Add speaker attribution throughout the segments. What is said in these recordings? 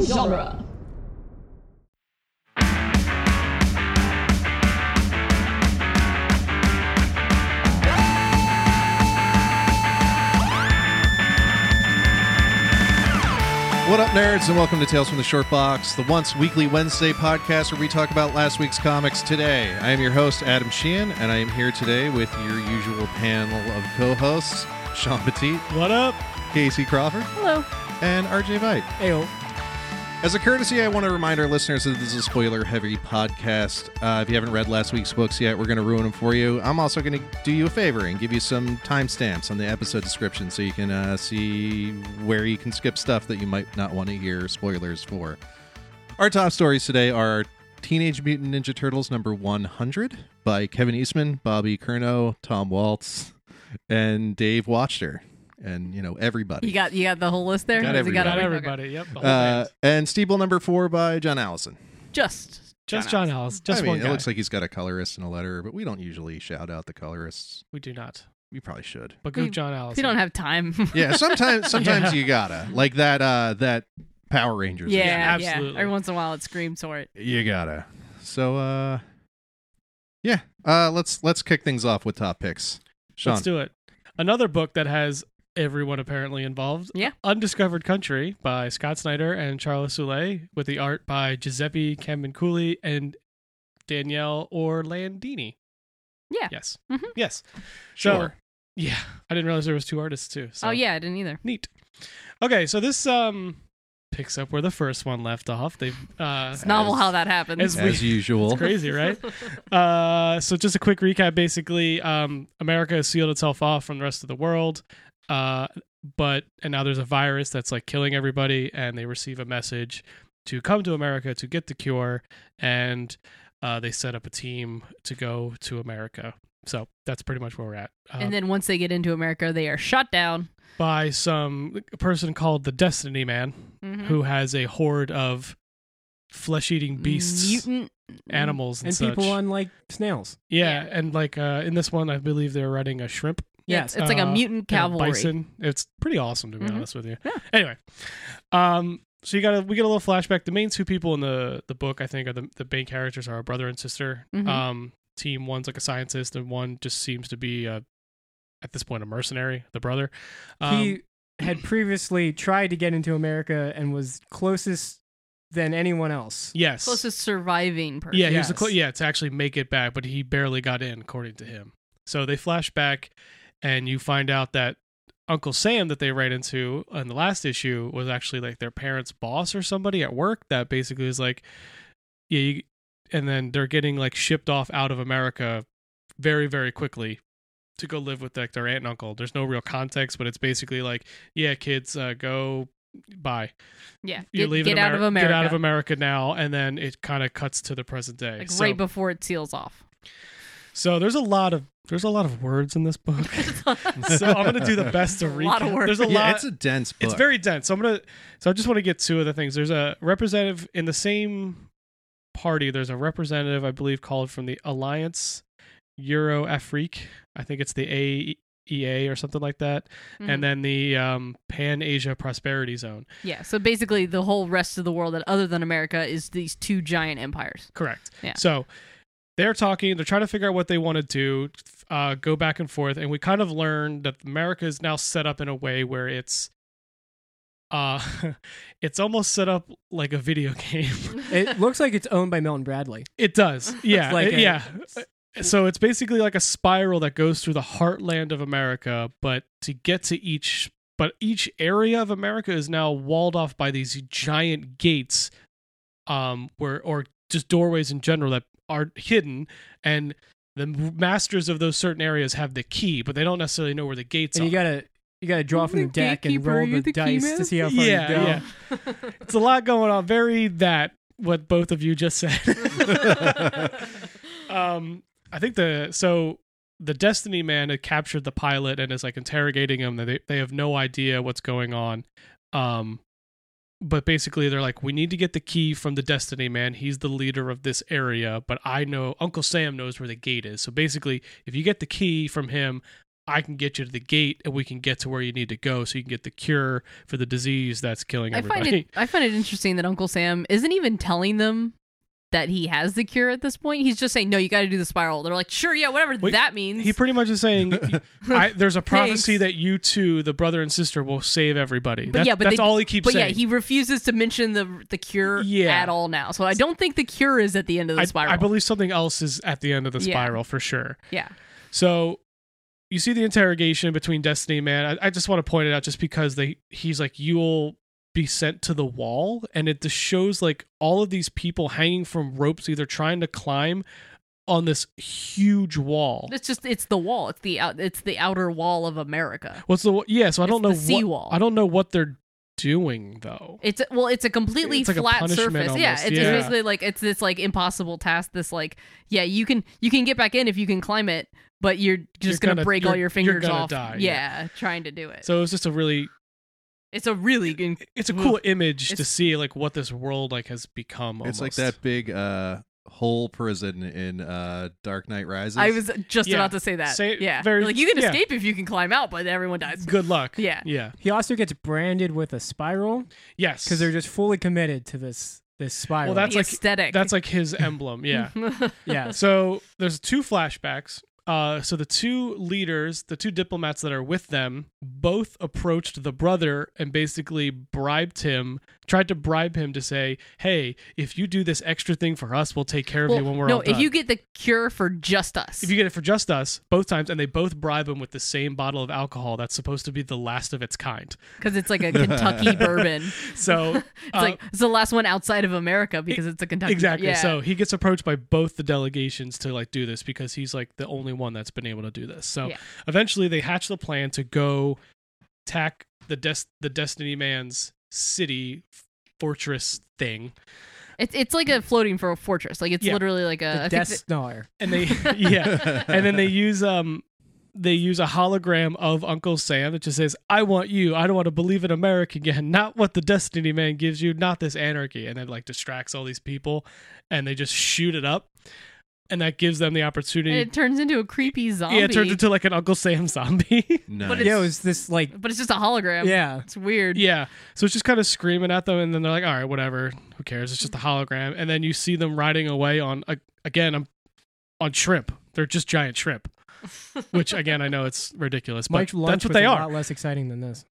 Speaker 1: genre.
Speaker 2: What up, nerds, and welcome to Tales from the Short Box, the once weekly Wednesday podcast where we talk about last week's comics today. I am your host, Adam Sheehan, and I am here today with your usual panel of co hosts Sean Petit,
Speaker 3: What up?
Speaker 2: Casey Crawford,
Speaker 1: Hello.
Speaker 2: and RJ Vite.
Speaker 3: Ayo.
Speaker 2: As a courtesy, I want to remind our listeners that this is a spoiler heavy podcast. Uh, if you haven't read last week's books yet, we're going to ruin them for you. I'm also going to do you a favor and give you some timestamps on the episode description so you can uh, see where you can skip stuff that you might not want to hear spoilers for. Our top stories today are Teenage Mutant Ninja Turtles number 100 by Kevin Eastman, Bobby Curno, Tom Waltz, and Dave Watcher. And, you know, everybody.
Speaker 1: You got you got the whole list there.
Speaker 2: Got
Speaker 1: Has it
Speaker 3: Got
Speaker 1: it?
Speaker 3: everybody. Yep. the whole
Speaker 2: uh,
Speaker 3: band.
Speaker 2: and Steeple number four by John Allison.
Speaker 1: Just
Speaker 3: just John Ellis. Just
Speaker 2: I mean,
Speaker 3: one guy.
Speaker 2: it looks like he's got a colorist and a letterer, but we don't usually shout out the colorists.
Speaker 3: we do not.
Speaker 2: We probably should.
Speaker 3: But
Speaker 1: We-
Speaker 3: good John Ellis.
Speaker 1: we don't have time.
Speaker 2: Yeah, sometimes sometimes
Speaker 3: Yeah.
Speaker 2: you gotta like that uh that Power Rangers.
Speaker 1: yeah,
Speaker 2: issue.
Speaker 1: yeah,
Speaker 3: absolutely.
Speaker 1: Every once in a while, it screams for it.
Speaker 2: you gotta. So uh, yeah, uh, let's let's kick things off with top picks. Sean,
Speaker 3: Let's do it. Another book that has everyone apparently involved.
Speaker 1: Yeah.
Speaker 3: Undiscovered Country by Scott Snyder and Charles Soule with the art by Giuseppe Camincooley and Danielle Orlandini.
Speaker 1: Yeah.
Speaker 3: Yes.
Speaker 1: Mhm.
Speaker 3: Yes. So-
Speaker 2: sure.
Speaker 3: Yeah. I didn't realize there was two artists too. So
Speaker 1: Oh yeah, I didn't either.
Speaker 3: Neat. Okay, so this um picks up where the first one left off. They've uh
Speaker 1: It's novel
Speaker 2: As-
Speaker 1: how that happens.
Speaker 3: as
Speaker 2: As
Speaker 3: we-
Speaker 2: usual,
Speaker 3: It's crazy, right? uh, so just a quick recap. Basically, um, America has sealed itself off from the rest of the world, uh, but and now there's a virus that's like killing everybody, and they receive a message to come to America to get the cure, and uh, they set up a team to go to America. So that's pretty much where we're at. Uh,
Speaker 1: and then once they get into America, they are shut down.
Speaker 3: by some a person called the Destiny Man,
Speaker 1: Mhm.
Speaker 3: who has a horde of flesh-eating beasts,
Speaker 1: mutant
Speaker 3: animals, and,
Speaker 4: and
Speaker 3: such.
Speaker 4: people on like snails.
Speaker 3: Yeah,
Speaker 1: Yeah.
Speaker 3: and like uh, in this one, I believe they're running a shrimp
Speaker 1: Yeah,
Speaker 4: Yes,
Speaker 1: it's, it's like a
Speaker 3: uh,
Speaker 1: mutant
Speaker 3: and a
Speaker 1: cavalry.
Speaker 3: bison. It's pretty awesome to be
Speaker 1: Mhm.
Speaker 3: honest with you.
Speaker 1: Yeah.
Speaker 3: Anyway, um, so you got a, we get a little flashback. The main two people in the the book, I think, are the the main characters are a brother and sister.
Speaker 1: Mhm.
Speaker 3: Um, team one's like a scientist, and one just seems to be uh at this point a mercenary. The brother, um,
Speaker 4: he had previously tried to get into America and was closest than anyone else.
Speaker 3: yes,
Speaker 1: Closest surviving person.
Speaker 3: Yeah, he was the clo-
Speaker 4: Yes.
Speaker 3: yeah to actually make it back, but he barely got in, according to him. So they flash back, and you find out that Uncle Sam that they ran into in the last issue was actually like their parents' boss or somebody at work that basically was like, yeah, you, and then they're getting like shipped off out of America very very quickly to go live with like their aunt and uncle. There's no real context, but it's basically like, yeah, kids, uh, go bye.
Speaker 1: yeah.
Speaker 3: You
Speaker 1: get,
Speaker 3: leave
Speaker 1: get
Speaker 3: in
Speaker 1: out of America.
Speaker 3: Get out of America now, and then it kind of cuts to the present day.
Speaker 1: Like
Speaker 3: so,
Speaker 1: right before it seals off.
Speaker 3: so there's a lot of there's a lot of words in this book. so I'm gonna do the best to
Speaker 1: It's a
Speaker 3: read.
Speaker 1: lot of words.
Speaker 3: There's a
Speaker 2: yeah,
Speaker 3: lot.
Speaker 2: it's a dense book.
Speaker 3: It's very dense. So I'm gonna. So I just want to get two of the things. There's a representative in the same party. There's a representative I believe called from the Alliance Euro Afrique. I think it's the AEA or something like that.
Speaker 1: Mhm.
Speaker 3: And then the um, Pan Asia Prosperity Zone.
Speaker 1: Yeah, so basically the whole rest of the world that other than America is these two giant empires.
Speaker 3: Correct.
Speaker 1: Yeah.
Speaker 3: So they're talking. They're trying to figure out what they want to do. Uh, go back and forth, and we kind of learned that America is now set up in a way where it's, uh, it's almost set up like a video game.
Speaker 4: It looks like it's owned by Milton Bradley.
Speaker 3: it does. Yeah.
Speaker 4: like
Speaker 3: it-
Speaker 4: a-
Speaker 3: yeah. So it's basically like a spiral that goes through the heartland of America, but to get to each, but each area of America is now walled off by these giant gates, um, where or just doorways in general that are hidden, and the masters of those certain areas have the key, but they don't necessarily know where the gates
Speaker 4: And
Speaker 3: are.
Speaker 4: you gotta you gotta draw
Speaker 1: You're
Speaker 4: from the
Speaker 1: the
Speaker 4: deck and
Speaker 1: gatekeeper,
Speaker 4: roll
Speaker 1: you're
Speaker 4: the,
Speaker 1: the key
Speaker 4: dice
Speaker 1: man.
Speaker 4: to see how far
Speaker 3: yeah,
Speaker 4: you go.
Speaker 3: yeah. it's a lot going on. Very that what both of you just said. um i think the so the destiny man had captured the pilot and is like interrogating him they they have no idea what's going on um but basically they're like we need to get the key from the destiny man he's the leader of this area but i know uncle sam knows where the gate is so basically if you get the key from him I can get you to the gate and we can get to where you need to go so you can get the cure for the disease that's killing
Speaker 1: I
Speaker 3: everybody.
Speaker 1: find it I find it interesting that Uncle Sam isn't even telling them that he has the cure at this point. He's just saying, "No, you got to do the spiral." They're like, "Sure, yeah, whatever
Speaker 3: Wait,
Speaker 1: that means."
Speaker 3: He pretty much is saying I, there's a prophecy
Speaker 1: Thanks.
Speaker 3: that you two, the brother and sister, will save everybody.
Speaker 1: But
Speaker 3: That's,
Speaker 1: yeah, but
Speaker 3: that's
Speaker 1: they-
Speaker 3: all he keeps
Speaker 1: but
Speaker 3: saying.
Speaker 1: yeah, he refuses to mention the the cure
Speaker 3: Yeah.
Speaker 1: at all now. So I don't think the cure is at the end of the
Speaker 3: I,
Speaker 1: spiral.
Speaker 3: I believe something else is at the end of the
Speaker 1: Yeah.
Speaker 3: spiral for sure.
Speaker 1: yeah.
Speaker 3: So you see the interrogation between Destiny and Man. I, I just want to point it out just because they he's like, you'll be sent to the wall, and it just shows like all of these people hanging from ropes, either trying to climb on this huge wall.
Speaker 1: It's just it's the wall. It's the out, it's the outer wall of America.
Speaker 3: What's the wa- yeah? So I don't
Speaker 1: It's the
Speaker 3: know what
Speaker 1: seawall.
Speaker 3: I don't know what they're doing though.
Speaker 1: It's well, it's a completely
Speaker 3: It's like a
Speaker 1: flat
Speaker 3: punishment
Speaker 1: surface.
Speaker 3: almost,
Speaker 1: yeah, it's,
Speaker 3: yeah.
Speaker 1: it's basically like it's this like impossible task. This like yeah, you can you can get back in if you can climb it, but you're just
Speaker 3: You're
Speaker 1: gonna,
Speaker 3: gonna-
Speaker 1: break
Speaker 3: you're-
Speaker 1: all your
Speaker 3: you're
Speaker 1: fingers
Speaker 3: gonna
Speaker 1: off.
Speaker 3: die,
Speaker 1: yeah, trying to do it.
Speaker 3: So it was just a really
Speaker 1: it's a really good.
Speaker 3: it's a
Speaker 1: Ugh.
Speaker 3: cool image to
Speaker 1: It's-
Speaker 3: see like what this world like has become.
Speaker 2: It's like
Speaker 3: almost.
Speaker 2: that big uh whole prison in uh Dark Knight Rises.
Speaker 1: I was just
Speaker 3: Yeah.
Speaker 1: about to say that.
Speaker 3: Say-
Speaker 1: yeah,
Speaker 3: very-
Speaker 1: like you can
Speaker 3: yeah.
Speaker 1: escape if you can climb out, but everyone dies.
Speaker 3: Good luck.
Speaker 1: Yeah.
Speaker 3: Yeah.
Speaker 4: He also gets branded with a spiral
Speaker 3: Yes.
Speaker 4: because they're just fully committed to this this spiral.
Speaker 3: that's
Speaker 1: the
Speaker 3: like-
Speaker 1: aesthetic.
Speaker 3: that's like his emblem. Yeah.
Speaker 4: yeah.
Speaker 3: so there's two flashbacks. Uh, so the two leaders, the two diplomats that are with them, both approached the brother and basically bribed him, tried to bribe him to say, "Hey, if you do this extra thing for us, we'll take care of
Speaker 1: Well,
Speaker 3: you when we're
Speaker 1: no,
Speaker 3: all done."
Speaker 1: if you get the cure for just us,
Speaker 3: if you get it for just us, both times, and they both bribe him with the same bottle of alcohol that's supposed to be the last of its kind.
Speaker 1: because it's like a Kentucky bourbon. It's
Speaker 3: So it's
Speaker 1: like it's the last one outside of America because it's a Kentucky.
Speaker 3: Uh, exactly
Speaker 1: Yeah.
Speaker 3: so he gets approached by both the delegations to like do this because he's like the only one that's been able to do this so
Speaker 1: Yeah.
Speaker 3: eventually they hatch the plan to go attack the des- the destiny man's city fortress thing
Speaker 1: It's it's like a floating for a fortress. Like it's
Speaker 3: Yeah.
Speaker 1: literally like a.
Speaker 4: the
Speaker 1: Uh, I think
Speaker 4: Death
Speaker 1: that-
Speaker 4: Star.
Speaker 3: and they yeah and then they use um they use a hologram of Uncle Sam that just says, "I want you. I don't want to believe in America again. Not what the Destiny Man gives you. Not this anarchy." And then like distracts all these people, and they just shoot it up, and that gives them the
Speaker 1: and
Speaker 3: opportunity.
Speaker 1: it turns into a creepy zombie.
Speaker 3: Yeah, it turns into like an Uncle Sam zombie.
Speaker 2: nice.
Speaker 1: but
Speaker 4: Yeah, it was this like
Speaker 1: but it's just a hologram.
Speaker 4: yeah.
Speaker 1: it's weird.
Speaker 3: yeah. So it's just kind of screaming at them, and then they're like, all right, whatever. Who cares? It's just a hologram. And then you see them riding away on, a- again, I'm on shrimp. They're just giant shrimp, which, again, I know it's ridiculous, but
Speaker 4: Mike lunch
Speaker 3: that's what
Speaker 4: was
Speaker 3: they
Speaker 4: a
Speaker 3: are.
Speaker 4: lot less exciting than this.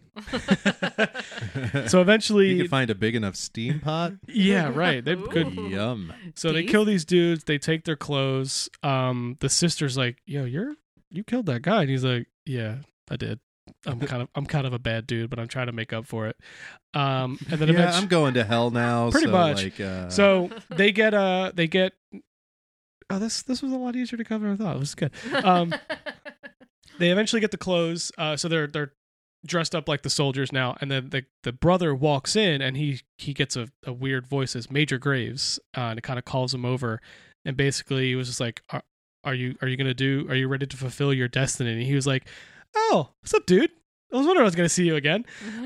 Speaker 3: So
Speaker 2: you
Speaker 3: eventually,
Speaker 2: can find a big enough steam pot.
Speaker 3: yeah, right. They
Speaker 1: Ooh.
Speaker 3: could.
Speaker 2: Yum.
Speaker 3: So they
Speaker 1: Teeth.
Speaker 3: kill these dudes. They take their clothes. Um, the sister's like, "Yo, you're you killed that guy," and he's like, "Yeah, I did. I'm kind of I'm kind of a bad dude, but I'm trying to make up for it." Um, and then
Speaker 2: yeah,
Speaker 3: eventually,
Speaker 2: I'm going to hell now.
Speaker 3: Pretty
Speaker 2: so,
Speaker 3: much.
Speaker 2: Like, uh,
Speaker 3: So they get uh they get oh this this was a lot easier to cover than I thought. It was good. Um, They eventually get the clothes, uh so they're they're dressed up like the soldiers now, and then the the brother walks in and he he gets a, a weird voice as Major Graves, uh, and it kind of calls him over and basically he was just like are, are you are you gonna do are you ready to fulfill your destiny? And he was like, Oh, what's up, dude? I was wondering I was gonna see you again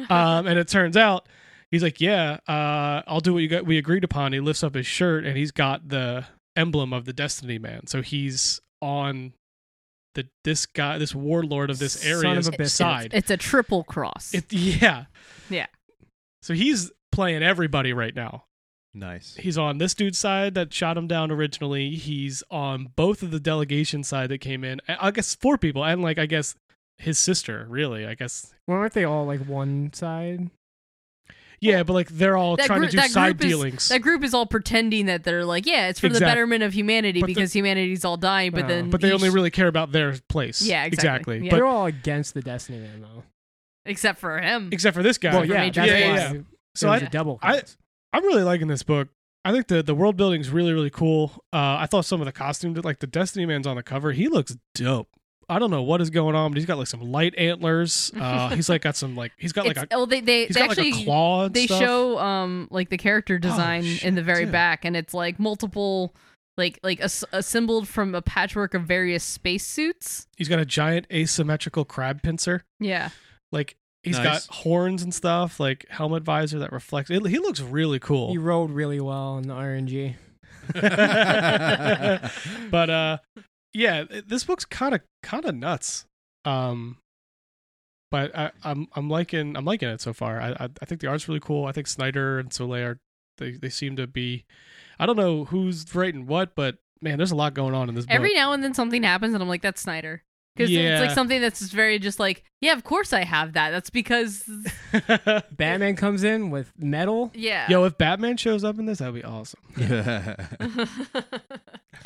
Speaker 3: um, and it turns out he's like, "Yeah, uh, I'll do what you got, we agreed upon." He lifts up his shirt, and he's got the emblem of the Destiny Man. So he's on the this guy, this warlord of this
Speaker 4: Son
Speaker 3: area
Speaker 4: of a biscuit.
Speaker 3: side.
Speaker 1: it's a triple cross.
Speaker 3: It, yeah,
Speaker 1: Yeah.
Speaker 3: So he's playing everybody right now.
Speaker 2: nice.
Speaker 3: He's on this dude's side that shot him down originally. He's on both of the delegation side that came in. I I guess four people, and like I guess his sister, really. I guess
Speaker 4: Weren't they all like one side?
Speaker 3: yeah, but like they're all
Speaker 1: That
Speaker 3: trying
Speaker 1: grou-
Speaker 3: to do
Speaker 1: that
Speaker 3: side
Speaker 1: group is-
Speaker 3: dealings.
Speaker 1: that group is all pretending that they're like, yeah, it's for the
Speaker 3: Exact-
Speaker 1: betterment of humanity
Speaker 3: But the- Uh,
Speaker 1: because humanity's all dying. But
Speaker 4: Oh.
Speaker 1: then,
Speaker 3: but they
Speaker 1: each-
Speaker 3: only really care about their place.
Speaker 1: Mm-hmm. Yeah, exactly. Yeah.
Speaker 3: But
Speaker 4: They're all against the Destiny Man though.
Speaker 1: except for him.
Speaker 3: except for this guy.
Speaker 4: Well,
Speaker 1: for
Speaker 4: yeah,
Speaker 1: Major
Speaker 4: that's
Speaker 3: Graves.
Speaker 4: why
Speaker 3: Yeah, yeah,
Speaker 4: it
Speaker 3: so
Speaker 4: was
Speaker 3: I,
Speaker 4: a double.
Speaker 3: I-
Speaker 4: cross.
Speaker 3: I'm really liking this book. I think the the world building's really really cool. Uh, I thought some of the costumes, like the Destiny Man's on the cover, he looks dope. I don't know what is going on, but he's got like some light antlers. Uh, he's like got some like he's got like
Speaker 1: It's-
Speaker 3: a
Speaker 1: oh, they they,
Speaker 3: he's
Speaker 1: they
Speaker 3: got
Speaker 1: actually
Speaker 3: like a claw. and
Speaker 1: they
Speaker 3: stuff. Oh,
Speaker 1: show um like the character design in the very
Speaker 3: shit.
Speaker 1: back, and it's like multiple like like as- assembled from a patchwork of various spacesuits.
Speaker 3: he's got a giant asymmetrical crab pincer.
Speaker 1: Yeah,
Speaker 3: Like he's
Speaker 2: Nice.
Speaker 3: got horns and stuff, like helmet visor that reflects. It, he looks really cool.
Speaker 4: He rolled really well in the RNG.
Speaker 3: but uh yeah th- this book's kind of kind of nuts Um, but I, I'm I'm liking I'm liking it so far. I, I I think the art's really cool. I think Snyder and Soleil are they they seem to be. I don't know who's writing what, but man, there's a lot going on in this book.
Speaker 1: Every now and then something happens, and I'm like, that's Snyder. Because it's
Speaker 3: Yeah.
Speaker 1: like something that's just very just like, yeah, of course I have that. That's because,
Speaker 4: Batman comes in with metal.
Speaker 1: yeah.
Speaker 3: Yo, if Batman shows up in this, that'd be awesome.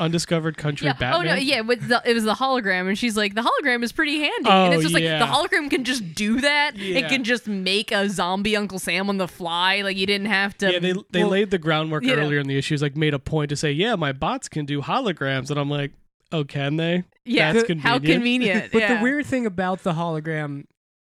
Speaker 3: Undiscovered country
Speaker 1: yeah.
Speaker 3: Batman.
Speaker 1: Oh no, yeah, with the, it was the hologram, and she's like, the hologram is pretty handy, and
Speaker 3: Oh,
Speaker 1: it's just
Speaker 3: yeah.
Speaker 1: like the hologram can just do that.
Speaker 3: Yeah.
Speaker 1: It can just make a zombie Uncle Sam on the fly. Like you didn't have to.
Speaker 3: yeah, they they
Speaker 1: um, well,
Speaker 3: laid the groundwork
Speaker 1: yeah.
Speaker 3: earlier in the issues, like made a point to say, yeah, my bots can do holograms, and I'm like, oh, can they?
Speaker 1: Yeah,
Speaker 3: that's
Speaker 1: how
Speaker 3: convenient.
Speaker 1: convenient.
Speaker 4: But
Speaker 1: yeah.
Speaker 4: the weird thing about the hologram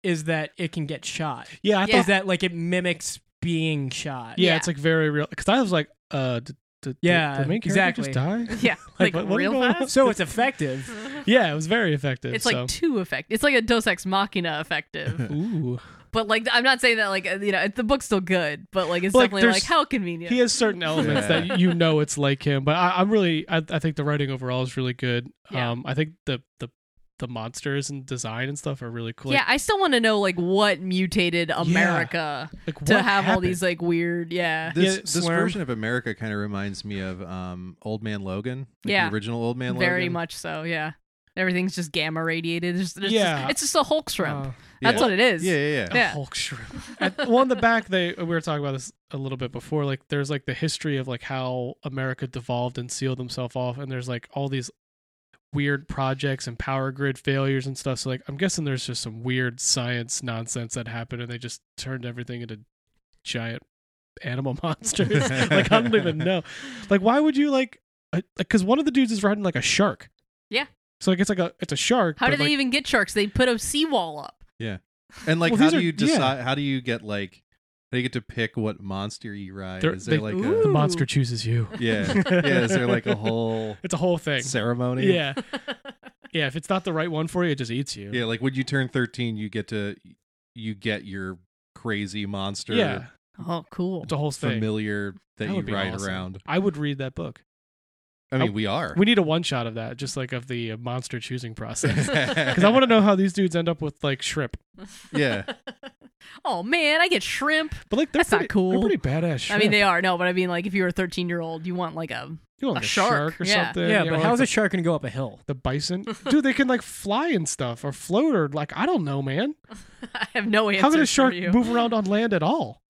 Speaker 4: is that it can get shot.
Speaker 3: Yeah, I
Speaker 1: Yeah.
Speaker 3: thought.
Speaker 4: Is that like it mimics being shot?
Speaker 3: Yeah,
Speaker 1: Yeah.
Speaker 3: it's like very real. Because I was like, uh, did, did,
Speaker 4: Yeah,
Speaker 3: did the main character
Speaker 4: exactly.
Speaker 3: just die?
Speaker 1: yeah, like,
Speaker 3: what- what
Speaker 1: real
Speaker 3: about-
Speaker 1: fast.
Speaker 4: So it's effective.
Speaker 3: Yeah, it was very effective.
Speaker 1: It's
Speaker 3: so.
Speaker 1: like too effective. It's like a Dos Ex Machina effective.
Speaker 3: Ooh.
Speaker 1: but like, I'm not saying that like uh, you know it- the book's still good, but like it's
Speaker 3: Like,
Speaker 1: definitely
Speaker 3: there's-
Speaker 1: like how convenient.
Speaker 3: He has certain elements
Speaker 2: Yeah.
Speaker 3: that you know it's like him, but I, I'm really, I, I think the writing overall is really good.
Speaker 1: Yeah.
Speaker 3: Um, I think the the the monsters and design and stuff are really cool.
Speaker 1: yeah, I still want to know like what mutated America
Speaker 3: like,
Speaker 1: to
Speaker 3: what
Speaker 1: have all these
Speaker 3: happened?
Speaker 1: like weird. Yeah,
Speaker 2: This,
Speaker 3: Yeah,
Speaker 2: this
Speaker 3: Slurm.
Speaker 2: version of America kind of reminds me of um, Old Man Logan, like
Speaker 1: Yeah.
Speaker 2: the original Old Man Logan.
Speaker 1: very much so. Yeah, everything's just gamma radiated. It's just, it's
Speaker 3: Yeah.
Speaker 1: just, it's just a Hulk shrimp.
Speaker 4: Uh,
Speaker 1: That's what it is.
Speaker 2: Yeah, yeah, yeah.
Speaker 1: yeah.
Speaker 3: A Hulk shrimp. At, well, in the back, they we were talking about this a little bit before. Like, there's like the history of like how America devolved and sealed themselves off, and there's like all these weird projects and power grid failures and stuff. So, like, I'm guessing there's just some weird science nonsense that happened, and they just turned everything into giant animal monsters. like, I don't even know. Like, why would you like? Because one of the dudes is riding like a shark.
Speaker 1: Yeah.
Speaker 3: So like it's like a it's a shark.
Speaker 1: How
Speaker 3: but,
Speaker 1: do they
Speaker 3: like,
Speaker 1: even get sharks? They put a seawall up.
Speaker 2: And like,
Speaker 3: Well,
Speaker 2: how
Speaker 3: these
Speaker 2: do
Speaker 3: are-
Speaker 2: you
Speaker 3: yeah.
Speaker 2: decide? How do you get like? How do you get to pick what monster you ride?
Speaker 3: They're-
Speaker 2: is there
Speaker 3: they-
Speaker 2: like
Speaker 3: the
Speaker 1: Ooh.
Speaker 3: monster chooses you?
Speaker 2: a yeah, yeah? Is there like a whole
Speaker 3: It's a whole thing.
Speaker 2: ceremony?
Speaker 3: Yeah. Yeah, if it's not the right one for you, it just eats you.
Speaker 2: yeah. Like when you turn thirteen, you get to you get your crazy monster
Speaker 3: Yeah,
Speaker 1: oh, cool.
Speaker 3: it's a whole thing.
Speaker 2: familiar that, you
Speaker 3: would be
Speaker 2: ride
Speaker 3: awesome.
Speaker 2: around.
Speaker 3: I would read that book.
Speaker 2: I mean, we are.
Speaker 3: We need a one shot of that, just like of the uh, monster choosing process.
Speaker 2: Because
Speaker 3: Because I want to know how these dudes end up with like shrimp.
Speaker 2: Yeah.
Speaker 1: oh man, I get shrimp.
Speaker 3: But like, they're
Speaker 1: That's not
Speaker 3: pretty,
Speaker 1: cool.
Speaker 3: They're pretty badass. Shrimp.
Speaker 1: I mean, they are no, but I mean, like, if you were a 13 year old, you want like a
Speaker 3: you want
Speaker 1: a
Speaker 3: like,
Speaker 1: shark,
Speaker 3: or
Speaker 1: yeah.
Speaker 3: something.
Speaker 4: yeah,
Speaker 3: you
Speaker 4: but
Speaker 3: know,
Speaker 4: how's a
Speaker 3: like
Speaker 4: shark gonna go up a hill?
Speaker 3: the, the bison? Dude, they can like fly and stuff or float or like I don't know, man.
Speaker 1: I have no answer.
Speaker 3: how can a shark
Speaker 1: you.
Speaker 3: move around on land at all?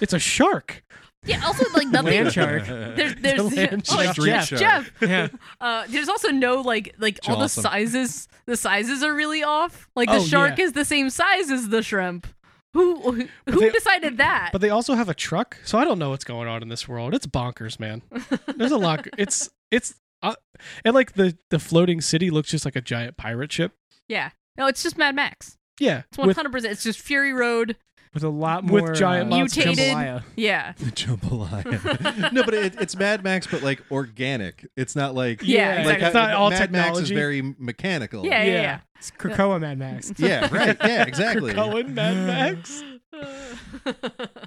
Speaker 3: It's a shark.
Speaker 1: Yeah, also like nothing.
Speaker 4: Land shark.
Speaker 1: There's, there's
Speaker 3: land
Speaker 1: oh,
Speaker 3: shark.
Speaker 2: Street
Speaker 1: Jeff,
Speaker 2: shark.
Speaker 1: Jeff.
Speaker 4: Yeah.
Speaker 1: Uh, there's also no like like all the
Speaker 2: Awesome.
Speaker 1: sizes. The sizes are really off. Like the
Speaker 3: Oh,
Speaker 1: shark
Speaker 3: yeah.
Speaker 1: is the same size as the shrimp. Who who, who
Speaker 3: they-
Speaker 1: decided that?
Speaker 3: But they also have a truck, so I don't know what's going on in this world. It's bonkers, man. There's a lot. It's it's uh, and like the the floating city looks just like a giant pirate ship.
Speaker 1: yeah, no, it's just Mad Max.
Speaker 3: Yeah,
Speaker 1: It's
Speaker 3: with
Speaker 1: 100. percent It's just Fury Road.
Speaker 4: With a lot more
Speaker 3: With giant
Speaker 4: uh,
Speaker 1: monsters. Mutated.
Speaker 4: jambalaya.
Speaker 1: Yeah,
Speaker 2: The jambalaya. no, but it, it's Mad Max, but like organic. It's not like
Speaker 1: Yeah,
Speaker 3: yeah,
Speaker 1: exactly.
Speaker 2: like
Speaker 3: it's not
Speaker 2: how-
Speaker 3: all
Speaker 2: Mad Max is
Speaker 3: technology.
Speaker 2: very mechanical.
Speaker 1: yeah, yeah.
Speaker 3: Yeah.
Speaker 1: yeah.
Speaker 4: It's Krakoa Mad Max.
Speaker 2: yeah, right. Yeah, exactly.
Speaker 3: Cohen Mad Max.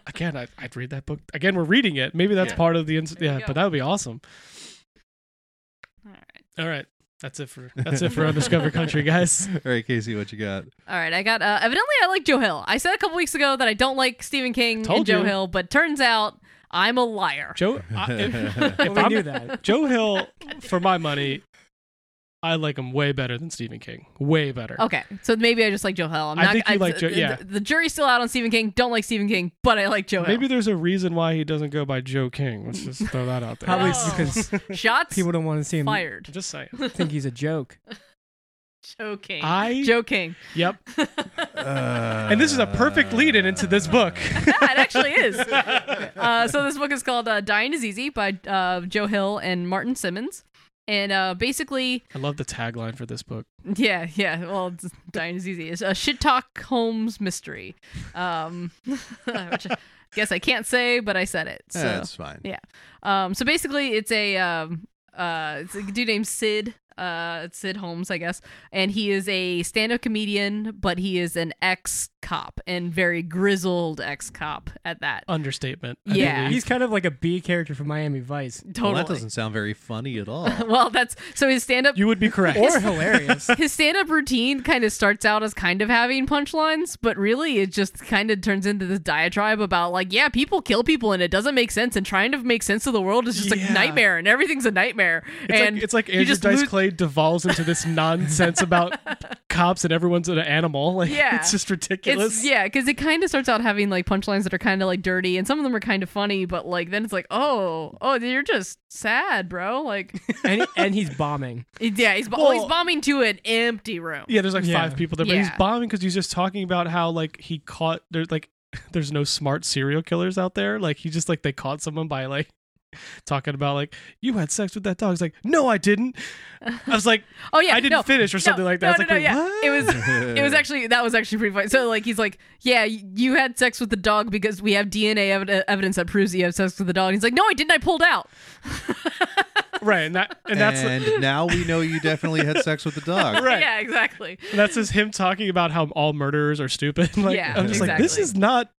Speaker 3: Again, I, I'd read that book. Again, we're reading it. Maybe that's
Speaker 1: Yeah.
Speaker 3: part of the ins-
Speaker 1: There you
Speaker 3: yeah,
Speaker 1: go.
Speaker 3: but that would be awesome.
Speaker 1: All right.
Speaker 3: All right, that's it for that's it for Undiscovered Country, guys.
Speaker 2: All right, Casey, what you got?
Speaker 1: All right, I got. Uh, evidently, I like Joe Hill. I said a couple weeks ago that I don't like Stephen King
Speaker 3: Told
Speaker 1: and Joe
Speaker 3: you.
Speaker 1: Hill, but turns out I'm a liar.
Speaker 3: Joe, I, if,
Speaker 4: Well,
Speaker 3: if
Speaker 4: we
Speaker 3: I'm
Speaker 4: knew that.
Speaker 3: Joe Hill, for my money, I like him way better than Stephen King. Way better.
Speaker 1: Okay, so maybe I just like Joe Hill. I'm
Speaker 3: I
Speaker 1: not,
Speaker 3: think you like Joe-
Speaker 1: the-
Speaker 3: yeah.
Speaker 1: The, jury's still out on Stephen King. Don't like Stephen King, but I like Joe
Speaker 3: Maybe there's a reason why he doesn't go by Joe King. Let's just throw that out there.
Speaker 4: Probably
Speaker 1: Oh.
Speaker 4: because
Speaker 1: Hill. Shots
Speaker 4: people don't want to see him.
Speaker 3: I'm
Speaker 1: fired.
Speaker 3: just saying.
Speaker 4: Think he's a joke.
Speaker 1: Joe King.
Speaker 3: I
Speaker 1: Joe King.
Speaker 3: yep.
Speaker 2: Uh,
Speaker 3: And this is a perfect lead-in
Speaker 1: Uh,
Speaker 3: into this book.
Speaker 1: yeah, it actually is. Uh, so this book is called uh, "Dying Is Easy" by uh, Joe Hill and Martin Simmons, and uh, basically,
Speaker 3: I love the tagline for this book.
Speaker 1: yeah, yeah. Well, it's- dying is easy. It's a shit talk Holmes mystery, um, which I guess I can't say, but I said it. So.
Speaker 2: That's fine.
Speaker 1: Yeah. Um, so basically, it's a um, uh, it's a dude named Sid uh, Sid Holmes, I guess, and he is a stand-up comedian, but he is an ex-cop and very grizzled ex-cop at that.
Speaker 3: Oh, Understatement. I
Speaker 1: Yeah.
Speaker 3: believe.
Speaker 4: He's kind of like a B character from Miami Vice.
Speaker 1: Totally.
Speaker 2: Well, that doesn't sound very funny at all.
Speaker 1: Well, that's so his stand-up
Speaker 3: You would be correct.
Speaker 4: Or hilarious.
Speaker 1: his stand-up routine kind of starts out as kind of having punchlines, but really it just kind of turns into this diatribe about like, yeah, people kill people and it doesn't make sense, and trying to make sense of the world is just
Speaker 3: Yeah.
Speaker 1: a nightmare, and everything's a nightmare.
Speaker 3: It's
Speaker 1: and
Speaker 3: like, it's like
Speaker 1: you
Speaker 3: Andrew
Speaker 1: just
Speaker 3: Dice
Speaker 1: lose-
Speaker 3: Clay devolves into this nonsense about cops and everyone's an animal. Like,
Speaker 1: Yeah.
Speaker 3: it's just ridiculous.
Speaker 1: It's yeah, because it kind of starts out having like punchlines that are kind of like dirty, and some of them are kind of funny, but like then it's like, oh, oh, you're just sad, bro. Like,
Speaker 4: and, and he's bombing.
Speaker 1: yeah, he's, bo- oh, he's bombing to an empty room.
Speaker 3: Yeah, there's like
Speaker 4: Yeah.
Speaker 3: five people there, but he's
Speaker 1: Yeah.
Speaker 3: bombing because he's just talking about how like he caught there's like there's no smart serial killers out there. Like he just like they caught someone by like talking about like you had sex with that dog. He's like, no, I didn't. I was like,
Speaker 1: Oh yeah,
Speaker 3: I didn't
Speaker 1: no,
Speaker 3: finish or something
Speaker 1: no,
Speaker 3: like that.
Speaker 1: No,
Speaker 3: It's
Speaker 1: no,
Speaker 3: like,
Speaker 1: no, yeah.
Speaker 3: wait,
Speaker 1: It was it was actually that was actually pretty funny. So like he's like, yeah, y- you had sex with the dog because we have DNA ev- evidence that proves that you have sex with the dog. And he's like, no, I didn't. I pulled out.
Speaker 3: right, and that and that's
Speaker 2: and now we know you definitely had sex with the dog.
Speaker 3: right.
Speaker 1: Yeah, exactly.
Speaker 3: And that's just him talking about how all murderers are stupid. like
Speaker 1: Yeah,
Speaker 3: I'm just like, this
Speaker 1: exactly.
Speaker 3: is not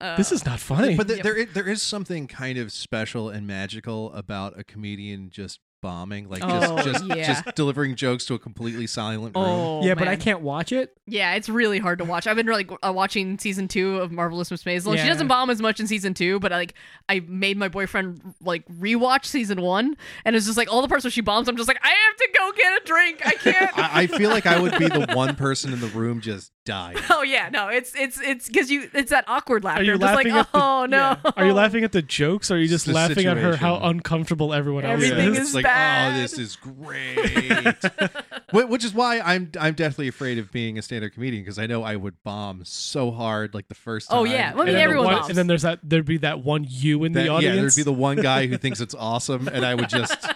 Speaker 1: Uh,
Speaker 3: this is not funny.
Speaker 2: But th-
Speaker 1: Yep.
Speaker 2: there, is, there is something kind of special and magical about a comedian just bombing, like just
Speaker 1: Oh,
Speaker 2: just,
Speaker 1: yeah.
Speaker 2: just delivering jokes to a completely silent room.
Speaker 1: oh
Speaker 4: yeah, but I
Speaker 1: man.
Speaker 4: can't watch it.
Speaker 1: Yeah, it's really hard to watch. I've been really uh, watching season two of Marvelous Miss Maisel. She
Speaker 4: Yeah.
Speaker 1: doesn't bomb as much in season two, but I, like I made my boyfriend like rewatch season one, and it's just like all the parts where she bombs. I'm just like, I have to go get a drink. I can't.
Speaker 2: I, I feel like I would be the one person in the room just dying.
Speaker 1: Oh yeah, no, it's it's it's because you it's that awkward laughter.
Speaker 3: Are you
Speaker 1: I'm just
Speaker 3: laughing
Speaker 1: like,
Speaker 3: at the-
Speaker 1: oh no.
Speaker 3: Yeah. Are you laughing at the jokes? Or are you just
Speaker 2: The
Speaker 3: laughing at her
Speaker 2: situation.
Speaker 3: how uncomfortable everyone else
Speaker 1: Everything
Speaker 3: is?
Speaker 1: is
Speaker 2: it's like,
Speaker 1: bad.
Speaker 2: oh, this is great. Wh- Which is why I'm I'm definitely afraid of being a stand-up comedian because I know I would bomb so hard like the first time.
Speaker 1: Oh, yeah. Well, I mean,
Speaker 2: And
Speaker 3: and, then the
Speaker 1: everyone
Speaker 3: one-
Speaker 1: laughs.
Speaker 3: and then there's that there'd be that one you in
Speaker 2: that-
Speaker 3: the
Speaker 2: yeah,
Speaker 3: audience.
Speaker 2: there'd be the one guy who thinks it's awesome, and I would just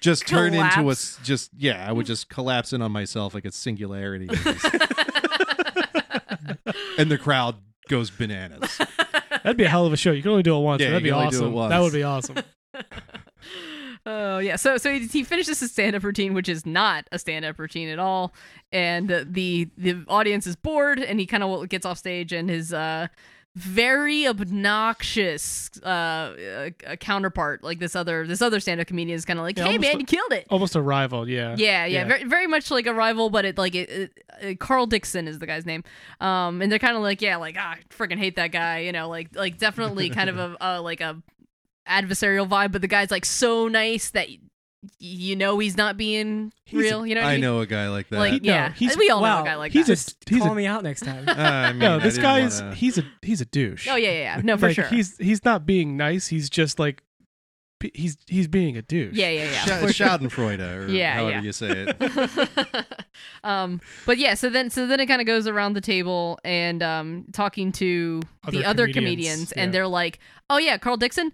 Speaker 2: just turn into a s- just yeah, I would just collapse in on myself like a singularity, and the crowd goes bananas.
Speaker 3: That'd be a hell of a show. You can only do it once.
Speaker 2: Yeah,
Speaker 3: That'd
Speaker 2: you
Speaker 3: be
Speaker 2: can only do
Speaker 3: awesome.
Speaker 2: it once.
Speaker 3: That would be awesome.
Speaker 1: Oh yeah, so so he, he finishes his stand-up routine, which is not a stand-up routine at all, and uh, the the audience is bored, and he kind of gets off stage, and his uh very obnoxious uh, uh, uh counterpart, like this other this other stand-up comedian, is kind of like,
Speaker 3: Yeah,
Speaker 1: "Hey
Speaker 3: almost
Speaker 1: man,
Speaker 3: a-
Speaker 1: you killed it."
Speaker 3: Almost a rival. Yeah.
Speaker 1: Yeah, yeah,
Speaker 3: Yeah.
Speaker 1: Very, very much like a rival, but it like it, it, uh, Carl Dixon is the guy's name, um, and they're kind of like, yeah, like ah, freaking hate that guy, you know, like like definitely kind of a, a like a adversarial vibe, but the guy's like so nice that y- you know he's not being
Speaker 3: He's-
Speaker 1: real, you know, what
Speaker 2: I
Speaker 1: mean?
Speaker 2: know a guy like that.
Speaker 1: like
Speaker 3: He- no,
Speaker 1: yeah,
Speaker 3: he's-
Speaker 1: we all know
Speaker 4: wow,
Speaker 1: a guy like
Speaker 3: he's
Speaker 1: that.
Speaker 4: Just
Speaker 3: he's a-
Speaker 4: call me out next time.
Speaker 2: Uh, I mean,
Speaker 3: No,
Speaker 2: I
Speaker 3: this
Speaker 2: didn't
Speaker 3: guy is
Speaker 2: wanna-
Speaker 3: he's a he's a douche.
Speaker 1: oh yeah, yeah, yeah, no for
Speaker 3: Like,
Speaker 1: sure,
Speaker 3: He's he's not being nice. He's just like p- he's he's being a douche.
Speaker 1: yeah, yeah, yeah,
Speaker 2: Scha-
Speaker 1: for sure.
Speaker 2: Schadenfreude, or
Speaker 1: Yeah,
Speaker 2: however
Speaker 1: yeah.
Speaker 2: you say it.
Speaker 1: um but yeah so then so then it kind of goes around the table and um talking to the
Speaker 3: Other
Speaker 1: other comedians,
Speaker 3: comedians,
Speaker 1: and
Speaker 3: yeah.
Speaker 1: they're like oh yeah carl dixon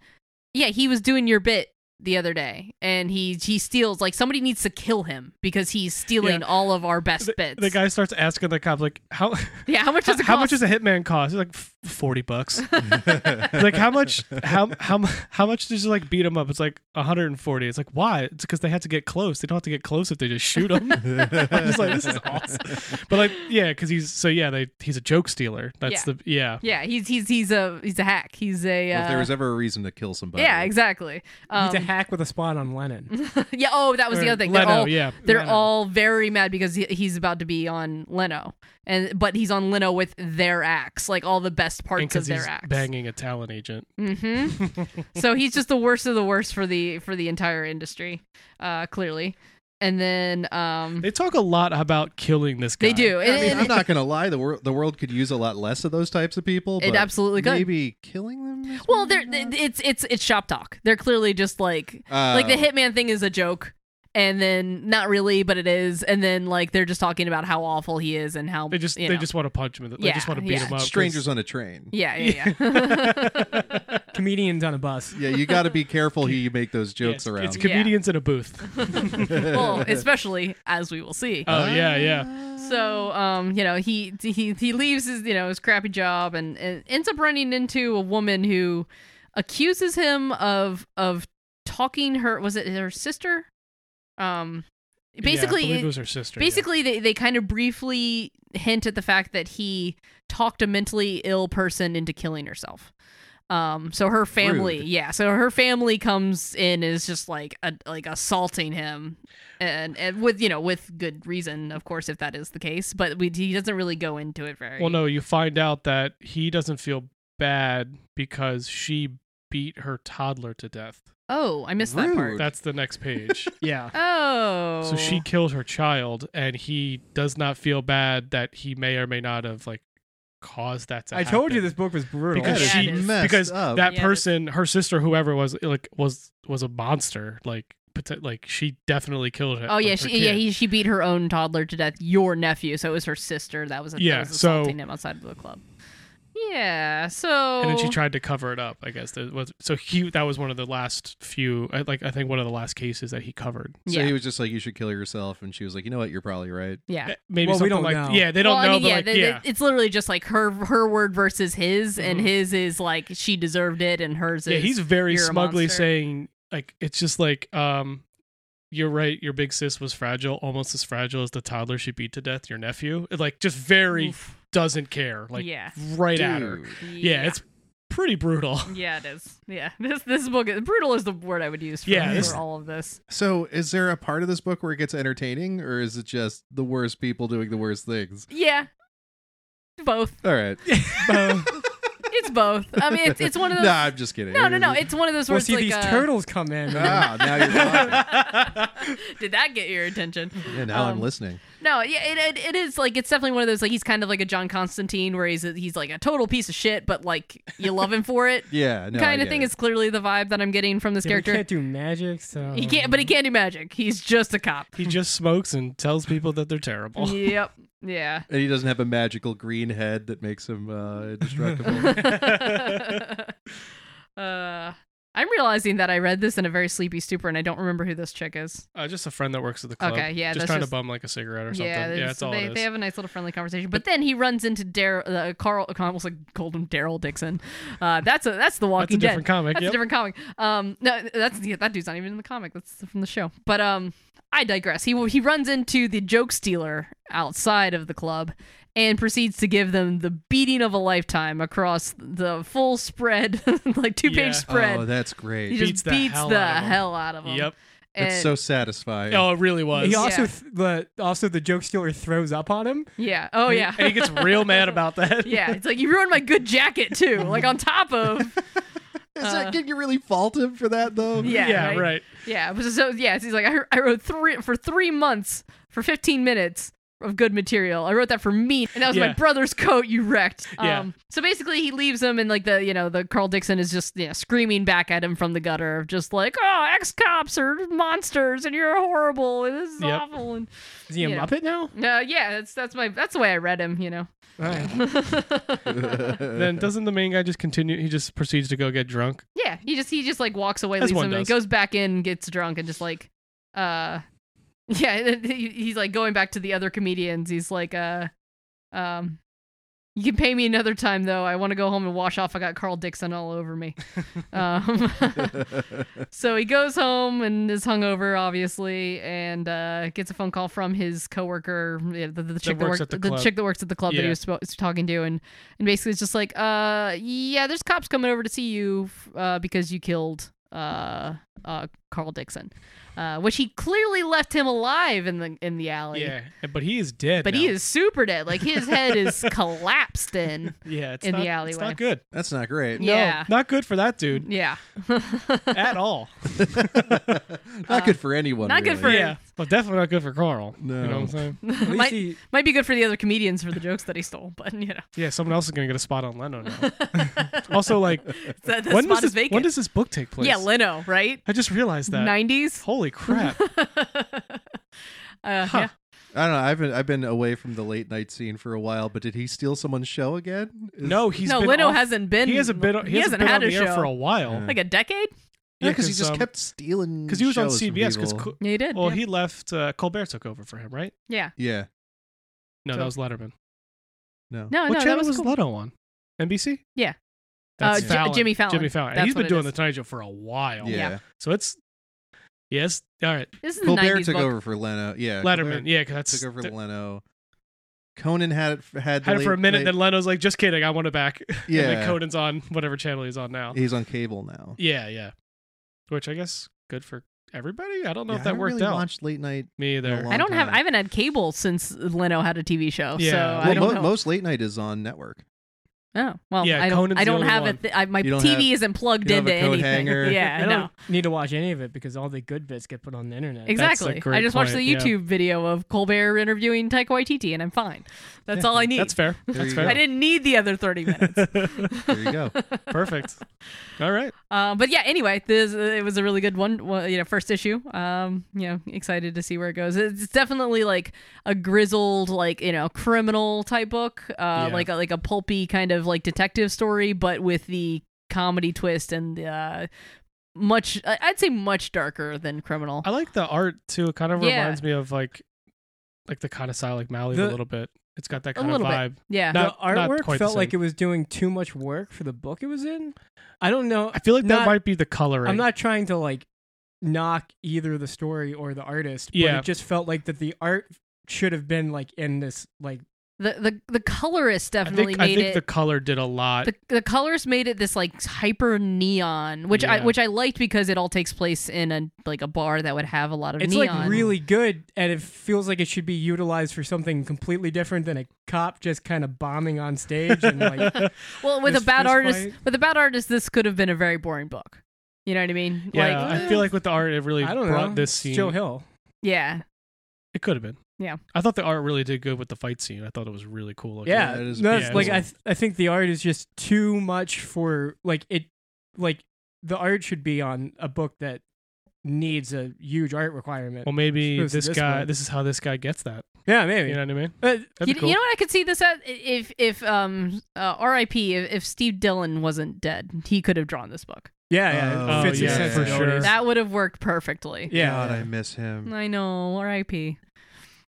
Speaker 1: yeah he was doing your bit the other day and he he steals like somebody needs to kill him because he's stealing
Speaker 3: Yeah.
Speaker 1: all of our best
Speaker 3: The,
Speaker 1: bits
Speaker 3: the guy starts asking the cop like how
Speaker 1: yeah how much does it
Speaker 3: how
Speaker 1: cost
Speaker 3: much does a hitman cost? He's like "F- forty bucks. like how much how how mu- how much does it like beat him up? It's like one hundred and forty. It's like why? It's because they had to get close. They don't have to get close if they just shoot him. I'm just like this is awesome. But like yeah, because he's so yeah. They he's a joke stealer. That's
Speaker 1: Yeah.
Speaker 3: the yeah.
Speaker 1: yeah he's he's he's a he's a hack he's a
Speaker 2: Well, if
Speaker 1: uh,
Speaker 2: there was ever a reason to kill somebody,
Speaker 1: yeah exactly um,
Speaker 4: he's a hack with a spot on Lennon.
Speaker 1: yeah oh that was the
Speaker 3: Or
Speaker 1: other thing They're
Speaker 3: Leno,
Speaker 1: all-
Speaker 3: yeah.
Speaker 1: They're
Speaker 3: Leno.
Speaker 1: all very mad because he, he's about to be on Leno, and but he's on Leno with their axe, like all the best parts of
Speaker 3: because
Speaker 1: their
Speaker 3: he's
Speaker 1: axe.
Speaker 3: banging a talent agent.
Speaker 1: hmm so he's just the worst of the worst for the for the entire industry, uh, clearly. And then um,
Speaker 3: They talk a lot about killing this guy.
Speaker 1: they do.
Speaker 2: I
Speaker 1: And-
Speaker 2: mean,
Speaker 1: and-
Speaker 2: I'm not gonna lie. The world, the world could use a lot less of those types of people.
Speaker 1: It
Speaker 2: but
Speaker 1: absolutely could.
Speaker 2: Maybe killing them. is Uh,
Speaker 1: well, they're,
Speaker 2: maybe not?
Speaker 1: it's it's it's shop talk. They're clearly just like like the
Speaker 2: Oh.
Speaker 1: hitman thing is a joke. And then not really, but it is. And then like they're just talking about how awful he is and how
Speaker 3: They just
Speaker 1: you
Speaker 3: they
Speaker 1: know.
Speaker 3: just want to punch him. They
Speaker 1: Yeah,
Speaker 3: just want to beat
Speaker 1: yeah.
Speaker 3: him up. 'cause-
Speaker 2: strangers on a train.
Speaker 1: yeah yeah yeah.
Speaker 4: Comedians on a bus.
Speaker 2: Yeah, you got to be careful who you make those
Speaker 3: Yeah,
Speaker 2: jokes
Speaker 3: it's,
Speaker 2: around.
Speaker 3: It's comedians in a booth.
Speaker 1: well, especially as we will see.
Speaker 3: Oh yeah, yeah.
Speaker 1: So, um, you know, he he he leaves his you know his crappy job and, and ends up running into a woman who accuses him of of talking her was it her sister, um, Basically,
Speaker 3: yeah, I believe
Speaker 1: it-
Speaker 3: it was her sister. yeah.
Speaker 1: Basically, they, they kind of briefly hint at the fact that he talked a mentally ill person into killing herself. Um, so her family,
Speaker 2: Rude.
Speaker 1: yeah, so her family comes in and is just like a, like assaulting him, and, and with you know with good reason, of course, if that is the case. But we, he doesn't really go into it very.
Speaker 3: Well, no, you find out that he doesn't feel bad because she beat her toddler to death.
Speaker 1: Oh, I missed that part.
Speaker 2: Rude.
Speaker 3: That's the next page.
Speaker 4: Yeah.
Speaker 1: Oh,
Speaker 3: so she killed her child, and he does not feel bad that he may or may not have like caused that to
Speaker 4: I
Speaker 3: happen.
Speaker 4: told you this book was brutal.
Speaker 3: Because
Speaker 1: Yeah,
Speaker 3: she-
Speaker 1: it is.
Speaker 2: messed
Speaker 3: because
Speaker 2: up.
Speaker 3: that
Speaker 1: Yeah,
Speaker 3: person, her sister, whoever it was like was was a monster. Like pot- like she definitely killed her.
Speaker 1: Oh yeah,
Speaker 3: like, her
Speaker 1: she, yeah,
Speaker 3: kid.
Speaker 1: he, she beat her own toddler to death. Your nephew, so it was her sister that was, that
Speaker 3: Yeah,
Speaker 1: was
Speaker 3: so-
Speaker 1: assaulting him outside of the club. Yeah, so
Speaker 3: and then she tried to cover it up. I guess There was so he that was one of the last few. I- Like I think one of the last cases that he covered.
Speaker 2: So
Speaker 1: yeah,
Speaker 2: he was just like, "You should kill yourself," and she was like, "You know what? You're probably right."
Speaker 1: yeah.
Speaker 3: Eh, Maybe
Speaker 4: Well, we
Speaker 3: something
Speaker 4: don't
Speaker 3: like
Speaker 4: know.
Speaker 3: yeah, they don't
Speaker 1: well,
Speaker 3: know.
Speaker 1: I mean,
Speaker 3: but
Speaker 1: yeah,
Speaker 3: like,
Speaker 1: th- th-
Speaker 3: yeah,
Speaker 1: it's literally just like her her word versus his, and
Speaker 3: Mhm.
Speaker 1: his is like she deserved it, and hers
Speaker 3: yeah,
Speaker 1: is
Speaker 3: he's very
Speaker 1: you're a
Speaker 3: smugly
Speaker 1: monster.
Speaker 3: saying like it's just like um, you're right. Your big sis was fragile, almost as fragile as the toddler she beat to death. Your nephew, It, like just very
Speaker 1: Oof.
Speaker 3: doesn't care. Like
Speaker 1: yeah,
Speaker 3: right at her.
Speaker 2: Dude.
Speaker 3: Yeah, it's pretty brutal.
Speaker 1: yeah, it is. Yeah, this this book brutal is the word I would use for,
Speaker 3: Yeah,
Speaker 1: for
Speaker 3: this-
Speaker 1: all of this.
Speaker 2: So, is there a part of this book where it gets entertaining, or is it just the worst people doing the worst things?
Speaker 1: Yeah, both.
Speaker 2: All right.
Speaker 1: It's both. I mean, it's, it's one of those.
Speaker 2: No, I'm just kidding.
Speaker 1: no, no, no. It's one of those
Speaker 4: We'll
Speaker 1: words
Speaker 4: see
Speaker 1: like
Speaker 4: these
Speaker 1: uh,
Speaker 4: turtles come in.
Speaker 2: ah, now you're talking.
Speaker 1: Did that get your attention?
Speaker 2: Yeah, now I'm
Speaker 1: Um,
Speaker 2: listening.
Speaker 1: No, yeah, it, it it is like it's definitely one of those like he's kind of like a John Constantine where he's a, he's like a total piece of shit, but like you love him for it.
Speaker 2: Yeah, no, I
Speaker 1: kind of
Speaker 2: get
Speaker 1: thing
Speaker 2: it.
Speaker 1: is clearly the vibe that I'm getting from this
Speaker 4: Yeah, but
Speaker 1: character.
Speaker 4: He can't do magic, so
Speaker 1: he can't, but he can't do magic. He's just a cop.
Speaker 3: he just smokes and tells people that they're terrible.
Speaker 1: yep. Yeah.
Speaker 2: and he doesn't have a magical green head that makes him uh, indestructible.
Speaker 1: uh, I'm realizing that I read this in a very sleepy stupor, and I don't remember who this chick is.
Speaker 3: Uh, just a friend that works at the club.
Speaker 1: Okay, yeah,
Speaker 3: just
Speaker 1: that's
Speaker 3: trying
Speaker 1: just-
Speaker 3: to bum like a cigarette or something. Yeah,
Speaker 1: there's-
Speaker 3: that's all
Speaker 1: they,
Speaker 3: it is.
Speaker 1: they have a nice little friendly conversation. But then he runs into Daryl, uh, Carl, I almost like called him Daryl Dixon. Uh, that's a that's the
Speaker 3: that's a
Speaker 1: Walking Dead.
Speaker 3: different comic.
Speaker 1: That's
Speaker 3: yep.
Speaker 1: a different comic. Um, no, that's yeah, that dude's not even in the comic. That's from the show. But um, I digress. He he runs into the joke stealer outside of the club and proceeds to give them the beating of a lifetime across the full spread, like two page
Speaker 3: Yeah.
Speaker 1: spread.
Speaker 2: oh, that's
Speaker 1: he
Speaker 2: great.
Speaker 1: just
Speaker 3: Beats the
Speaker 1: beats
Speaker 3: hell
Speaker 1: the
Speaker 3: out of 'em.
Speaker 1: hell out of them.
Speaker 3: Yep.
Speaker 2: It's so satisfying.
Speaker 3: Oh, it really was.
Speaker 4: He also
Speaker 1: Yeah.
Speaker 4: th- the also the joke stealer throws up on him.
Speaker 1: yeah. Oh
Speaker 3: And he-
Speaker 1: yeah.
Speaker 3: and he gets real mad about that.
Speaker 1: yeah. It's like you ruined my good jacket too. Like on top of
Speaker 2: Is
Speaker 1: uh,
Speaker 2: that, can you really fault him for that though?
Speaker 1: Yeah,
Speaker 3: yeah,
Speaker 1: right.
Speaker 3: right.
Speaker 1: Yeah. but So yeah, so he's like, I, I wrote three for three months for fifteen minutes of good material. I wrote that for me, and that was my
Speaker 3: Yeah.
Speaker 1: brother's coat you wrecked. Um,
Speaker 3: Yeah.
Speaker 1: So basically, he leaves him, and like the you know the Carl Dixon is just you know, screaming back at him from the gutter, just like, oh, ex cops are monsters, and you're horrible, and this is
Speaker 3: Yep.
Speaker 1: awful, and
Speaker 4: Is he a
Speaker 1: Yeah.
Speaker 4: Muppet now?
Speaker 1: uh, yeah, that's that's my that's the way I read him, you know.
Speaker 4: Alright.
Speaker 3: Then doesn't the main guy just continue? He just proceeds to go get drunk.
Speaker 1: Yeah, he just he just like walks away,
Speaker 3: As
Speaker 1: leaves
Speaker 3: one
Speaker 1: him, and
Speaker 3: does.
Speaker 1: goes back in, gets drunk, and just like, uh, yeah, th- he- he's like going back to the other comedians. He's like, uh, um, you can pay me another time though. I want to go home and wash off. I got Carl Dixon all over me. um, so he goes home and is hungover, obviously, and uh, gets a phone call from his coworker, yeah, the, the chick that,
Speaker 3: works
Speaker 1: work-
Speaker 3: at the
Speaker 1: the
Speaker 3: club.
Speaker 1: chick that works at the club that he
Speaker 3: Yeah.
Speaker 1: was spo- was talking to, and and basically it's just like, uh, yeah, there's cops coming over to see you f- uh, because you killed uh, uh, Carl Dixon, uh, which he clearly left him alive in the in the alley.
Speaker 3: Yeah, but he is dead.
Speaker 1: But
Speaker 3: now.
Speaker 1: he is super dead. Like his head is collapsed in.
Speaker 3: Yeah, it's
Speaker 1: in the
Speaker 3: not, It's
Speaker 1: alleyway.
Speaker 3: not good.
Speaker 2: That's not great.
Speaker 1: Yeah.
Speaker 3: No, not good for that dude
Speaker 1: Yeah.
Speaker 3: at all.
Speaker 2: not good for anyone.
Speaker 1: not good
Speaker 2: really.
Speaker 1: Right.
Speaker 3: Yeah, but definitely not good for Carl.
Speaker 2: No.
Speaker 3: You know what I'm saying?
Speaker 4: At least
Speaker 1: Might-
Speaker 4: he-
Speaker 1: Might be good for the other comedians for the jokes that he stole, but you know.
Speaker 3: Yeah, someone else is gonna get a spot on Leno now. also, like,
Speaker 1: That, that
Speaker 3: when
Speaker 1: spot
Speaker 3: was this?
Speaker 1: is vacant.
Speaker 3: When does this book take place?
Speaker 1: yeah, Leno, right?
Speaker 3: I just realized that.
Speaker 1: Nineties.
Speaker 3: Holy crap!
Speaker 1: Uh,
Speaker 3: Huh.
Speaker 1: yeah.
Speaker 2: I don't know. I've been I've been away from the late night scene for a while, but did he steal someone's show again? Is-
Speaker 3: No, he's
Speaker 1: no,
Speaker 3: been
Speaker 1: Leno
Speaker 3: off-
Speaker 1: hasn't been.
Speaker 3: He hasn't been. He, hasn't,
Speaker 1: had
Speaker 3: been on
Speaker 1: a
Speaker 3: the air
Speaker 1: show
Speaker 3: for a while.
Speaker 1: like a decade.
Speaker 2: yeah, because he just
Speaker 3: um,
Speaker 2: kept stealing.
Speaker 3: because he was on
Speaker 2: shows from
Speaker 3: CBS. Because
Speaker 2: people.
Speaker 1: Yeah, he did.
Speaker 3: well,
Speaker 1: yeah.
Speaker 3: he left. Uh, Colbert took over for him, right?
Speaker 1: yeah.
Speaker 2: yeah,
Speaker 3: No,
Speaker 1: So- Oh,
Speaker 3: that was Letterman.
Speaker 2: no,
Speaker 1: No,
Speaker 3: what
Speaker 1: no,
Speaker 3: channel
Speaker 1: that was, cool.
Speaker 3: Leto on? NBC.
Speaker 1: Yeah.
Speaker 3: That's
Speaker 1: Uh, J-
Speaker 3: Fallon.
Speaker 1: Jimmy Fallon.
Speaker 3: Jimmy Fallon. And
Speaker 1: That's
Speaker 3: he's
Speaker 1: what
Speaker 3: been
Speaker 1: it
Speaker 3: doing
Speaker 1: is.
Speaker 3: the Tonight Show for a while.
Speaker 2: yeah.
Speaker 1: Yeah.
Speaker 3: So it's Yes. All right.
Speaker 1: This is the
Speaker 2: Colbert
Speaker 1: 90s
Speaker 2: took
Speaker 1: book.
Speaker 2: over for Leno. Yeah,
Speaker 3: Letterman.
Speaker 2: Colbert
Speaker 3: Yeah, 'cause that's
Speaker 2: took over
Speaker 3: th-
Speaker 2: Leno. Conan had it had, the
Speaker 3: had it for a
Speaker 2: late-
Speaker 3: minute.
Speaker 2: late-
Speaker 3: Then Leno's like, just kidding. I want it back. And
Speaker 2: yeah,
Speaker 3: then Conan's on whatever channel he's on now.
Speaker 2: he's on cable now.
Speaker 3: Yeah, yeah. Which I guess good for everybody. I don't know
Speaker 2: Yeah,
Speaker 3: if
Speaker 2: I
Speaker 3: that
Speaker 2: haven't
Speaker 3: worked
Speaker 2: really
Speaker 3: out.
Speaker 2: Watched late night.
Speaker 3: Me either.
Speaker 2: long
Speaker 1: I don't have.
Speaker 2: time.
Speaker 1: I haven't had cable since Leno had a TV show.
Speaker 3: Yeah.
Speaker 1: So Oh, I
Speaker 2: Well,
Speaker 1: don't
Speaker 2: mo-
Speaker 1: know.
Speaker 2: most late night is on network.
Speaker 1: oh, well,
Speaker 3: Yeah,
Speaker 1: I don't.
Speaker 3: Conan's
Speaker 1: I don't
Speaker 3: the only
Speaker 1: have
Speaker 3: one.
Speaker 1: it. Th- I, my
Speaker 2: You
Speaker 1: TV
Speaker 2: don't have-
Speaker 1: isn't plugged
Speaker 2: you don't
Speaker 1: into
Speaker 2: have a coat
Speaker 1: anything.
Speaker 2: hanger.
Speaker 1: Yeah,
Speaker 4: I
Speaker 1: no.
Speaker 4: don't need to watch any of it because all the good bits get put on the internet.
Speaker 3: That's a
Speaker 1: Exactly.
Speaker 3: great
Speaker 1: I just watched
Speaker 3: point,
Speaker 1: the
Speaker 3: yeah.
Speaker 1: YouTube video of Colbert interviewing Taika Waititi, and I'm fine. That's all I need.
Speaker 3: That's fair. That's
Speaker 2: you
Speaker 3: fair.
Speaker 1: I didn't need the other 30 minutes.
Speaker 2: There you go.
Speaker 3: Perfect. All right.
Speaker 1: Uh, but yeah, anyway, this uh, it was a really good one. Well, you know, first issue. Um, you know, excited to see where it goes. It's definitely like a grizzled, like you know, criminal type book. Uh,
Speaker 3: Yeah.
Speaker 1: like a, like a pulpy kind of like detective story, but with the comedy twist and uh, much. I- I'd say much darker than criminal.
Speaker 3: I like the art too. It kind of
Speaker 1: Yeah.
Speaker 3: reminds me of like like the kind of style like Mally a
Speaker 4: The-
Speaker 3: little bit. It's got that
Speaker 1: A
Speaker 3: kind of
Speaker 1: little bit.
Speaker 3: vibe.
Speaker 1: yeah.
Speaker 3: No.
Speaker 4: the
Speaker 3: Not- not
Speaker 4: artwork
Speaker 3: quite the
Speaker 4: felt like it
Speaker 3: same.
Speaker 4: was doing too much work for the book it was in. I don't know.
Speaker 3: I feel like that
Speaker 4: Not-
Speaker 3: might be the coloring.
Speaker 4: I'm not trying to like knock either the story or the artist, but
Speaker 3: Yeah.
Speaker 4: it just felt like that the art should have been like in this like
Speaker 1: The the the colorist
Speaker 3: I
Speaker 1: definitely
Speaker 3: think I
Speaker 1: made
Speaker 3: think
Speaker 1: it.
Speaker 3: the color did a lot.
Speaker 1: the, the colors made it this like hyper neon, which I
Speaker 3: Yeah.
Speaker 1: which I liked because it all takes place in a like a bar that would have a lot of
Speaker 4: it's
Speaker 1: neon.
Speaker 4: like really good and it feels like it should be utilized for something completely different than a cop just kind of bombing on stage and like
Speaker 1: well with a
Speaker 4: this
Speaker 1: bad
Speaker 4: fist
Speaker 1: artist
Speaker 4: fight.
Speaker 1: with a bad artist this could have been a very boring book. You know what I mean?
Speaker 3: yeah,
Speaker 1: Like
Speaker 3: I feel like with the art, it really
Speaker 4: I don't
Speaker 3: brought
Speaker 4: know.
Speaker 3: this
Speaker 4: It's
Speaker 3: scene.
Speaker 4: Joe Hill.
Speaker 1: yeah.
Speaker 3: It could have been.
Speaker 1: Yeah.
Speaker 3: I thought the art really did good with the fight scene. I thought it was really cool. Looking.
Speaker 4: yeah,
Speaker 2: that is
Speaker 4: no, it's
Speaker 3: beautiful.
Speaker 4: like I, th- I think the art is just too much for like it, like the art should be on a book that needs a huge art requirement.
Speaker 3: Well, maybe
Speaker 4: Supposed to
Speaker 3: this,
Speaker 4: this
Speaker 3: guy.
Speaker 4: one.
Speaker 3: This is how this guy gets that.
Speaker 4: yeah, maybe.
Speaker 3: You know what I mean?
Speaker 4: But
Speaker 3: That'd
Speaker 1: You,
Speaker 3: be cool.
Speaker 1: you know what I could see this at if if um uh, R.I.P. If, if Steve Dillon wasn't dead, he could have drawn this book.
Speaker 4: yeah, yeah,
Speaker 2: Oh,
Speaker 4: it fits
Speaker 2: yeah,
Speaker 4: his
Speaker 2: for
Speaker 4: sensibilities.
Speaker 3: sure.
Speaker 1: That would have worked perfectly.
Speaker 4: yeah,
Speaker 2: God,
Speaker 4: yeah.
Speaker 2: I miss him.
Speaker 1: I know, R.I.P.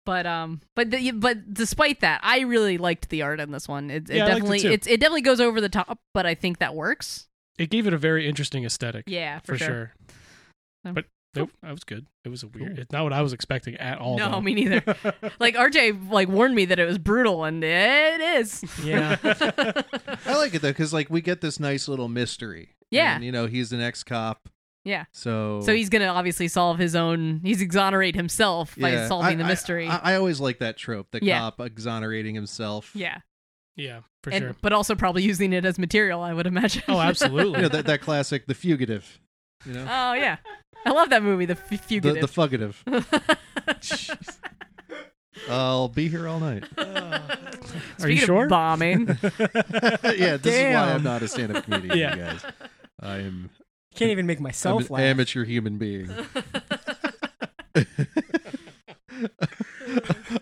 Speaker 1: But um, but the, but despite that, I really liked the art in this one. It, it
Speaker 3: Yeah, I liked it
Speaker 1: definitely
Speaker 3: too.
Speaker 1: it's it definitely goes over the top, but I think that works.
Speaker 3: it gave it a very interesting aesthetic.
Speaker 1: Yeah, for,
Speaker 3: for, sure.
Speaker 1: So-
Speaker 3: But nope, that was good. It was a weird. It's not what I was expecting at all.
Speaker 1: no,
Speaker 3: though.
Speaker 1: me neither. like RJ like warned me that it was brutal, and it is.
Speaker 4: yeah.
Speaker 2: I like it though because like we get this nice little mystery.
Speaker 1: Yeah.
Speaker 2: and, you know he's an ex cop.
Speaker 1: Yeah.
Speaker 2: So
Speaker 1: So he's gonna obviously solve his own. He's exonerate himself by
Speaker 2: yeah.
Speaker 1: solving
Speaker 2: I-
Speaker 1: the
Speaker 2: I-
Speaker 1: mystery.
Speaker 2: I, I always like that trope: the
Speaker 1: Yeah.
Speaker 2: cop exonerating himself.
Speaker 1: yeah,
Speaker 3: yeah, for
Speaker 1: and
Speaker 3: sure.
Speaker 1: but also probably using it as material. I would imagine.
Speaker 3: Oh, absolutely.
Speaker 2: you know that that classic, the fugitive. You know,
Speaker 1: oh yeah, I love that movie, The F-
Speaker 2: the the
Speaker 1: Fugitive.
Speaker 2: fugitive. I'll be here all night.
Speaker 3: Are
Speaker 1: Speaking
Speaker 3: you
Speaker 1: of
Speaker 3: sure?
Speaker 1: bombing.
Speaker 2: yeah, this is why I'm
Speaker 4: Damn.
Speaker 2: not a stand-up comedian,
Speaker 3: Yeah.
Speaker 2: you guys. I am
Speaker 4: Can't even make
Speaker 2: I'm
Speaker 4: myself
Speaker 2: an
Speaker 4: laugh.
Speaker 2: amateur human being. all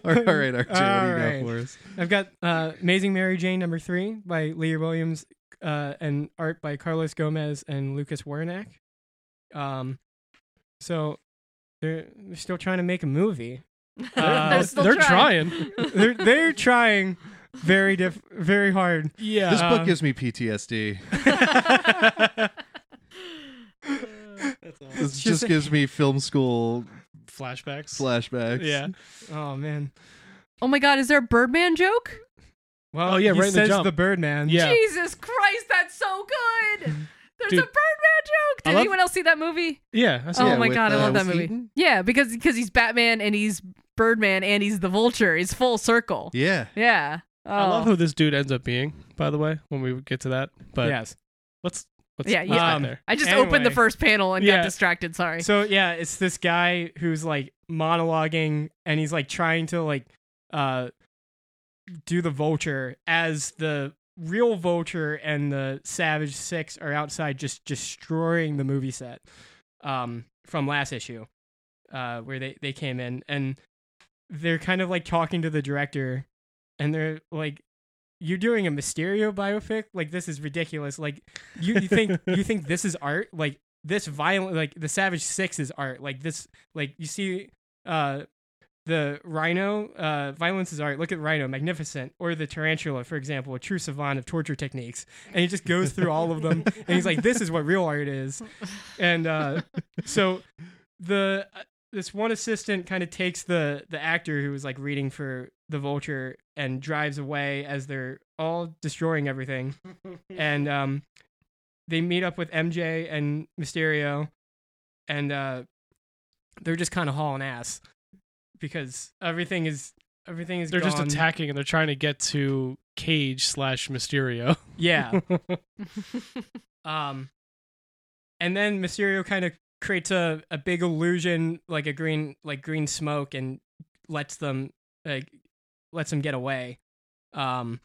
Speaker 2: right, RJ, what do you
Speaker 4: All
Speaker 2: got for us?
Speaker 4: I've got uh, Amazing Mary Jane number three by Leah Williams uh, and art by Carlos Gomez and Lucas Wernack. Um, so they're, they're still trying to make a movie.
Speaker 3: Uh,
Speaker 1: They're still
Speaker 3: they're
Speaker 1: trying.
Speaker 4: They're they're trying very diff- very hard.
Speaker 3: yeah.
Speaker 2: This book
Speaker 4: Uh,
Speaker 2: gives me PTSD. This
Speaker 4: just
Speaker 2: just
Speaker 4: a-
Speaker 2: gives me film school
Speaker 3: um, flashbacks.
Speaker 2: flashbacks.
Speaker 3: Yeah.
Speaker 4: Oh man.
Speaker 1: oh my god, is there a Birdman joke?
Speaker 4: Well,
Speaker 3: Oh, yeah,
Speaker 4: he
Speaker 3: right in the
Speaker 4: says
Speaker 3: jump.
Speaker 4: the Birdman.
Speaker 3: Yeah.
Speaker 1: Jesus Christ, that's so good. There's
Speaker 3: Dude.
Speaker 1: a Birdman joke.
Speaker 3: I
Speaker 1: Did
Speaker 3: love-
Speaker 1: anyone else see that movie?
Speaker 3: Yeah. I saw
Speaker 1: Oh
Speaker 2: Yeah,
Speaker 3: it.
Speaker 1: my
Speaker 2: with,
Speaker 1: god, I
Speaker 2: uh,
Speaker 1: love that
Speaker 2: Will
Speaker 1: movie.
Speaker 2: Keaton?
Speaker 1: Yeah, because because he's Batman and he's Birdman and he's the Vulture. He's full circle. Yeah.
Speaker 2: Yeah.
Speaker 1: Oh.
Speaker 3: I love who this dude ends up being. By the way, when we get to that, but
Speaker 4: yes.
Speaker 3: let's let's
Speaker 1: Yeah,
Speaker 3: let's
Speaker 1: yeah.
Speaker 3: get
Speaker 4: Um,
Speaker 3: there.
Speaker 1: I just
Speaker 4: Anyway.
Speaker 1: opened the first panel and got
Speaker 3: Yeah.
Speaker 1: distracted. Sorry.
Speaker 4: So yeah, it's this guy who's like monologuing and he's like trying to like uh do the vulture as the real vulture and the savage six are outside just destroying the movie set um from last issue uh where they they came in and they're kind of like talking to the director and they're like you're doing a Mysterio biopic? Like this is ridiculous. Like you, you think you think this is art? Like this violent like the Savage Six is art. Like this like you see uh the Rhino, uh violence is art. Look at Rhino, magnificent, or the tarantula, for example, a true savant of torture techniques. And he just goes through all of them and he's like, This is what real art is. And uh so the this one assistant kind of takes the the actor who was like reading for the vulture and drives away as they're all destroying everything and um they meet up with mj and mysterio and uh they're just kind of hauling ass because everything is everything is
Speaker 3: They're just
Speaker 4: gone.
Speaker 3: attacking and they're trying to get to Cage slash Mysterio.
Speaker 4: yeah Um, and then Mysterio kind of creates a, a big illusion, like a green like green smoke, and lets them like lets them get away. Um,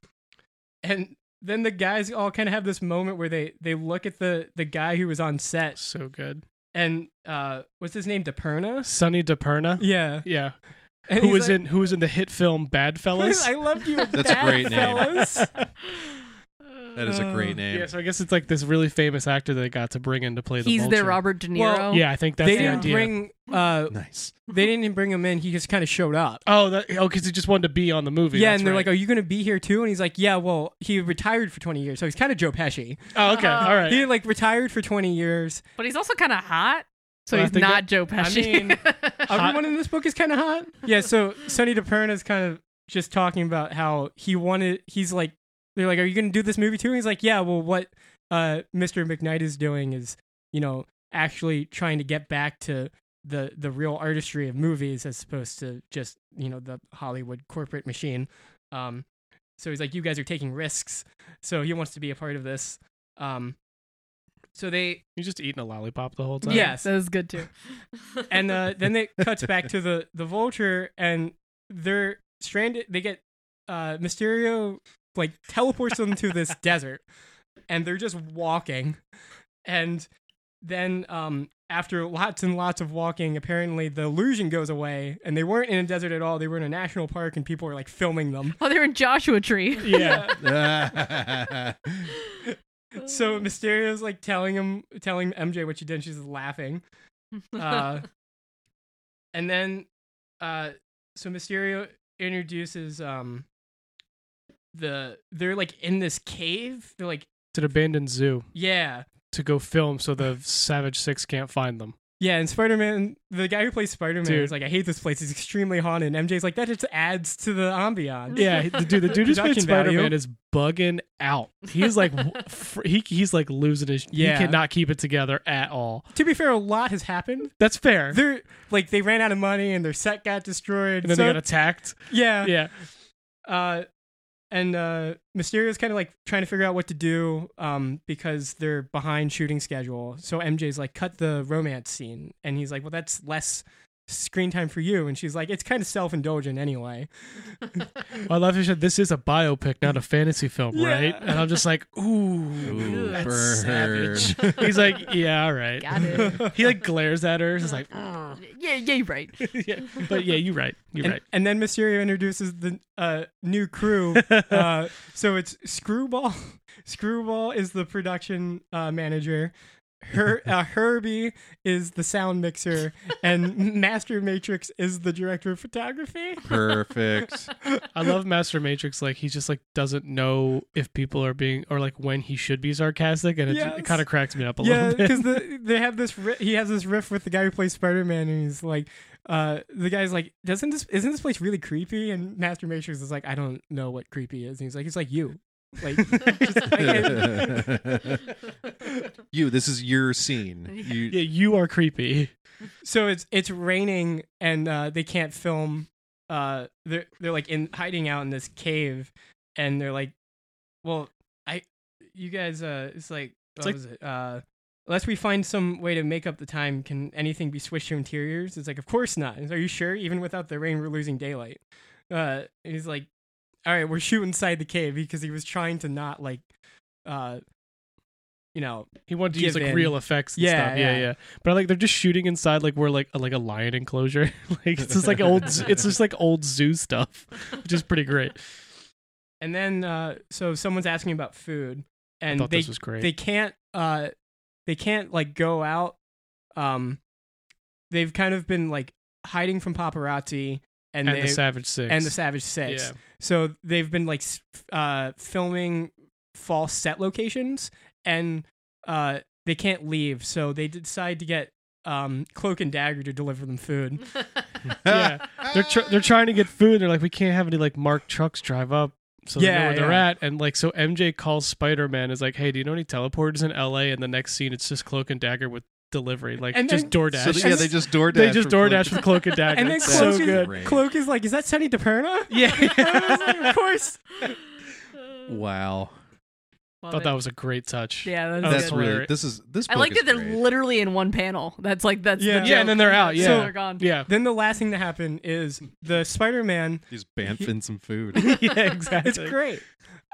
Speaker 4: and then the guys all kind of have this moment where they they look at the the guy who was on set
Speaker 3: so good.
Speaker 4: and uh, what's his name, DePerna?
Speaker 3: Sonny DePerna.
Speaker 4: Yeah,
Speaker 3: Yeah.
Speaker 4: and
Speaker 3: who
Speaker 4: he's
Speaker 3: was
Speaker 4: like,
Speaker 3: in who was in the hit film Badfellas?
Speaker 4: I loved you.
Speaker 2: That's a great name. That is a
Speaker 4: Uh,
Speaker 2: great name.
Speaker 3: yeah, so I guess it's like this really famous actor that they got to bring in to play the
Speaker 1: He's their
Speaker 3: Vulture.
Speaker 1: Robert De Niro.
Speaker 4: Well,
Speaker 3: Yeah, I think that's
Speaker 4: Oh. they
Speaker 3: the
Speaker 4: didn't
Speaker 3: idea.
Speaker 4: bring uh,
Speaker 2: Nice.
Speaker 4: they didn't bring him in. He just kind of showed up.
Speaker 3: oh, that, oh, because he just wanted to be on the Oh, movie.
Speaker 4: yeah,
Speaker 3: that's
Speaker 4: and they're
Speaker 3: right.
Speaker 4: like, "Are you going to be here too?" And he's like, "Yeah, well, he retired for 20 years, so he's kind of Joe Pesci.
Speaker 3: oh, okay, all right.
Speaker 4: He like retired for 20 years.
Speaker 1: But he's also kind of hot, so
Speaker 3: Well, I uh,
Speaker 1: he's
Speaker 3: think
Speaker 1: not Joe Pesci.
Speaker 4: mean, Everyone in this book is kind of hot." Yeah, so Sonny DePerna's kind of just talking about how he wanted. He's like, "They're like, are you going to do this movie too?" And he's like, "Yeah, well, what uh, Mr. McKnight is doing is, you know, actually trying to get back to." The, the real artistry of movies as opposed to just you know the Hollywood corporate machine, um, so he's like you guys are taking risks, so he wants to be a part of this. Um, so they
Speaker 3: You're just eating a lollipop the whole time.
Speaker 4: yes.
Speaker 1: that was good too.
Speaker 4: and uh, then it cuts back to the the vulture and they're stranded they get uh mysterio like teleports them to this desert and they're just walking and then um after lots and lots of walking apparently the illusion goes away and they weren't in a desert at all they were in a national park and people were like filming them
Speaker 1: oh, they're in Joshua Tree.
Speaker 3: Yeah.
Speaker 4: so
Speaker 3: Mm.
Speaker 4: mysterio's like telling him telling mj what she did and she's laughing uh, and then uh, so Mysterio introduces um the they're like in this cave. They're like
Speaker 3: to an abandoned zoo
Speaker 4: yeah.
Speaker 3: to go film so the Savage Six can't find them.
Speaker 4: Yeah, and Spider Man, the guy who plays Spider Man
Speaker 3: Dude.
Speaker 4: is like, I hate this place. It's extremely haunted. And MJ's like, that just adds to the ambiance.
Speaker 3: Yeah, he- the dude, the dude who's played
Speaker 4: Production
Speaker 3: Spider Man
Speaker 4: value.
Speaker 3: is bugging out. He's like, w- fr- he he's like losing his.
Speaker 4: Yeah.
Speaker 3: he cannot keep it together at all.
Speaker 4: To be fair, a lot has happened.
Speaker 3: That's fair.
Speaker 4: They're like they ran out of money and their set got destroyed.
Speaker 3: and then
Speaker 4: so,
Speaker 3: they got attacked.
Speaker 4: yeah,
Speaker 3: Yeah,
Speaker 4: uh and uh mysterio's kind of like trying to figure out what to do um because they're behind shooting schedule so mj's like cut the romance scene and he's like well that's less screen time for you and she's like it's kind of self-indulgent anyway
Speaker 3: well, Oh, I love you said this is a biopic, not a fantasy film,
Speaker 4: Yeah.
Speaker 3: right? And I'm just like, ooh,
Speaker 2: Ooh,
Speaker 3: that's
Speaker 2: burn.
Speaker 3: savage. He's like, yeah, all right.
Speaker 1: Got it.
Speaker 3: He like glares at her. He's like,
Speaker 1: Ah, yeah, yeah, you're right.
Speaker 3: yeah. but yeah, you're right. You're
Speaker 4: and,
Speaker 3: right.
Speaker 4: and then mysterio introduces the uh new crew uh so it's screwball screwball is the production uh manager her uh, herbie is the sound mixer and master matrix is the director of photography
Speaker 2: Perfect.
Speaker 3: I love Master Matrix. Like he just like doesn't know if people are being or like when he should be sarcastic, and it,
Speaker 4: Yes.
Speaker 3: it kind of cracks me up a
Speaker 4: yeah,
Speaker 3: little bit.
Speaker 4: because the, they have this. Ri- he has this riff with the guy who plays Spider Man, and he's like, uh, the guy's like, doesn't this isn't this place really creepy? And Master Matrix is like, I don't know what creepy is. And he's like, it's like you, like, just like it-
Speaker 2: you, this is your scene. You,
Speaker 3: Yeah, you are creepy.
Speaker 4: so it's it's raining and uh, they can't film. Uh, they're they're like in hiding out in this cave, and they're like, well, I, you guys, uh, it's like what
Speaker 3: like-
Speaker 4: was it? Uh, unless we find some way to make up the time, can anything be switched to interiors? It's like, of course not. It's, Are you sure? Even without the rain, we're losing daylight. Uh, and he's like, all right, we're shooting inside the cave because he was trying to not like, uh, you know,
Speaker 3: He wanted to use
Speaker 4: Give
Speaker 3: like
Speaker 4: in.
Speaker 3: real effects and
Speaker 4: Yeah,
Speaker 3: stuff. Yeah, yeah,
Speaker 4: yeah.
Speaker 3: But like they're just shooting inside like we're like a, like a lion enclosure. like it's just like old. z- It's just like old zoo stuff, which is pretty great.
Speaker 4: And then uh, so someone's asking about food,
Speaker 3: I
Speaker 4: and
Speaker 3: thought
Speaker 4: they
Speaker 3: this was great.
Speaker 4: they can't uh they can't like go out. Um, they've kind of been like hiding from paparazzi and,
Speaker 3: and
Speaker 4: they
Speaker 3: the Savage Six.
Speaker 4: and the Savage Six.
Speaker 3: Yeah.
Speaker 4: So they've been like s- uh filming false set locations, and uh they can't leave. So they decide to get um, Cloak and Dagger to deliver them food.
Speaker 3: yeah, they're tr- they're trying to get food. They're like, we can't have any like marked trucks drive up, so they know
Speaker 4: Yeah,
Speaker 3: where they're
Speaker 4: yeah.
Speaker 3: at. And like, so MJ calls Spider Man is like, hey, do you know any teleporters in L.A.? And the next scene, it's just Cloak and Dagger with delivery, like
Speaker 4: And then-
Speaker 3: just DoorDash.
Speaker 2: So they- yeah, they just DoorDash.
Speaker 3: they just
Speaker 2: from Cloak-
Speaker 3: DoorDash with Cloak and Dagger.
Speaker 4: And then
Speaker 3: It's
Speaker 2: That's
Speaker 4: Cloak,
Speaker 3: so good.
Speaker 4: is, Cloak is like, "Is that Sunny DePerna?" I was
Speaker 3: Yeah,
Speaker 4: like, of course.
Speaker 2: Wow,
Speaker 3: I thought that was a great touch.
Speaker 1: yeah, that was
Speaker 3: Oh,
Speaker 2: that's
Speaker 1: good.
Speaker 3: where-
Speaker 2: really this is this.
Speaker 1: I
Speaker 2: book
Speaker 1: like
Speaker 2: is
Speaker 1: that they're
Speaker 2: great.
Speaker 1: literally in one panel. That's like that's the
Speaker 4: Yeah. Yeah,
Speaker 3: and
Speaker 1: joke.
Speaker 3: then they're out, yeah.
Speaker 1: they're gone.
Speaker 3: Yeah.
Speaker 4: Then the last thing to happen is the Spider-Man.
Speaker 2: He's banfing some food.
Speaker 3: yeah, exactly.
Speaker 4: It's great.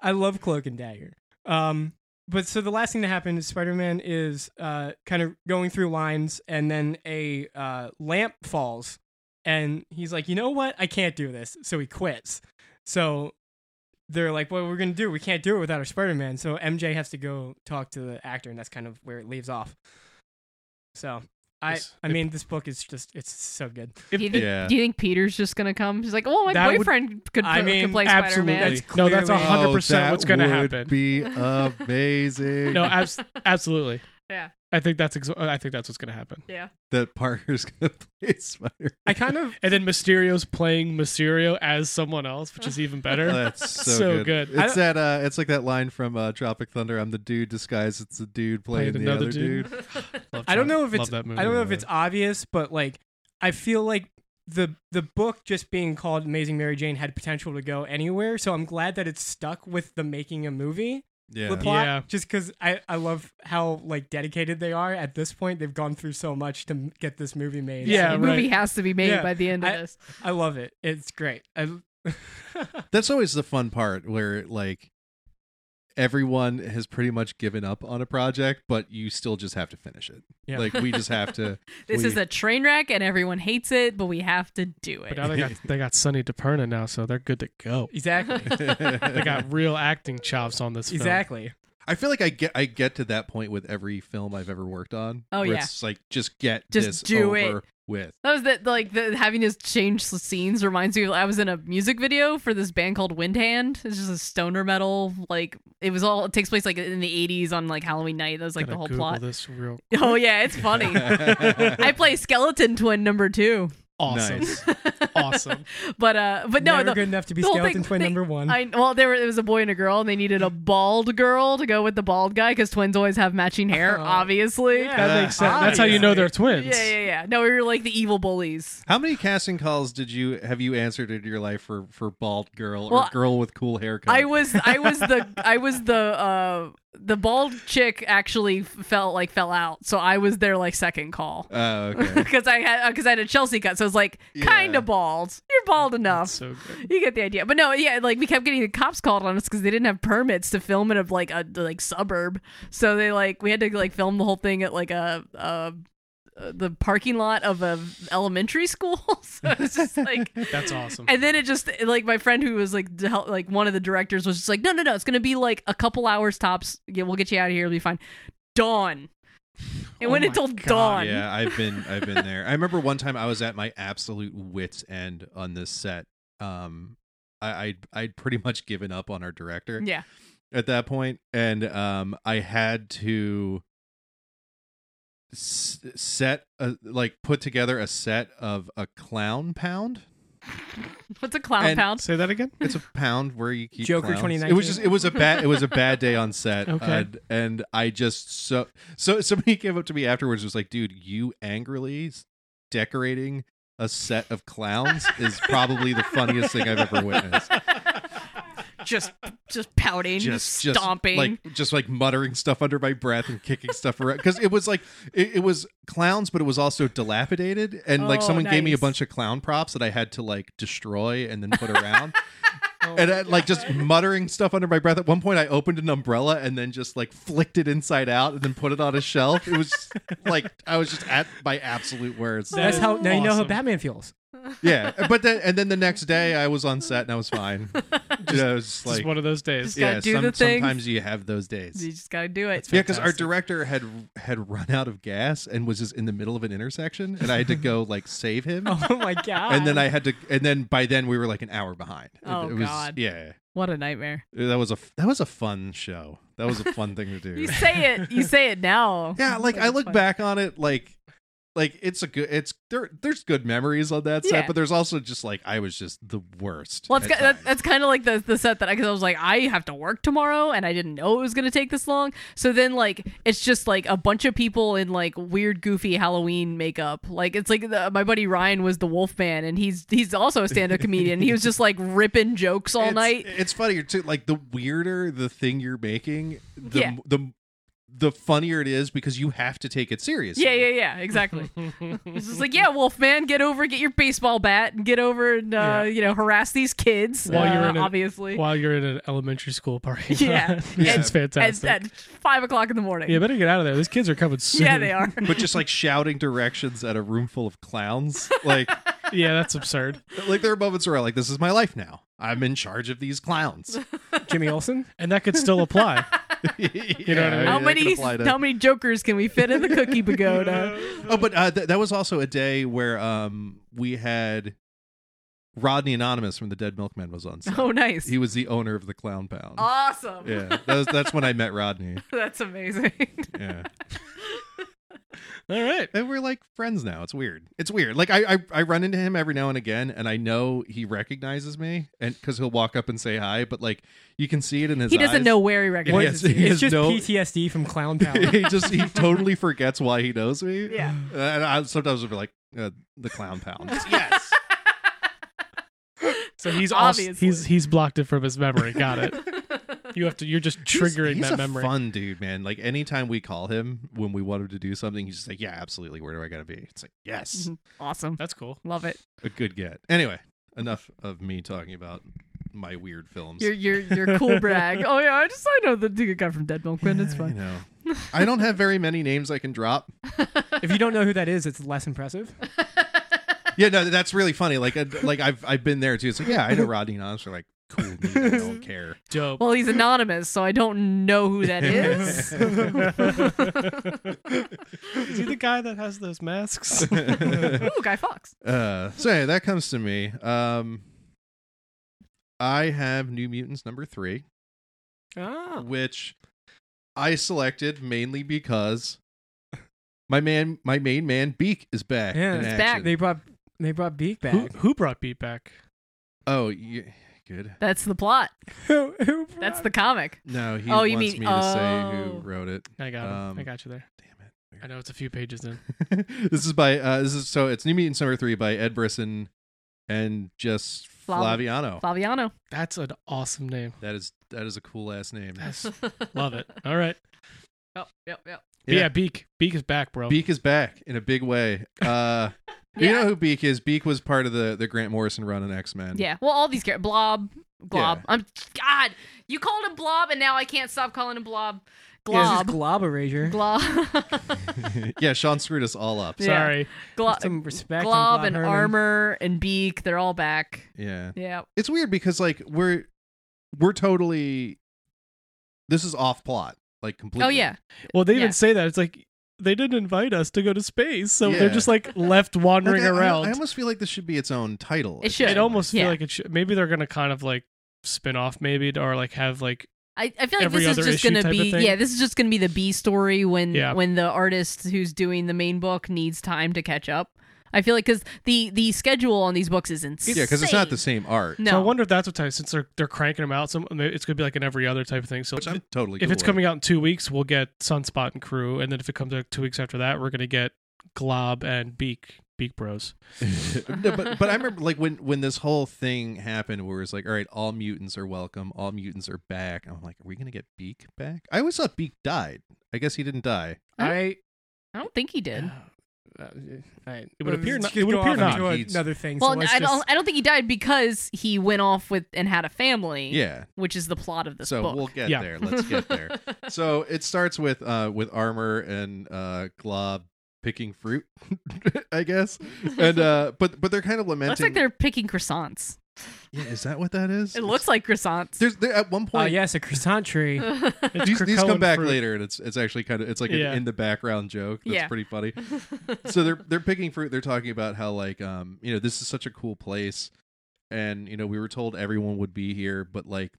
Speaker 4: I love Cloak and Dagger. Um, but so the last thing to happen is Spider-Man is uh, kind of going through lines, and then a uh, lamp falls, and he's like, "You know what? I can't do this," so he quits. So they're like, "What we're gonna do? We can't do it without our Spider-Man." So MJ has to go talk to the actor, and that's kind of where it leaves off. So. I,
Speaker 3: Yes.
Speaker 4: I mean, this book is just, it's so good.
Speaker 1: Do you, think,
Speaker 2: Yeah.
Speaker 1: do you think Peter's just gonna come? She's like, "Well, my
Speaker 4: That would-
Speaker 1: boyfriend could,
Speaker 4: I
Speaker 1: pl-
Speaker 4: mean,
Speaker 1: could play
Speaker 3: absolutely.
Speaker 1: Spider-Man."
Speaker 4: That's
Speaker 3: no, that's
Speaker 4: clearly-
Speaker 2: Oh,
Speaker 3: 100%
Speaker 2: that
Speaker 3: what's going to
Speaker 2: would
Speaker 3: happen.
Speaker 2: Be amazing.
Speaker 3: No, abs- absolutely.
Speaker 1: Yeah.
Speaker 3: I think that's ex- I think that's what's going to happen.
Speaker 1: Yeah,
Speaker 2: that Parker's gonna play Spider.
Speaker 4: I kind of
Speaker 3: And then Mysterio's playing Mysterio as someone else, which is even better.
Speaker 2: Oh, That's so,
Speaker 3: So
Speaker 2: good.
Speaker 3: good. I
Speaker 2: It's that. Uh, it's like that line from uh, Tropic Thunder. I'm the dude disguised. It's the dude playing,
Speaker 3: Playing
Speaker 2: the
Speaker 3: another
Speaker 2: other
Speaker 3: dude.
Speaker 2: dude.
Speaker 3: Love
Speaker 4: I don't
Speaker 3: Trump.
Speaker 4: know if it's-
Speaker 3: Love that movie.
Speaker 4: I don't know if
Speaker 2: Yeah.
Speaker 4: it's obvious, but like I feel like the the book just being called Amazing Mary Jane had potential to go anywhere. So I'm glad that it's stuck with the making a movie
Speaker 2: Yeah.
Speaker 4: the plot.
Speaker 3: Yeah.
Speaker 4: Just because I I love how like dedicated they are at this point. They've gone through so much to m- get this movie made.
Speaker 3: Yeah,
Speaker 1: the
Speaker 4: So
Speaker 1: movie
Speaker 3: right.
Speaker 1: has to be made
Speaker 4: Yeah,
Speaker 1: by the end of
Speaker 4: I-
Speaker 1: this.
Speaker 4: I love it. It's great. I,
Speaker 2: That's always the fun part where like everyone has pretty much given up on a project, but you still just have to finish it.
Speaker 4: Yeah.
Speaker 2: Like we just have to.
Speaker 1: This
Speaker 2: we-
Speaker 1: is a train wreck, and everyone hates it, but we have to do it.
Speaker 3: But now they got they got Sonny DiPerna now, so they're good to go.
Speaker 4: exactly.
Speaker 3: They got real acting chops on this. Film.
Speaker 4: exactly.
Speaker 2: I feel like I get I get to that point with every film I've ever worked on.
Speaker 1: Oh,
Speaker 2: where
Speaker 1: yeah.
Speaker 2: it's like just get
Speaker 1: Just
Speaker 2: this
Speaker 1: do it.
Speaker 2: over with.
Speaker 1: That was that like the having to change s- scenes reminds me. of I was in a music video for this band called Windhand. It's just a stoner metal. Like it was all it takes place like in the '80s on like Halloween night. That was like
Speaker 3: Gotta
Speaker 1: the whole
Speaker 3: Google
Speaker 1: plot.
Speaker 3: This real
Speaker 1: Oh yeah, it's funny. I play Skeleton Twin number two,
Speaker 3: awesome,
Speaker 2: Nice.
Speaker 3: awesome.
Speaker 1: but uh, but no,
Speaker 4: Never
Speaker 1: the,
Speaker 4: good enough to be
Speaker 1: the whole
Speaker 4: skeleton
Speaker 1: thing-
Speaker 4: twin
Speaker 1: they-
Speaker 4: number one.
Speaker 1: I well there were, it was a boy and a girl, and they needed a bald girl to go with the bald guy because twins always have matching hair,
Speaker 4: Oh.
Speaker 1: obviously.
Speaker 4: Yeah.
Speaker 3: That makes sense. That's how you know they're twins.
Speaker 1: Ah, yeah, yeah, yeah. No, we were like the evil bullies.
Speaker 2: How many casting calls did you have you answered in your life for for bald girl or
Speaker 1: Well,
Speaker 2: girl with cool haircut?
Speaker 1: I was I was the I was the uh the bald chick actually f- felt like fell out, so I was their like second call
Speaker 2: Oh, okay.
Speaker 1: because I had because I had a Chelsea cut, so it's like kind
Speaker 2: Yeah.
Speaker 1: of bald. You're bald enough.
Speaker 3: So good.
Speaker 1: you get the idea, but no, yeah, like we kept getting the cops called on us because they didn't have permits to film in a like a like suburb, so they like we had to like film the whole thing at like a, a uh, the parking lot of a elementary school. so it's just like
Speaker 3: That's awesome.
Speaker 1: and then it just like my friend who was like d- hel- like one of the directors was just like, no, no, no, it's gonna be like a couple hours tops. Yeah, we'll get you out of here. It'll be fine. Dawn. It
Speaker 3: Oh
Speaker 1: went
Speaker 3: my
Speaker 1: until
Speaker 3: God,
Speaker 1: dawn.
Speaker 2: Yeah, I've been I've been there. I remember one time I was at my absolute wits end on this set. Um, I I'd, I'd pretty much given up on our director
Speaker 1: Yeah.
Speaker 2: at that point, and um, I had to s- set a, like put together a set of a clown pound.
Speaker 1: What's a clown
Speaker 2: And-
Speaker 1: pound?
Speaker 3: Say that again.
Speaker 2: It's a pound where you keep
Speaker 4: Joker
Speaker 2: clowns.
Speaker 4: 2019.
Speaker 2: It was just it was a bad it was a bad day on set.
Speaker 3: Okay.
Speaker 2: and, and I just so so somebody came up to me afterwards and was like, dude, you angrily s- decorating a set of clowns is probably the funniest thing I've ever witnessed.
Speaker 1: Just just pouting,
Speaker 2: Just,
Speaker 1: just,
Speaker 2: just
Speaker 1: stomping.
Speaker 2: like just like muttering stuff under my breath and kicking stuff around because it was like it, it was clowns, but it was also dilapidated and like
Speaker 1: Oh,
Speaker 2: someone gave me a
Speaker 1: nice.
Speaker 2: bunch of clown props that I had to like destroy and then put around.
Speaker 1: Oh
Speaker 2: and I, like just muttering stuff under my breath. At one point, I opened an umbrella and then just like flicked it inside out and then put it on a shelf. It was just, like I was just at my absolute words.
Speaker 4: That's how now you know how
Speaker 3: Awesome.
Speaker 4: Batman feels.
Speaker 2: Yeah, but then and then the next day I was on set and I was fine. You know, it was just
Speaker 3: It's
Speaker 2: like
Speaker 3: one of those days.
Speaker 1: Just gotta
Speaker 2: yeah,
Speaker 1: do
Speaker 2: some-
Speaker 1: the thing.
Speaker 2: sometimes you have those days.
Speaker 1: you just gotta do it.
Speaker 2: Yeah, because our
Speaker 3: Fantastic.
Speaker 2: director had had run out of gas and was just in the middle of an intersection, and I had to go like save him.
Speaker 4: Oh my god!
Speaker 2: And then I had to, and then by then we were like an hour behind. It-
Speaker 1: Oh,
Speaker 2: it was,
Speaker 1: God.
Speaker 2: Yeah,
Speaker 1: What a nightmare.
Speaker 2: that was a that was a fun show. That was a fun thing to do.
Speaker 1: You say it you say it now.
Speaker 2: Yeah, like I
Speaker 1: it's
Speaker 2: look
Speaker 1: fun.
Speaker 2: back on it, like like it's a good it's there there's good memories on that set
Speaker 1: Yeah.
Speaker 2: but there's also just like i was just the worst
Speaker 1: Well, that's,
Speaker 2: at
Speaker 1: ki- that,
Speaker 2: times.
Speaker 1: that's kind of like the the set that I because I was like, I have to work tomorrow, and I didn't know it was going to take this long. So then, like, it's just like a bunch of people in like weird, goofy Halloween makeup. Like, it's like the, my buddy Ryan was the Wolfman, and he's he's also a stand up comedian. he was just like ripping jokes all
Speaker 2: it's,
Speaker 1: night.
Speaker 2: it's funnier too like the weirder the thing you're making the
Speaker 1: Yeah.
Speaker 2: the the funnier it is because you have to take it seriously
Speaker 1: Yeah, yeah, yeah, exactly. it's just like, yeah, Wolfman, get over, get your baseball bat, and get over and uh,
Speaker 3: Yeah.
Speaker 1: you know harass these kids.
Speaker 3: While you're
Speaker 1: uh,
Speaker 3: in a-
Speaker 1: obviously,
Speaker 3: While you're in an elementary school party.
Speaker 1: Yeah.
Speaker 2: Yeah.
Speaker 3: It's
Speaker 1: at,
Speaker 3: fantastic.
Speaker 1: at five o'clock in the morning.
Speaker 3: yeah, better get out of there. These kids are coming soon.
Speaker 1: yeah, they are.
Speaker 2: but just like shouting directions at a room full of clowns like
Speaker 3: yeah, that's absurd.
Speaker 2: like there are moments where I'm like this is my life now i'm in charge of these clowns
Speaker 4: Jimmy Olsen.
Speaker 3: And that could still apply.
Speaker 2: you
Speaker 3: know what I mean?
Speaker 1: How many how many jokers can we fit in the cookie pagoda?
Speaker 2: Oh, but uh, th- that was also a day where um we had Rodney Anonymous from the Dead Milkmen was on set.
Speaker 1: oh, nice,
Speaker 2: He was the owner of the Clown Pound.
Speaker 1: awesome.
Speaker 2: Yeah, that was, that's when I met Rodney.
Speaker 1: That's amazing.
Speaker 2: Yeah,
Speaker 3: All right.
Speaker 2: and we're like friends now. It's weird. It's weird. Like I I, I run into him every now and again, and I know he recognizes me, and because he'll walk up and say hi, but like you can see it in his.
Speaker 1: he doesn't
Speaker 2: eyes.
Speaker 1: know where he recognizes
Speaker 2: Yes,
Speaker 1: you.
Speaker 2: he
Speaker 4: It's
Speaker 2: has
Speaker 4: just
Speaker 2: no-
Speaker 4: PTSD from Clown Power.
Speaker 2: he just he totally forgets why he knows me.
Speaker 1: Yeah.
Speaker 2: and I, sometimes I'll be like uh, the Clown Pound. yes.
Speaker 3: So he's also,
Speaker 1: Obviously.
Speaker 3: he's he's blocked it from his memory. Got it. You have to. You're just
Speaker 2: He's-
Speaker 3: triggering
Speaker 2: he's
Speaker 3: that
Speaker 2: a
Speaker 3: memory.
Speaker 2: Fun dude, man. Like anytime we call him when we want him to do something, he's just like, "Yeah, absolutely. Where do I gotta be?" It's like, "Yes,
Speaker 1: Mhm. awesome.
Speaker 3: That's cool.
Speaker 1: Love it.
Speaker 2: a good get." Anyway, enough of me talking about my weird films.
Speaker 1: Your your your cool brag. Oh yeah, I just I know the dude guy from Dead Milkman. it's
Speaker 2: You
Speaker 1: fun.
Speaker 2: know, I don't have very many names I can drop.
Speaker 4: if you don't know who that is, it's less impressive.
Speaker 2: Yeah, no, that's really funny. Like, uh, like I've I've been there too. It's like, yeah, I know Rodney and Oscar. Like, cool, dude, I don't care.
Speaker 3: Dope.
Speaker 1: Well, he's anonymous, so I don't know who that is.
Speaker 3: Is he the guy that has those masks?
Speaker 1: Ooh, Guy Fox.
Speaker 2: Uh, so yeah, that comes to me. Um, I have New Mutants number three.
Speaker 4: Oh.
Speaker 2: which I selected mainly because my man, my main man, Beak is back.
Speaker 4: Yeah,
Speaker 2: in
Speaker 4: it's
Speaker 1: back.
Speaker 2: action.
Speaker 4: They brought they brought Beak back.
Speaker 3: who, who brought Beat back?
Speaker 2: Oh, you, good.
Speaker 1: That's the plot.
Speaker 4: Who- who
Speaker 1: That's
Speaker 4: brought-
Speaker 1: the comic.
Speaker 2: No, he
Speaker 1: Oh,
Speaker 2: wants
Speaker 1: you mean-
Speaker 2: me to say who
Speaker 1: oh.
Speaker 2: wrote it.
Speaker 3: I got him.
Speaker 2: Um,
Speaker 3: I got you there. I
Speaker 2: Damn
Speaker 3: know it's a few pages in.
Speaker 2: it. this is by uh, this is so it's New Mutants number three by Ed Brisson and just
Speaker 1: Flav-
Speaker 3: Oh.
Speaker 2: Flaviano.
Speaker 1: Flaviano.
Speaker 3: That's an awesome name.
Speaker 2: that is that is a cool ass name.
Speaker 3: That's love it. All right.
Speaker 1: Yep, Oh, yep, yep.
Speaker 3: Yeah. Beak. Beak is back, bro.
Speaker 2: Beak is back in a big way. Uh, You
Speaker 1: Yeah.
Speaker 2: know who Beak is? Beak was part of the the Grant Morrison run on X Men.
Speaker 1: Yeah. Well, all these characters. Blob. Glob.
Speaker 2: Yeah.
Speaker 1: I'm. God. You called him Blob, and now I can't stop calling him Blob.
Speaker 4: Yeah,
Speaker 1: Glob.
Speaker 4: this is Glob Erasure.
Speaker 1: glob.
Speaker 2: yeah, Sean screwed us all up.
Speaker 1: Yeah.
Speaker 3: Sorry.
Speaker 1: glob.
Speaker 4: Some respect.
Speaker 1: Glob
Speaker 4: on
Speaker 1: and
Speaker 4: Herman.
Speaker 1: armor and beak. They're all back.
Speaker 2: Yeah.
Speaker 1: Yeah.
Speaker 2: It's weird because like we're we're totally this is off plot like completely.
Speaker 1: Oh yeah.
Speaker 3: Well, they
Speaker 1: Yeah.
Speaker 3: even say that. It's like they didn't invite us to go to space, so
Speaker 2: Yeah.
Speaker 3: they're just like left
Speaker 2: Like,
Speaker 3: wandering
Speaker 2: I, I-
Speaker 3: around.
Speaker 2: I, almost feel like this should be its own title.
Speaker 1: It
Speaker 2: at
Speaker 1: should.
Speaker 2: this
Speaker 3: it almost
Speaker 1: Yeah.
Speaker 3: feel like it should. Maybe they're gonna kind of like spin off, maybe, or like have like
Speaker 1: I, I feel like
Speaker 3: Every
Speaker 1: this
Speaker 3: other
Speaker 1: is just
Speaker 3: issue
Speaker 1: gonna
Speaker 3: type of
Speaker 1: be
Speaker 3: thing?
Speaker 1: yeah this is just gonna be the B story when
Speaker 3: Yeah.
Speaker 1: when the artist who's doing the main book needs time to catch up. I feel like because the the schedule on these books is insane.
Speaker 2: Yeah, because it's not the same art.
Speaker 1: No.
Speaker 3: So I wonder if that's what type. Since they're they're cranking them out, some it's gonna be like an every other type of thing. So
Speaker 2: Which I'm totally.
Speaker 3: if
Speaker 2: cool
Speaker 3: it's
Speaker 2: with.
Speaker 3: coming out in two weeks, we'll get Sunspot and Crew, and then if it comes out two weeks after that, we're gonna get Glob and Beak Beak Bros.
Speaker 2: no, but but I remember like when when this whole thing happened where it's like all right, all mutants are welcome, all mutants are back. I'm like, are we gonna get Beak back? I always thought Beak died. I guess he didn't die.
Speaker 4: I.
Speaker 1: I don't think he did.
Speaker 4: Uh, all right.
Speaker 3: It would appear
Speaker 4: Let's
Speaker 3: not-
Speaker 4: just
Speaker 3: it would
Speaker 4: go
Speaker 3: appear
Speaker 4: off
Speaker 3: not.
Speaker 4: into
Speaker 2: He's-
Speaker 4: another thing.
Speaker 1: well,
Speaker 4: so
Speaker 1: I
Speaker 4: let's
Speaker 1: don't
Speaker 4: just-
Speaker 1: I don't think he died because he went off with and had a family.
Speaker 2: Yeah.
Speaker 1: which is the plot of this
Speaker 2: so
Speaker 1: book.
Speaker 2: we'll get
Speaker 3: Yeah.
Speaker 2: there. Let's get there. so it starts with uh with armor and uh glob picking fruit i guess and uh but but they're kind of lamenting
Speaker 1: Looks like they're picking croissants.
Speaker 2: yeah, is that what that is
Speaker 1: It looks like croissants.
Speaker 2: there's there, at one
Speaker 4: Oh
Speaker 2: point
Speaker 4: yes, a croissant tree.
Speaker 3: Uh, It's
Speaker 2: these, these
Speaker 3: Krakoan
Speaker 2: come back
Speaker 3: fruit.
Speaker 2: later and it's it's actually kind of it's like
Speaker 3: Yeah.
Speaker 2: an in the background joke that's
Speaker 1: Yeah.
Speaker 2: pretty funny so they're they're picking fruit they're talking about how like um you know this is such a cool place and you know we were told everyone would be here but like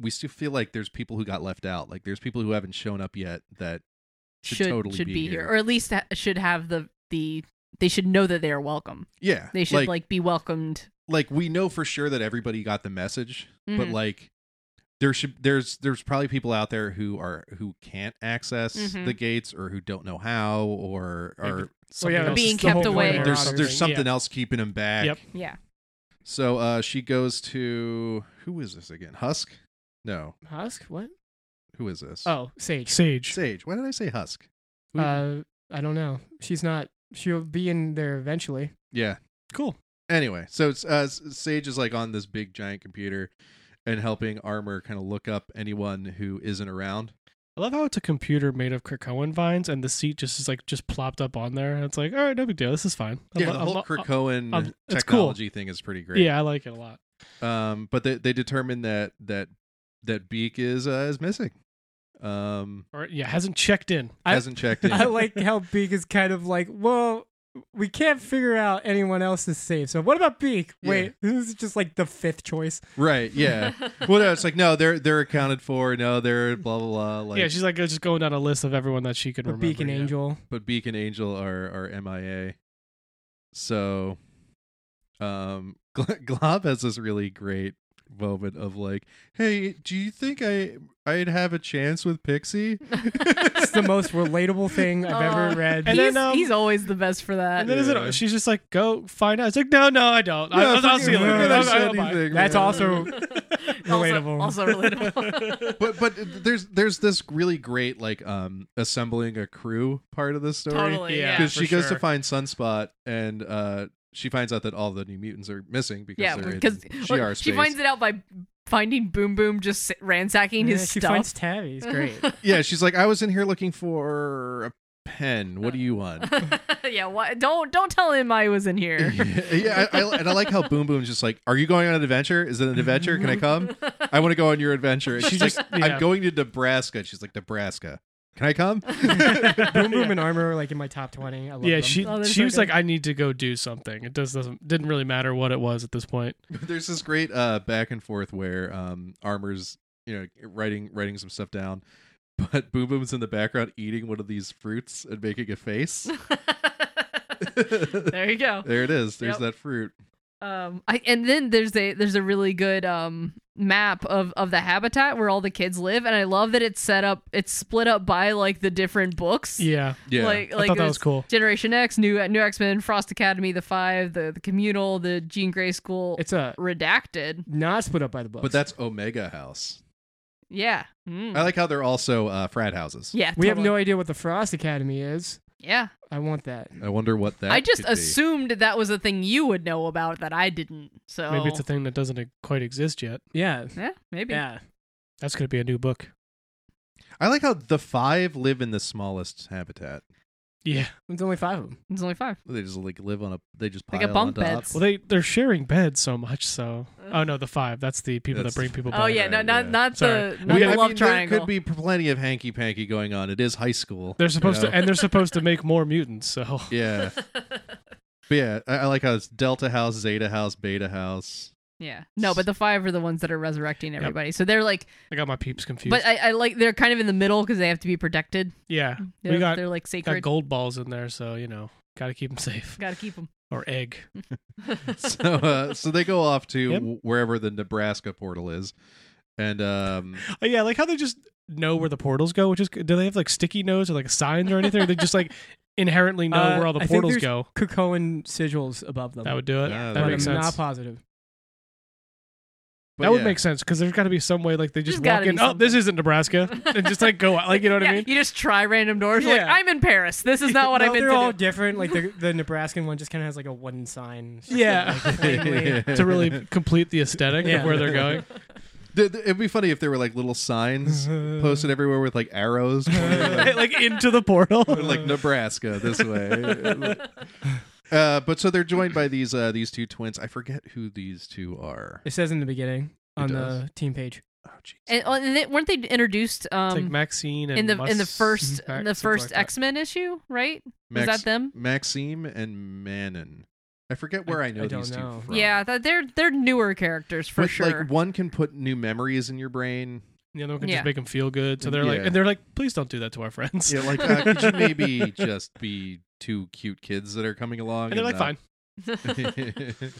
Speaker 2: we still feel like there's people who got left out like there's people who haven't shown up yet that should totally
Speaker 1: should
Speaker 2: be
Speaker 1: be,
Speaker 2: here.
Speaker 1: or at least ha- should have the the they should know that they are welcome.
Speaker 2: yeah
Speaker 1: They should like, be welcomed.
Speaker 2: like we know for sure that everybody got the message but
Speaker 1: Mhm.
Speaker 2: like there should there's there's probably people out there who are who can't access
Speaker 1: Mhm.
Speaker 2: the gates or who don't know how or
Speaker 3: Maybe
Speaker 2: or
Speaker 3: something
Speaker 4: Oh, yeah,
Speaker 3: else
Speaker 1: Being
Speaker 3: is the whole
Speaker 1: kept
Speaker 3: point
Speaker 1: away.
Speaker 3: of
Speaker 2: there's
Speaker 3: monitoring.
Speaker 2: there's something
Speaker 3: Yeah.
Speaker 2: else keeping them back
Speaker 3: Yep.
Speaker 1: yeah.
Speaker 2: so uh she goes to who is this again husk no
Speaker 4: Husk? What?
Speaker 2: who is this
Speaker 4: Oh, Sage.
Speaker 3: Sage.
Speaker 2: sage why did i say husk
Speaker 3: We-
Speaker 4: Uh, I don't know. She's not. She'll be in there eventually.
Speaker 2: yeah
Speaker 3: Cool.
Speaker 2: anyway so it's uh S- sage is like on this big giant computer and helping armor kind of look up anyone who isn't around
Speaker 3: I love how it's a computer made of Krakoan vines, and the seat just is like just plopped up on there. And it's like, all right, no big deal. This is fine. I
Speaker 2: yeah
Speaker 3: lo-
Speaker 2: the
Speaker 3: I
Speaker 2: whole
Speaker 3: lo-
Speaker 2: Krakoan
Speaker 3: I'm- it's cool.
Speaker 2: technology thing is pretty great
Speaker 3: yeah, I like it a lot.
Speaker 2: Um, but they they determine that that that Beak is uh, is missing. Um,
Speaker 3: Or yeah, hasn't checked in.
Speaker 4: I-
Speaker 2: hasn't checked in.
Speaker 4: I like how Beak is kind of like, well, we can't figure out anyone else is safe. So what about Beak?
Speaker 2: Yeah.
Speaker 4: Wait, this is just like the fifth choice.
Speaker 2: right? Yeah. well, no, it's like no, they're they're accounted for. No, they're blah blah blah. Like,
Speaker 3: yeah, she's like just going down a list of everyone that she could
Speaker 4: But
Speaker 3: remember.
Speaker 4: Beak and
Speaker 3: yeah.
Speaker 4: Angel.
Speaker 2: but Beak and Angel are are MIA. So, um, Gl- Glob has this really great moment of like, hey, do you think I I'd have a chance with Pixie?
Speaker 4: It's the most relatable thing I've
Speaker 1: Aw.
Speaker 4: ever read.
Speaker 1: he's,
Speaker 3: And then, um,
Speaker 1: he's always the best for that.
Speaker 3: And then isn't
Speaker 2: Yeah.
Speaker 3: it, she's just like, go find out. It's like, no, no, I don't. I,
Speaker 2: Yeah,
Speaker 3: I'll, I'll see you
Speaker 2: forget-
Speaker 3: later.
Speaker 2: forget I
Speaker 3: I'll-
Speaker 2: said
Speaker 3: I'll- bye."
Speaker 2: anything,
Speaker 4: That's
Speaker 2: man.
Speaker 4: also relatable.
Speaker 1: Also, also relatable.
Speaker 2: but but there's there's this really great like um assembling a crew part of the story
Speaker 1: totally.
Speaker 3: Yeah.
Speaker 1: Yeah.
Speaker 2: because
Speaker 3: for
Speaker 2: she goes
Speaker 3: sure.
Speaker 2: to find Sunspot and uh she finds out that all the new mutants are missing because
Speaker 1: Yeah,
Speaker 2: they're in
Speaker 1: because
Speaker 2: GR
Speaker 1: look, she
Speaker 2: space.
Speaker 1: finds it out by finding Boom Boom just s- ransacking
Speaker 4: Yeah,
Speaker 1: his
Speaker 4: she
Speaker 1: stuff.
Speaker 4: finds Tabby. It's great.
Speaker 2: yeah, she's like, I was in here looking for a pen. What do you want?
Speaker 1: yeah, why, don't don't tell him I was in here.
Speaker 2: yeah, I, I, and I like how Boom Boom's just like, "Are you going on an adventure? Is it an adventure? Can I come? I want to go on your adventure." And she's
Speaker 3: Just-
Speaker 2: just,
Speaker 3: yeah.
Speaker 2: "I'm going to Nebraska." And she's like, "Nebraska? Can I come?"
Speaker 4: Boom Boom and Armor are like in my top twenty. I love
Speaker 3: Yeah,
Speaker 4: them.
Speaker 3: she
Speaker 1: Oh, they're
Speaker 3: she
Speaker 1: so
Speaker 3: was
Speaker 1: good.
Speaker 3: like, I need to go do something. It does doesn't didn't really matter what it was at this point.
Speaker 2: there's this great uh back and forth where um armor's you know writing writing some stuff down but boom boom's in the background eating one of these fruits and making a face
Speaker 1: there you go.
Speaker 2: there it is there's
Speaker 1: Yep.
Speaker 2: that fruit
Speaker 1: Um, I and then there's a there's a really good um map of of the habitat where all the kids live, and I love that it's set up. It's split up by like the different books.
Speaker 3: Yeah,
Speaker 2: yeah
Speaker 1: Like
Speaker 3: I
Speaker 1: like
Speaker 3: thought that was
Speaker 1: it's
Speaker 3: cool.
Speaker 1: Generation X, new new X Men, Frost Academy, the Five, the the Communal, the Jean Grey School,
Speaker 4: It's a
Speaker 1: redacted.
Speaker 4: not split up by the books.
Speaker 2: but that's omega house
Speaker 1: Yeah. Mm.
Speaker 2: i like how they're also uh frat houses
Speaker 1: yeah.
Speaker 4: we have
Speaker 1: totally.
Speaker 4: no idea what the Frost Academy is.
Speaker 1: Yeah.
Speaker 4: I want that.
Speaker 2: i wonder what that
Speaker 1: I just
Speaker 2: could be.
Speaker 1: assumed that was a thing you would know about that I didn't. So
Speaker 3: Maybe it's a thing that doesn't e- quite exist yet.
Speaker 4: Yeah.
Speaker 1: Yeah, maybe.
Speaker 4: Yeah.
Speaker 3: That's gonna be a new book.
Speaker 2: i like how the five live in the smallest habitat
Speaker 3: Yeah.
Speaker 4: There's only five of them.
Speaker 1: It's only five.
Speaker 2: they just like live on a they just pile
Speaker 1: Like a bunk
Speaker 2: on top.
Speaker 1: beds.
Speaker 3: Well, they they're sharing beds so much. So oh no, the five. That's the people
Speaker 2: That's-
Speaker 3: that bring people.
Speaker 2: Oh,
Speaker 3: back.
Speaker 1: Oh yeah, no,
Speaker 2: right,
Speaker 1: not
Speaker 2: yeah.
Speaker 1: not
Speaker 3: Sorry.
Speaker 1: the
Speaker 3: We
Speaker 1: not
Speaker 3: gotta-
Speaker 1: the
Speaker 2: I
Speaker 1: love
Speaker 2: mean,
Speaker 1: triangle.
Speaker 2: there could be plenty of hanky panky going on it is high school
Speaker 3: They're
Speaker 2: you
Speaker 3: supposed
Speaker 2: know?
Speaker 3: to, and they're supposed to make more mutants. So
Speaker 2: yeah But yeah, I, I like how it's Delta House, Zeta House, Beta House.
Speaker 1: yeah, no, but the five are the ones that are resurrecting everybody. So they're like,
Speaker 3: I got my peeps confused.
Speaker 1: but uh, I, I like they're kind of in the middle because they have to be protected.
Speaker 3: yeah,
Speaker 1: They're,
Speaker 3: we got
Speaker 1: they're like
Speaker 3: got
Speaker 1: sacred.
Speaker 3: gold balls in there, so you know, gotta keep them safe.
Speaker 1: Got to keep them.
Speaker 3: Or egg.
Speaker 2: So uh, so they go off to
Speaker 3: Yep.
Speaker 2: wh- wherever the Nebraska portal is, and um,
Speaker 3: Oh yeah, like how they just know where the portals go. Which is good. do they have like sticky notes or like signs or anything? Or they just like inherently know
Speaker 4: Uh,
Speaker 3: where all the
Speaker 4: I think
Speaker 3: portals
Speaker 4: there's-
Speaker 3: go.
Speaker 4: Cocoan sigils above them.
Speaker 3: That would do it.
Speaker 2: Yeah,
Speaker 3: that
Speaker 4: but
Speaker 2: that
Speaker 3: makes
Speaker 4: I'm
Speaker 3: sense.
Speaker 4: not positive.
Speaker 2: but
Speaker 3: that would
Speaker 2: yeah.
Speaker 3: make sense because there's got to be some way like they just
Speaker 1: There's gotta
Speaker 3: walk in.
Speaker 1: be
Speaker 3: Oh, this
Speaker 1: something."
Speaker 3: isn't Nebraska, and just like go out. Like you know what
Speaker 1: yeah,
Speaker 3: I mean?
Speaker 1: You just try random doors. You're Like
Speaker 3: Yeah.
Speaker 1: I'm in Paris. This is not what
Speaker 4: no,
Speaker 1: I meant
Speaker 4: They're
Speaker 1: to
Speaker 4: all
Speaker 1: do.
Speaker 4: different. Like the the Nebraskan one just kind of has like a wooden sign. It's just,
Speaker 3: Yeah.
Speaker 4: like, plainly-
Speaker 3: to really complete the aesthetic
Speaker 4: Yeah.
Speaker 3: of where they're going.
Speaker 2: Th- th- it'd be funny if there were like little signs posted everywhere with like arrows, pointing, like,
Speaker 3: like into the portal.
Speaker 2: like, Nebraska this way. Uh, but so they're joined by these uh, these two twins. I forget who these two are.
Speaker 4: It says in the beginning
Speaker 2: It
Speaker 4: on
Speaker 2: does.
Speaker 4: the team page.
Speaker 2: Oh, jeez.
Speaker 1: And, oh, and they, weren't they introduced
Speaker 3: It's like
Speaker 1: um,
Speaker 3: Maxine and
Speaker 1: in the in the
Speaker 3: Mus-
Speaker 1: first
Speaker 3: Max-
Speaker 1: in the
Speaker 3: something
Speaker 1: first
Speaker 3: like that.
Speaker 1: X Men issue? Right? Was
Speaker 2: Max-
Speaker 1: that them?
Speaker 2: Maxime and Manon. I forget where I,
Speaker 4: I
Speaker 2: know
Speaker 4: don't
Speaker 2: these
Speaker 4: know.
Speaker 2: two from.
Speaker 1: Yeah, that they're they're newer characters for
Speaker 2: With,
Speaker 1: sure.
Speaker 2: Like one can put new memories in your brain.
Speaker 3: and the other one can
Speaker 1: Yeah.
Speaker 3: just make them feel good. So they're like,
Speaker 2: Yeah.
Speaker 3: and they're like, please don't do that to our friends.
Speaker 2: Yeah, like uh, could you maybe just be two cute kids that are coming along?
Speaker 3: and they're like, fine.
Speaker 2: fine.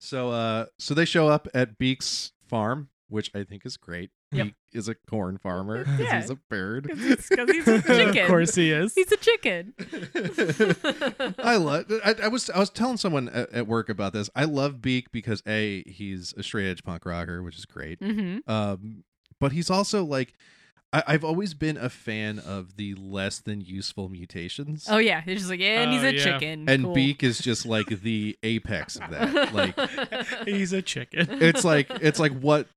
Speaker 2: so, uh, so they show up at Beak's farm, which I think is great.
Speaker 3: Yep.
Speaker 2: Beak is a corn farmer. 'cause
Speaker 1: Yeah.
Speaker 2: He's a bird.
Speaker 1: Because he's a chicken.
Speaker 3: of course he is.
Speaker 1: He's a chicken.
Speaker 2: I love. I, I was I was telling someone at, at work about this. I love Beak because a he's a straight edge punk rocker, which is great.
Speaker 1: mm-hmm.
Speaker 2: um but he's also like I- i've always been a fan of the less than useful mutations
Speaker 1: Oh yeah, he's just like, yeah, and he's
Speaker 3: Oh,
Speaker 1: a
Speaker 3: yeah.
Speaker 1: chicken.
Speaker 2: and
Speaker 1: cool.
Speaker 2: beak is just like the apex of that like
Speaker 3: He's a chicken.
Speaker 2: it's like it's like what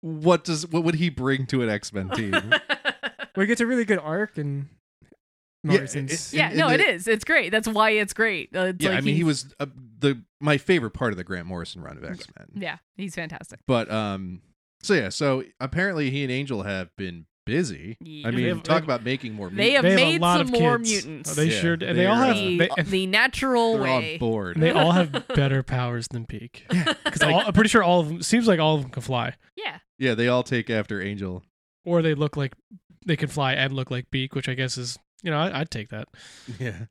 Speaker 2: what does what would he bring to an x-men team
Speaker 4: Well, he gets a really good arc and
Speaker 2: Yeah,
Speaker 4: Morrison's.
Speaker 2: it-
Speaker 1: yeah,
Speaker 2: in- in
Speaker 1: no,
Speaker 2: the-
Speaker 1: it is. It's great. That's why it's great. Uh, it's
Speaker 2: yeah
Speaker 1: like
Speaker 2: i mean he
Speaker 1: he's-
Speaker 2: was uh, the my favorite part of the grant morrison run of x-men
Speaker 1: Yeah, he's fantastic.
Speaker 2: but um so yeah so apparently he and angel have been busy
Speaker 1: Yeah.
Speaker 2: i mean
Speaker 3: They have-
Speaker 2: talk about making more
Speaker 1: They have
Speaker 2: mutants.
Speaker 3: They have a
Speaker 1: made
Speaker 3: lot
Speaker 1: some
Speaker 3: of
Speaker 1: more
Speaker 3: kids.
Speaker 1: mutants.
Speaker 3: Oh, they
Speaker 2: Yeah,
Speaker 3: sure. And
Speaker 2: they
Speaker 3: they all
Speaker 2: are-
Speaker 3: have.
Speaker 1: the,
Speaker 3: They,
Speaker 1: the natural
Speaker 2: they're on
Speaker 1: way.
Speaker 2: board
Speaker 3: they all have better powers than Peak.
Speaker 2: yeah
Speaker 3: Because I'm pretty sure all of them seems like all of them can fly,
Speaker 1: Yeah,
Speaker 2: yeah they all take after angel
Speaker 3: or they look like they can fly and look like Beak, which I guess is you know I, I'd take that.
Speaker 2: Yeah,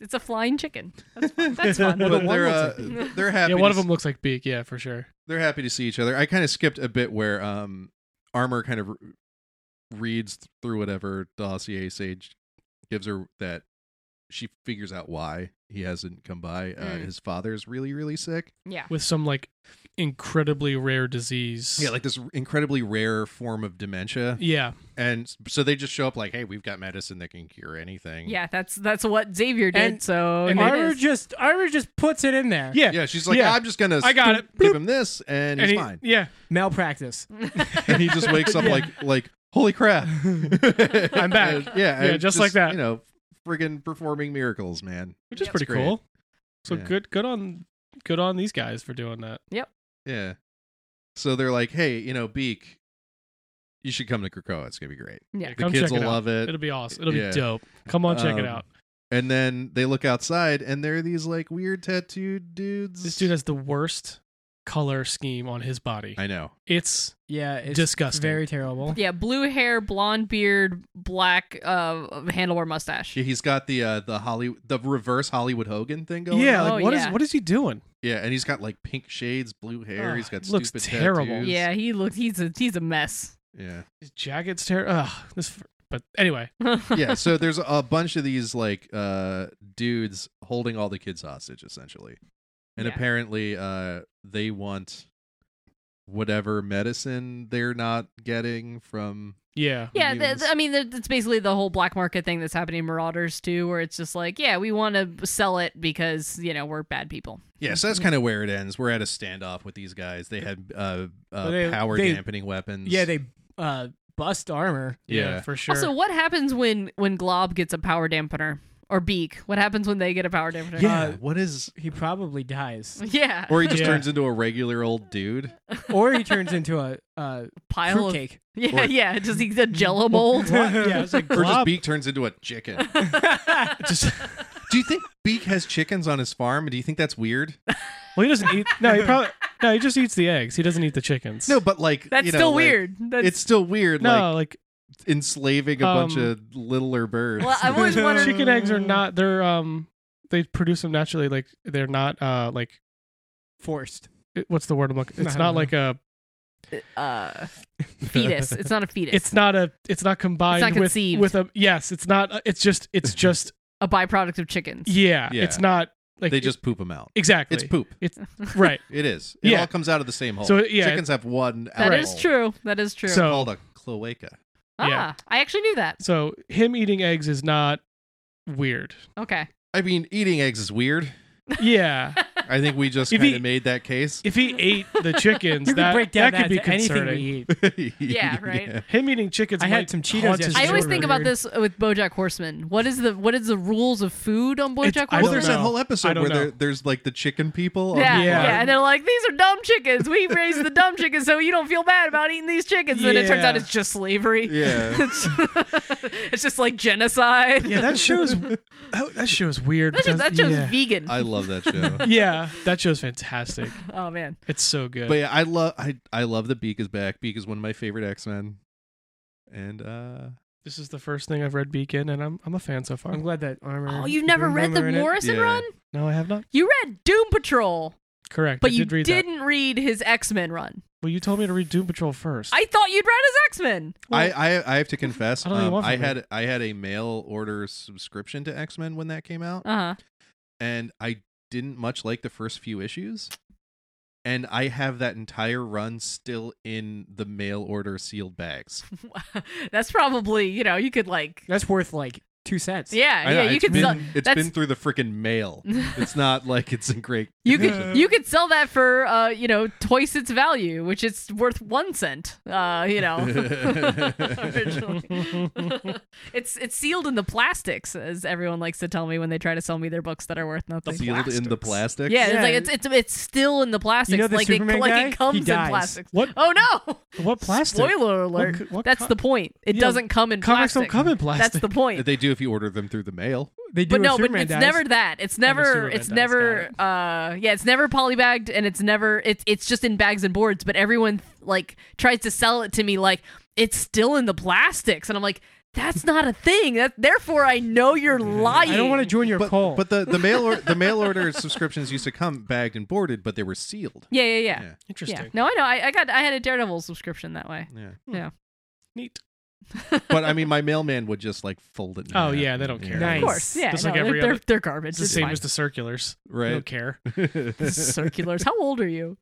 Speaker 1: it's a flying chicken. That's fun. That's fun.
Speaker 3: Well,
Speaker 2: but
Speaker 3: one
Speaker 2: they're uh,
Speaker 3: looks
Speaker 1: like-
Speaker 2: they're happy.
Speaker 3: Yeah, one of
Speaker 2: to s-
Speaker 3: them looks like Beak. Yeah, for sure.
Speaker 2: They're happy to see each other. I kind of skipped a bit where um armor kind of r- reads through whatever dossier Sage gives her that she figures out why he hasn't come by. Uh,
Speaker 1: Mm.
Speaker 2: His father's really really sick.
Speaker 1: yeah,
Speaker 3: With some like incredibly rare disease.
Speaker 2: Yeah, like this r- incredibly rare form of dementia,
Speaker 3: yeah.
Speaker 2: and s- so they just show up like, "Hey, we've got medicine that can cure anything."
Speaker 1: yeah. That's that's what Xavier did.
Speaker 4: And-
Speaker 1: so
Speaker 3: and
Speaker 1: there it
Speaker 4: Ira
Speaker 1: is.
Speaker 4: just Ira just puts it in there.
Speaker 3: Yeah.
Speaker 2: yeah. She's like,
Speaker 3: Yeah.
Speaker 2: "I'm just gonna
Speaker 3: I got
Speaker 2: s-
Speaker 3: it.
Speaker 2: Give
Speaker 3: Bloop.
Speaker 2: him this, and, he's
Speaker 3: And he-
Speaker 2: fine.
Speaker 3: Yeah.
Speaker 4: Malpractice.
Speaker 2: and he just wakes up
Speaker 3: Yeah.
Speaker 2: like like holy crap i'm
Speaker 3: back.
Speaker 2: yeah and
Speaker 3: just like that.
Speaker 2: you know friggin performing miracles man
Speaker 3: Which is
Speaker 1: Yep.
Speaker 3: pretty
Speaker 2: It's great.
Speaker 3: cool. So
Speaker 2: Yeah.
Speaker 3: good good on good on these guys for doing that.
Speaker 2: yeah so they're like hey you know beak you should come to krakoa it's gonna be great
Speaker 1: Yeah.
Speaker 2: the
Speaker 3: Come
Speaker 2: kids
Speaker 3: check
Speaker 2: will
Speaker 3: it out.
Speaker 2: love it
Speaker 3: It'll be awesome. It'll
Speaker 2: Uh, Yeah.
Speaker 3: be dope. Come on, check
Speaker 2: Um,
Speaker 3: it out.
Speaker 2: and then they look outside and there are these like weird tattooed dudes
Speaker 3: This dude has the worst color scheme on his body.
Speaker 2: i know
Speaker 3: It's
Speaker 4: Yeah, it's
Speaker 3: Disgusting.
Speaker 4: Very terrible.
Speaker 1: yeah, blue hair, blonde beard, black uh handlebar mustache.
Speaker 2: Yeah, he's got the uh the holly the reverse hollywood hogan thing going
Speaker 3: yeah.
Speaker 2: on.
Speaker 1: Oh,
Speaker 3: Like, what is
Speaker 1: yeah.
Speaker 3: what is he doing?
Speaker 2: yeah and he's got like pink shades blue hair
Speaker 3: Ugh,
Speaker 2: he's got
Speaker 3: looks
Speaker 2: stupid
Speaker 3: terrible.
Speaker 2: tattoos.
Speaker 1: Yeah, he looks he's a he's a mess.
Speaker 2: yeah
Speaker 3: His jacket's terrible. Ugh. This. fr- But anyway,
Speaker 2: yeah, so there's a bunch of these like uh dudes holding all the kids hostage essentially. And
Speaker 1: Yeah.
Speaker 2: apparently uh they want whatever medicine they're not getting from
Speaker 3: yeah.
Speaker 1: Yeah,
Speaker 2: He
Speaker 1: th-
Speaker 2: was-
Speaker 1: th- I mean, th- that's basically the whole black market thing that's happening in Marauders too, where it's just like, yeah, we want to sell it because you know we're bad people.
Speaker 2: Yeah, so
Speaker 4: Mm-hmm.
Speaker 2: that's kind of where it ends. We're at a standoff with these guys. They had uh, uh
Speaker 4: Well, they-
Speaker 2: power
Speaker 4: they-
Speaker 2: dampening weapons.
Speaker 4: Yeah, they uh, bust armor.
Speaker 3: Yeah,
Speaker 2: Yeah.
Speaker 3: for sure.
Speaker 1: Also, what happens when when Glob gets a power dampener or Beak? What happens when they get a power dampener?
Speaker 2: Yeah,
Speaker 4: Uh,
Speaker 2: what is
Speaker 4: He probably dies,
Speaker 1: yeah,
Speaker 2: or he just
Speaker 3: Yeah.
Speaker 2: turns into a regular old dude.
Speaker 4: or he turns into a uh,
Speaker 1: pile
Speaker 4: fruit
Speaker 1: of
Speaker 4: cake.
Speaker 1: yeah,
Speaker 2: Or-
Speaker 1: yeah, just he's a jello mold.
Speaker 3: yeah, it's like
Speaker 2: Or just
Speaker 3: Glob-
Speaker 2: Beak turns into a chicken.
Speaker 3: just-
Speaker 2: do you think Beak has chickens on his farm? Do you think that's weird?
Speaker 3: well, he doesn't eat. No, he probably no. He just eats the eggs. He doesn't eat the chickens.
Speaker 2: No, but like
Speaker 1: That's
Speaker 2: you know,
Speaker 1: still
Speaker 2: like,
Speaker 1: weird. That's
Speaker 2: it's still weird. like,
Speaker 3: no, like
Speaker 2: enslaving a bunch
Speaker 3: Um,
Speaker 2: of littler birds.
Speaker 1: well, I've always wondered.
Speaker 3: chicken eggs are not they're um they produce them naturally like they're not uh like
Speaker 4: Forced.
Speaker 3: it- what's the word i'm looking
Speaker 4: I
Speaker 3: it's
Speaker 4: don't
Speaker 3: not
Speaker 4: know.
Speaker 3: like a
Speaker 1: uh, fetus. It's not a fetus.
Speaker 3: it's not a it's not combined
Speaker 1: It's not
Speaker 3: with
Speaker 1: conceived.
Speaker 3: with a yes it's not uh, it's just it's just
Speaker 1: a byproduct of chickens.
Speaker 3: yeah,
Speaker 2: Yeah.
Speaker 3: it's not like
Speaker 2: they just poop them out.
Speaker 3: exactly
Speaker 2: It's poop.
Speaker 3: right
Speaker 2: It is. It
Speaker 3: Yeah.
Speaker 2: all comes out of the same hole.
Speaker 3: So, yeah.
Speaker 2: chickens have one.
Speaker 1: That
Speaker 2: outer
Speaker 1: is
Speaker 2: hole.
Speaker 1: true. That is true.
Speaker 3: So-
Speaker 2: Called a cloaca.
Speaker 1: ah,
Speaker 3: yeah.
Speaker 1: I actually knew that.
Speaker 3: so him eating eggs is not weird
Speaker 1: Okay.
Speaker 2: I mean, eating eggs is weird.
Speaker 3: yeah
Speaker 2: I think we just
Speaker 3: If
Speaker 2: kind
Speaker 3: he-
Speaker 2: of made that case.
Speaker 3: if he ate the chickens
Speaker 4: You
Speaker 3: that
Speaker 4: can break down
Speaker 3: that could
Speaker 4: that,
Speaker 3: be
Speaker 4: to anything we
Speaker 3: concerning
Speaker 4: eat.
Speaker 1: Yeah, right.
Speaker 2: Yeah.
Speaker 3: him eating chickens
Speaker 4: I had
Speaker 3: might
Speaker 4: some Cheetos
Speaker 3: haunt his
Speaker 4: yesterday.
Speaker 1: I always think about
Speaker 4: Weird.
Speaker 1: this with BoJack Horseman. What is the what is the rules of food on BoJack
Speaker 3: It's- I
Speaker 1: Horseman?
Speaker 2: Well,
Speaker 3: don't
Speaker 2: there's
Speaker 3: know.
Speaker 2: that whole
Speaker 3: I
Speaker 2: episode
Speaker 3: don't
Speaker 2: where there,
Speaker 3: know.
Speaker 2: there's like the chicken people. on
Speaker 1: yeah,
Speaker 2: the
Speaker 1: yeah,
Speaker 3: Yeah.
Speaker 1: and they're like, "These are dumb chickens. We raised the dumb chickens, so you don't feel bad about eating these chickens." And it turns out
Speaker 3: Yeah.
Speaker 1: it's just slavery.
Speaker 2: Yeah.
Speaker 1: it's, it's just like genocide.
Speaker 3: Yeah, that show's Oh, that show is weird.
Speaker 1: That show's,
Speaker 3: because-
Speaker 1: that show's
Speaker 3: yeah.
Speaker 1: vegan.
Speaker 2: I love that show.
Speaker 3: yeah, that show's fantastic.
Speaker 1: oh man,
Speaker 3: It's so good.
Speaker 2: but yeah, I love I I love that Beak is back. Beak is one of my favorite X Men, and uh
Speaker 3: this is the first thing I've read Beacon, and I'm I'm a fan so far.
Speaker 4: I'm glad that armor.
Speaker 1: oh you've never read the
Speaker 4: Warrior.
Speaker 1: Morrison
Speaker 2: Yeah.
Speaker 1: run?
Speaker 3: No, I have not.
Speaker 1: You read Doom Patrol,
Speaker 3: Correct.
Speaker 1: but
Speaker 3: I
Speaker 1: you
Speaker 3: did read that.
Speaker 1: not read his X Men run.
Speaker 3: Well, you told me to read Doom Patrol first.
Speaker 1: I thought you'd read his X Men.
Speaker 2: I, I I have to confess,
Speaker 3: I don't even
Speaker 2: um,
Speaker 3: want
Speaker 2: I
Speaker 3: from you.
Speaker 2: had I had a mail order subscription to X Men when that came out,
Speaker 1: Uh huh.
Speaker 2: and I didn't much like the first few issues. And I have that entire run still in the mail order sealed bags.
Speaker 1: Uh, That's probably you know you could like
Speaker 4: That's worth like two cents.
Speaker 1: yeah
Speaker 2: I know,
Speaker 1: yeah you
Speaker 2: it's
Speaker 1: could
Speaker 2: been,
Speaker 1: sell,
Speaker 2: it's
Speaker 1: that's-
Speaker 2: been through the freaking mail. It's not like it's in great.
Speaker 1: you
Speaker 3: Yeah.
Speaker 1: could you could sell that for uh you know twice its value which it's worth one cent uh you know originally. it's it's sealed in the plastics as everyone likes to tell me when they try to sell me their books that are worth nothing.
Speaker 2: sealed in the plastics.
Speaker 1: Yeah,
Speaker 4: Yeah.
Speaker 1: it's like it's it's it's still in the plastics.
Speaker 4: You know the
Speaker 1: like
Speaker 4: Superman
Speaker 1: it, like
Speaker 4: guy?
Speaker 1: it comes
Speaker 4: He
Speaker 1: in
Speaker 4: dies.
Speaker 1: plastics.
Speaker 3: What
Speaker 1: Oh no!
Speaker 3: what plastic?
Speaker 1: Spoiler alert.
Speaker 3: co- what
Speaker 1: That's
Speaker 3: co-
Speaker 1: the point. It
Speaker 3: Yeah,
Speaker 1: doesn't come in
Speaker 3: comics
Speaker 1: plastic.
Speaker 3: don't come in plastic.
Speaker 1: That's the point.
Speaker 2: They do if you order them through the mail.
Speaker 4: They
Speaker 1: But
Speaker 4: do. if
Speaker 1: no, but
Speaker 4: Superman
Speaker 1: it's
Speaker 4: dies.
Speaker 1: never that. It's never.
Speaker 3: Superman
Speaker 1: It's
Speaker 3: dies,
Speaker 1: never. Uh, yeah, it's never polybagged, and it's never. It's it's just in bags and boards. But everyone like tries to sell it to me like it's still in the plastics, and I'm like, that's not a thing. That therefore I know you're lying.
Speaker 4: I don't want to join your
Speaker 2: But,
Speaker 4: call.
Speaker 2: but the, the mail or, the mail order subscriptions used to come bagged and boarded, but they were sealed.
Speaker 1: Yeah, yeah, yeah, yeah.
Speaker 3: Interesting.
Speaker 1: No, I know. I, I got. I had a Daredevil subscription that way.
Speaker 2: Yeah.
Speaker 1: Yeah.
Speaker 3: Neat.
Speaker 2: but I mean, my mailman would just like fold it. in
Speaker 3: Oh,
Speaker 2: half
Speaker 3: yeah,
Speaker 2: and-
Speaker 3: they don't care.
Speaker 1: Of
Speaker 4: Nice.
Speaker 1: course, yeah.
Speaker 3: Just
Speaker 1: no,
Speaker 3: like every
Speaker 1: they're,
Speaker 3: other-
Speaker 1: they're, they're garbage.
Speaker 3: It's the
Speaker 1: It's
Speaker 3: same
Speaker 1: fine.
Speaker 3: as the circulars. I don't
Speaker 2: right?
Speaker 3: care.
Speaker 1: circulars. How old are you?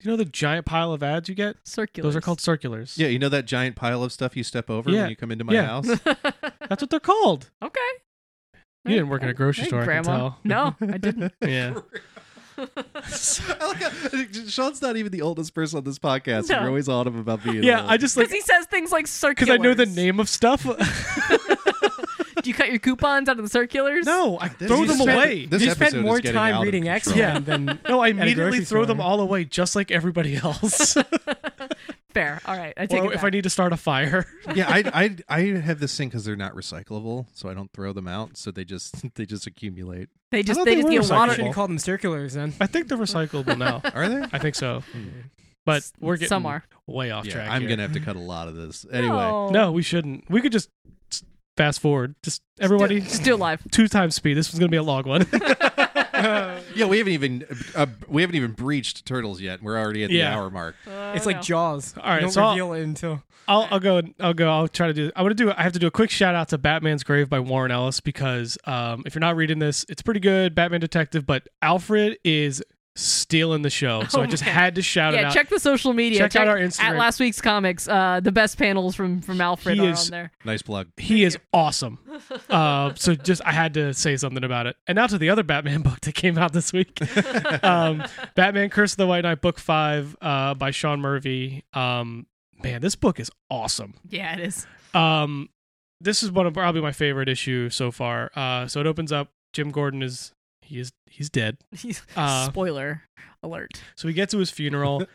Speaker 3: You know the giant pile of ads you get?
Speaker 1: Circulars.
Speaker 3: Those are called circulars.
Speaker 2: yeah, you know that giant pile of stuff you step over
Speaker 3: Yeah.
Speaker 2: when you come into my
Speaker 3: Yeah.
Speaker 2: house.
Speaker 3: That's what they're called.
Speaker 1: okay.
Speaker 3: You didn't work in a grocery
Speaker 1: Hey,
Speaker 3: store,
Speaker 1: Grandma.
Speaker 3: I can
Speaker 1: No, I didn't.
Speaker 3: tell. Yeah.
Speaker 2: I like how- Sean's not even the oldest person on this podcast.
Speaker 1: No.
Speaker 2: You're always on him about being.
Speaker 3: yeah,
Speaker 2: old.
Speaker 3: I just
Speaker 1: Because
Speaker 3: like
Speaker 1: he says things like
Speaker 3: because
Speaker 1: circulars.
Speaker 3: I know the name of stuff.
Speaker 1: Do you cut your coupons out of the circulars?
Speaker 3: no, I
Speaker 2: This
Speaker 3: throw
Speaker 2: is-
Speaker 3: them
Speaker 2: spent-
Speaker 3: away.
Speaker 2: This
Speaker 4: you
Speaker 2: episode
Speaker 4: spend more
Speaker 2: is getting out
Speaker 4: time
Speaker 2: of
Speaker 4: reading X
Speaker 2: control.
Speaker 4: Men
Speaker 3: Yeah.
Speaker 4: than
Speaker 3: No, I
Speaker 4: a
Speaker 3: immediately
Speaker 4: grocery
Speaker 3: throw them
Speaker 4: store.
Speaker 3: all away, just like everybody else.
Speaker 1: Fair. All right. I take
Speaker 3: or
Speaker 1: it
Speaker 3: if I
Speaker 1: back.
Speaker 3: need to start a fire,
Speaker 2: yeah, I, I I have this thing because they're not recyclable, so I don't throw them out. So they just they just accumulate.
Speaker 1: They just
Speaker 3: thought
Speaker 1: they
Speaker 3: they
Speaker 1: just
Speaker 3: were
Speaker 1: get
Speaker 3: recyclable.
Speaker 1: water.
Speaker 4: Should have called them circulars then.
Speaker 3: I think they're recyclable now.
Speaker 2: Are they?
Speaker 3: I think so, but we're getting
Speaker 1: some are.
Speaker 3: way off
Speaker 2: yeah,
Speaker 3: track.
Speaker 2: I'm
Speaker 3: here.
Speaker 2: gonna have to cut a lot of this anyway.
Speaker 3: No, we shouldn't. We could just s- fast forward. Just everybody,
Speaker 1: Just do it live.
Speaker 3: two times speed. This was gonna be a long one.
Speaker 2: Yeah, we haven't even uh, we haven't even breached turtles yet. We're already at the
Speaker 3: Yeah.
Speaker 2: hour mark.
Speaker 4: It's like Jaws.
Speaker 3: All right,
Speaker 4: You don't
Speaker 3: so I'll-
Speaker 4: reveal it until
Speaker 3: I'll, I'll go. I'll go. I'll try to do. I want to do. I have to do a quick shout out to Batman's Grave by Warren Ellis because um, if you're not reading this, it's pretty good. Batman detective, but Alfred is stealing the show, so
Speaker 1: Oh,
Speaker 3: I just
Speaker 1: man.
Speaker 3: had to shout it
Speaker 1: Yeah,
Speaker 3: out.
Speaker 1: check the social media.
Speaker 3: Check out our Instagram.
Speaker 1: At last week's comics, uh, the best panels from from Alfred
Speaker 3: He
Speaker 1: are
Speaker 3: is-
Speaker 1: on there.
Speaker 2: Nice plug.
Speaker 3: he is awesome. Uh, so just I had to say something about it. And now to the other Batman book that came out this week, um, Batman: Curse of the White Knight, Book Five uh, by Sean Murphy. Um, man, this book is awesome.
Speaker 1: Yeah, it is.
Speaker 3: Um, this is one of probably my favorite issue so far. Uh, so it opens up. Jim Gordon is he is he's dead. Uh,
Speaker 1: Spoiler alert.
Speaker 3: So we get to his funeral,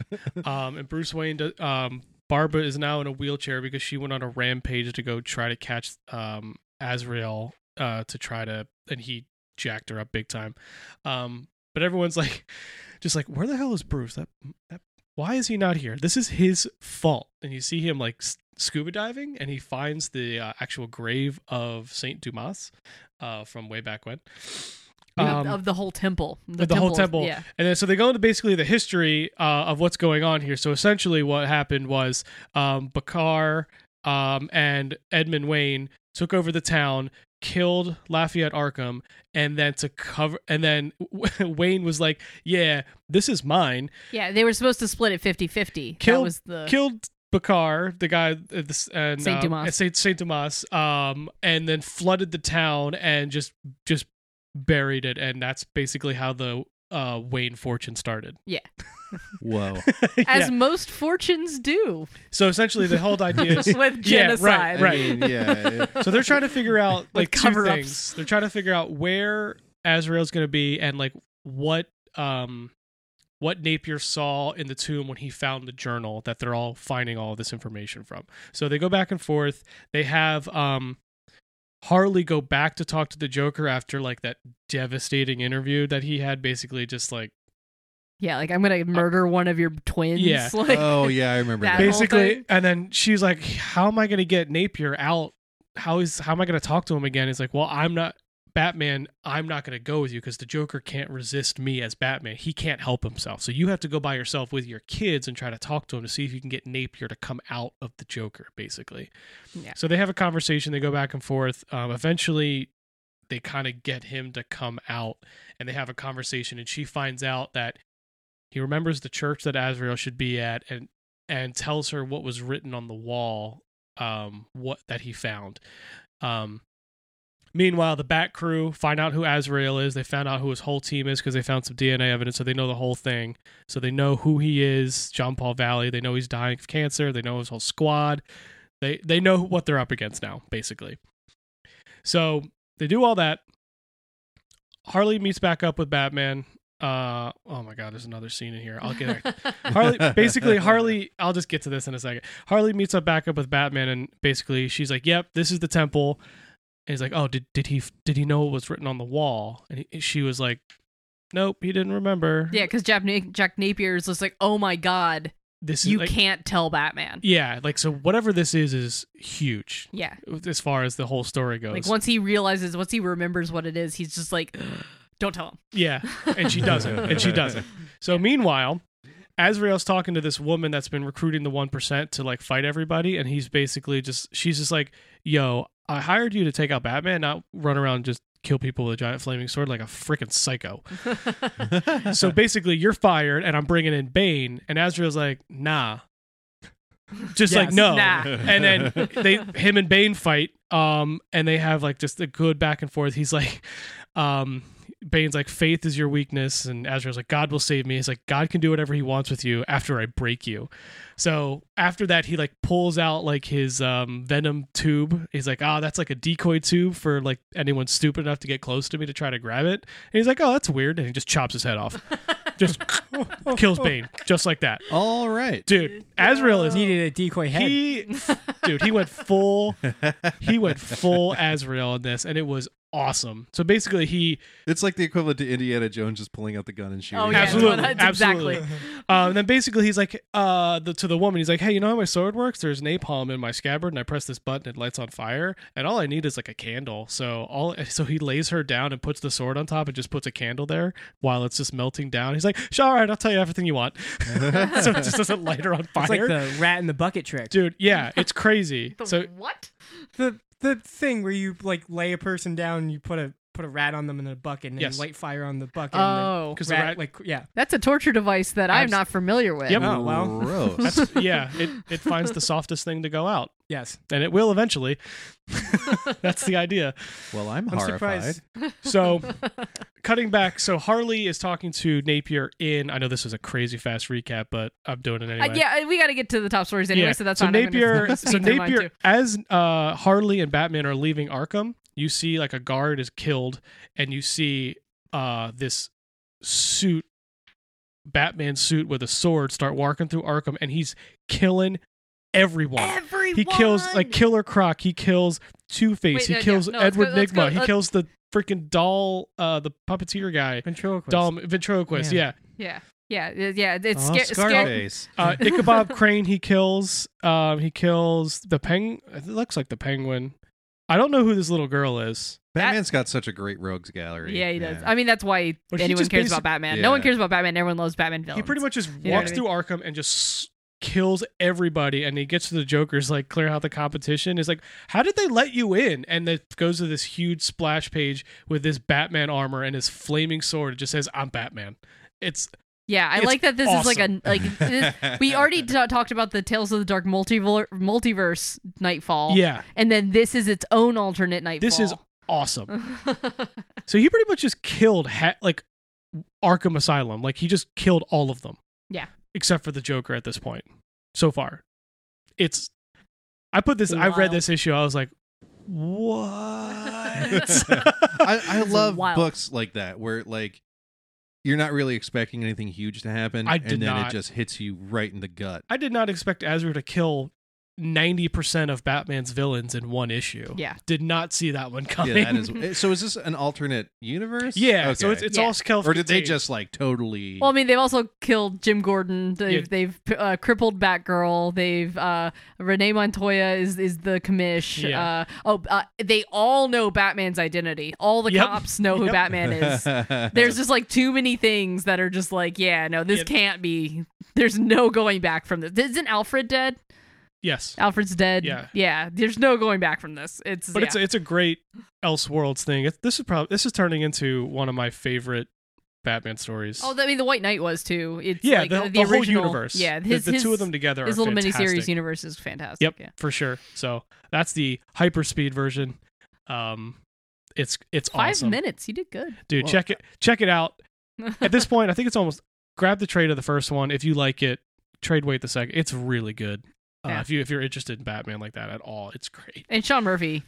Speaker 3: um, and Bruce Wayne. Does, um, Barbara is now in a wheelchair because she went on a rampage to go try to catch um, Azrael uh, to try to, and he jacked her up big time. Um, but everyone's like, just like, where the hell is Bruce? That, that why is he not here? This is his fault. And you see him like s- scuba diving, and he finds the uh, actual grave of Saint Dumas uh, from way back when.
Speaker 1: of, of the whole temple. The,
Speaker 3: um, Of the whole temple.
Speaker 1: Yeah.
Speaker 3: And then so they go into basically the history uh, of what's going on here. So essentially, what happened was um, Bakar um, and Edmund Wayne took over the town, killed Lafayette Arkham, and then to cover, and then Wayne was like, "Yeah, this is mine."
Speaker 1: Yeah, they were supposed to split it 50-50. that
Speaker 3: Kill-
Speaker 1: was the
Speaker 3: Killed Bakar, the guy, uh, this, and
Speaker 1: Uh. Saint
Speaker 3: uh,
Speaker 1: Dumas.
Speaker 3: and Saint, Saint Dumas, um, and then flooded the town and just just buried it, and that's basically how the uh, Wayne fortune started.
Speaker 2: Whoa.
Speaker 3: Yeah.
Speaker 1: as most fortunes do
Speaker 3: So essentially, the whole idea is
Speaker 1: with
Speaker 3: Yeah, right,
Speaker 1: genocide.
Speaker 2: I
Speaker 3: right.
Speaker 2: mean, yeah.
Speaker 3: so they're trying to figure out like two
Speaker 1: cover-ups.
Speaker 3: things. They're trying to figure out where Azrael's going to be and like what um what Napier saw in the tomb when he found the journal that they're all finding all this information from. So they go back and forth. They have um Harley go back to talk to the Joker after like that devastating interview that he had, basically just like
Speaker 1: Yeah, like I'm gonna murder one of your twins.
Speaker 3: yeah.
Speaker 1: Like,
Speaker 2: oh yeah, I remember
Speaker 1: That
Speaker 2: that.
Speaker 1: whole
Speaker 3: basically
Speaker 1: thing?
Speaker 3: and then she's like how am i going to get napier out how is how am i going to talk to him again he's like well i'm not batman i'm not going to go with you because the joker can't resist me as batman he can't help himself so you have to go by yourself with your kids and try to talk to him to see if you can get napier to come out of the joker basically
Speaker 1: Yeah.
Speaker 3: so they have a conversation they go back and forth um, eventually they kind of get him to come out and they have a conversation and she finds out that he remembers the church that Azrael should be at and and tells her what was written on the wall um what that he found um meanwhile the bat crew find out who Azrael is they found out who his whole team is because they found some DNA evidence so they know the whole thing so they know who he is John Paul Valley they know he's dying of cancer they know his whole squad they they know what they're up against now basically so they do all that Harley meets back up with Batman. Uh, oh my God, there's another scene in here. I'll get it. Harley, basically, Harley, I'll just get to this in a second. Harley meets up back up with Batman, and basically, she's like, "Yep, this is the temple." And he's like, "Oh, did did he did he know what was written on the wall?" And he, she was like, "Nope, he didn't remember."
Speaker 1: yeah, because Jack, Na- Jack Napier is just like, oh my god,
Speaker 3: this is
Speaker 1: you
Speaker 3: like-
Speaker 1: can't tell Batman.
Speaker 3: Yeah, like so, whatever this is is huge
Speaker 1: Yeah,
Speaker 3: as far as the whole story goes.
Speaker 1: like once he realizes, once he remembers what it is, he's just like, don't tell him.
Speaker 3: Yeah, and she doesn't, and she doesn't. So meanwhile, Azrael's talking to this woman that's been recruiting the one percent to like fight everybody, and he's basically just she's just like, "Yo, I hired you to take out Batman, not run around and just kill people with a giant flaming sword like a freaking psycho." so basically, you're fired, and I'm bringing in Bane, and Azrael's like, "Nah." Just like
Speaker 4: Yes.
Speaker 3: no,
Speaker 1: Nah.
Speaker 3: and then they him and Bane fight um and they have like just a good back and forth he's like um Bane's like faith is your weakness and Azrael's like God will save me he's like God can do whatever he wants with you after I break you so after that he like pulls out like his um venom tube he's like ah that's like a decoy tube for like anyone stupid enough to get close to me to try to grab it and he's like oh that's weird and he just chops his head off just kills Bane just like that
Speaker 2: All right.
Speaker 3: dude Azrael is
Speaker 4: Needed a decoy head.
Speaker 3: he, dude, he went full, he went full Azrael on this, and it was awesome. So basically, he
Speaker 2: It's like the equivalent to Indiana Jones just pulling out the gun and shooting.
Speaker 1: Oh,
Speaker 2: it.
Speaker 1: yeah,
Speaker 3: absolutely,
Speaker 1: that's
Speaker 3: absolutely.
Speaker 1: exactly.
Speaker 3: Um, then basically, he's like, uh, the, to the woman, he's like, hey, you know how my sword works? There's napalm in my scabbard, and I press this button, it lights on fire, and all I need is like a candle. So all, so he lays her down and puts the sword on top and just puts a candle there while it's just melting down. He's like, sure, all right, I'll tell you everything you want. so it just doesn't light her on fire.
Speaker 4: It's like the rat in the bucket trick.
Speaker 3: Dude, yeah, it's crazy.
Speaker 1: The
Speaker 3: so
Speaker 1: what?
Speaker 4: The the thing where you like lay a person down, and you put a put a rat on them in a bucket, and then
Speaker 3: Yes.
Speaker 4: you light fire on the bucket. and
Speaker 1: Oh,
Speaker 3: 'Cause
Speaker 4: the
Speaker 3: the
Speaker 4: rat,
Speaker 3: rat-
Speaker 4: like yeah,
Speaker 1: that's a torture device that I'm
Speaker 3: Abs-
Speaker 1: not familiar with.
Speaker 3: Yep.
Speaker 4: Oh, well.
Speaker 2: Gross.
Speaker 3: That's, yeah, it, it finds the softest thing to go out,
Speaker 4: yes.
Speaker 3: and it will eventually. That's the idea.
Speaker 2: well, I'm,
Speaker 4: I'm
Speaker 2: horrified.
Speaker 4: surprised.
Speaker 3: So, cutting back, so Harley is talking to Napier in. I know this was a crazy fast recap, but I'm doing it
Speaker 1: Uh,
Speaker 3: anyway.
Speaker 1: yeah, we got to get to the top stories anyway, so that's
Speaker 3: so
Speaker 1: fine. I'm gonna
Speaker 3: Napier.
Speaker 1: speed
Speaker 3: So
Speaker 1: through mine,
Speaker 3: Napier, as uh, Harley and Batman are leaving Arkham, you see like a guard is killed, and you see uh, this suit, Batman suit with a sword, start walking through Arkham, and he's killing
Speaker 1: too.
Speaker 3: everyone.
Speaker 1: Everyone.
Speaker 3: He kills like Killer Croc. He kills Two
Speaker 1: Wait,
Speaker 3: Face. He
Speaker 1: no, yeah,
Speaker 3: kills
Speaker 1: no, let's
Speaker 3: Edward
Speaker 1: go- let's
Speaker 3: Nigma.
Speaker 1: go,
Speaker 3: he
Speaker 1: let's-
Speaker 3: kills the freaking doll, uh, the puppeteer guy,
Speaker 4: Ventriloquist.
Speaker 3: Dom ventriloquist. Yeah,
Speaker 1: Yeah, yeah, yeah. It's
Speaker 2: Oh,
Speaker 1: sca- scary.
Speaker 2: Scarface.
Speaker 3: Uh, Ichabod Crane. He kills. Um, he kills the peng. It looks like the penguin. I don't know who this little girl is.
Speaker 2: Batman's got such a great rogues gallery.
Speaker 1: Yeah, he does. I mean, that's why
Speaker 3: But he
Speaker 1: anyone
Speaker 3: just
Speaker 1: cares
Speaker 3: basi-
Speaker 1: about Batman. No
Speaker 2: Yeah.
Speaker 1: one cares about Batman. Everyone loves Batman villains.
Speaker 3: He pretty much just
Speaker 1: know what
Speaker 3: walks
Speaker 1: I
Speaker 3: through Arkham and just s- kills everybody. And he gets to the Joker's like clear out the competition. Is like, how did they let you in? And it goes to this huge splash page with this Batman armor and his flaming sword. It just says, "I'm Batman." It's
Speaker 1: Yeah, I
Speaker 3: It's
Speaker 1: like that. This is like a like. This, we already ta- talked about the Tales of the Dark multiver- multiverse Nightfall.
Speaker 3: yeah,
Speaker 1: and then this is its own alternate Nightfall.
Speaker 3: this is awesome. so he pretty much just killed ha- like Arkham Asylum. Like he just killed all of them.
Speaker 1: Yeah.
Speaker 3: except for the Joker at this point. So far, it's. I put this. I read
Speaker 1: Wild.
Speaker 3: this issue. I was like, what?
Speaker 2: I, I
Speaker 1: It's
Speaker 2: love
Speaker 1: wild.
Speaker 2: books like that where like you're not really expecting anything huge to happen,
Speaker 3: I
Speaker 2: and
Speaker 3: did
Speaker 2: then
Speaker 3: not.
Speaker 2: it just hits you right in the gut.
Speaker 3: I did not expect Azrael to kill 90% of Batman's villains in one issue.
Speaker 1: Yeah.
Speaker 3: Did not see that one
Speaker 2: yeah,
Speaker 3: coming.
Speaker 2: that is. eh, So is this an alternate universe?
Speaker 3: Yeah, so
Speaker 2: Okay.
Speaker 3: it's, it's
Speaker 1: Yeah.
Speaker 3: all self
Speaker 2: or did they just like totally?
Speaker 1: Well, I mean, they've also killed Jim Gordon. They've
Speaker 3: Yeah.
Speaker 1: they've uh, crippled Batgirl. They've uh, Renee Montoya is is the commish.
Speaker 3: Yeah.
Speaker 1: Uh, oh, uh, they all know Batman's identity. All the
Speaker 3: Yep.
Speaker 1: cops know who
Speaker 3: Yep.
Speaker 1: Batman is. There's just like too many things that are just like, yeah, no, this
Speaker 3: Yeah.
Speaker 1: can't be. There's no going back from this. Isn't Alfred dead?
Speaker 3: Yes.
Speaker 1: Alfred's dead.
Speaker 3: Yeah.
Speaker 1: yeah. There's no going back from this. It's
Speaker 3: But
Speaker 1: yeah.
Speaker 3: it's a, it's a great Elseworlds thing. It, this is probably this is turning into one of my favorite Batman stories.
Speaker 1: oh, I mean, the White Knight was too. It's
Speaker 3: yeah,
Speaker 1: like,
Speaker 3: the,
Speaker 1: uh, the,
Speaker 3: the whole
Speaker 1: original-
Speaker 3: universe.
Speaker 1: Yeah,
Speaker 3: The-
Speaker 1: his,
Speaker 3: the, two
Speaker 1: his-
Speaker 3: of them together.
Speaker 1: His
Speaker 3: are
Speaker 1: little miniseries
Speaker 3: fantastic.
Speaker 1: universe is fantastic.
Speaker 3: Yep,
Speaker 1: Yeah.
Speaker 3: for sure. So that's the hyperspeed version. Um, it's it's
Speaker 1: Five
Speaker 3: awesome,
Speaker 1: minutes. You did good.
Speaker 3: dude.
Speaker 2: Whoa.
Speaker 3: Check it check it out. At this point, I think it's almost grab the trade of the first one if you like it. Trade weight the second. It's really good. Uh,
Speaker 1: Yeah.
Speaker 3: If you if you're interested in Batman like that at all, it's great.
Speaker 1: And Sean Murphy.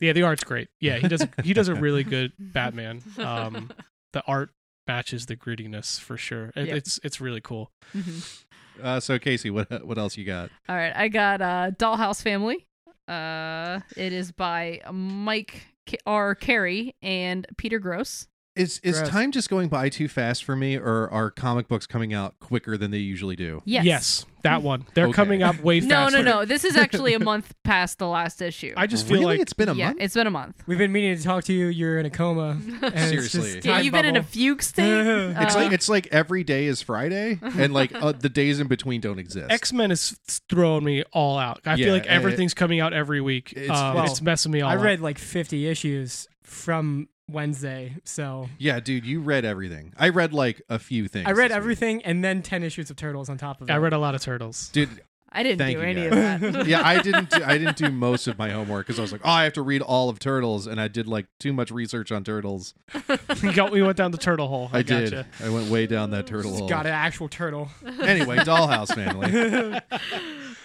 Speaker 3: Yeah, the art's great. Yeah, he does he does a really good Batman. Um, the art matches the grittiness for sure. It,
Speaker 1: Yeah.
Speaker 3: It's it's really cool.
Speaker 1: Mhm.
Speaker 2: uh, so Casey, what what else you got?
Speaker 1: All right, I got uh, Dollhouse Family. Uh, it is by Mike K- R. Carey and Peter Gross.
Speaker 2: Is is
Speaker 4: Gross.
Speaker 2: time just going by too fast for me, or are comic books coming out quicker than they usually do?
Speaker 1: Yes.
Speaker 3: that one. They're
Speaker 2: Okay.
Speaker 3: coming up way
Speaker 1: No,
Speaker 3: faster.
Speaker 1: no, no. This is actually a month past the last issue.
Speaker 3: I just feel
Speaker 2: really,
Speaker 3: like
Speaker 2: it's been a
Speaker 1: yeah,
Speaker 2: month.
Speaker 1: it's been a month.
Speaker 4: We've been meaning to talk to you. You're in a coma. And It's
Speaker 2: Seriously.
Speaker 4: just
Speaker 1: Yeah,
Speaker 4: time
Speaker 1: you've been in a
Speaker 4: bubble.
Speaker 1: fugue state.
Speaker 2: It's
Speaker 1: Uh,
Speaker 2: like it's like every day is Friday, and like uh, the days in between don't exist.
Speaker 3: X Men is throwing me all out. I
Speaker 2: Yeah,
Speaker 3: feel like
Speaker 2: uh,
Speaker 3: everything's coming out every week.
Speaker 2: it's-
Speaker 3: It's, um,
Speaker 4: Well,
Speaker 3: it's messing me all
Speaker 4: I
Speaker 3: up.
Speaker 4: read like 50 issues from Wednesday, so
Speaker 2: yeah, dude, you read everything. I read like a few things.
Speaker 4: I read
Speaker 2: this week.
Speaker 4: everything and then 10 issues of Turtles on top of it.
Speaker 3: I read a lot of turtles.
Speaker 2: dude.
Speaker 1: I didn't
Speaker 2: Thank
Speaker 1: do
Speaker 2: you,
Speaker 1: any
Speaker 2: guys.
Speaker 1: of that.
Speaker 2: Yeah, I didn't. Do, I didn't do most of my homework because I was like, oh, I have to read all of Turtles, and I did like too much research on Turtles.
Speaker 3: we, got, we went down the turtle hole. I,
Speaker 2: I did.
Speaker 3: gotcha.
Speaker 2: I went way down that turtle hole.
Speaker 4: Got an actual turtle.
Speaker 2: Anyway, Dollhouse Family.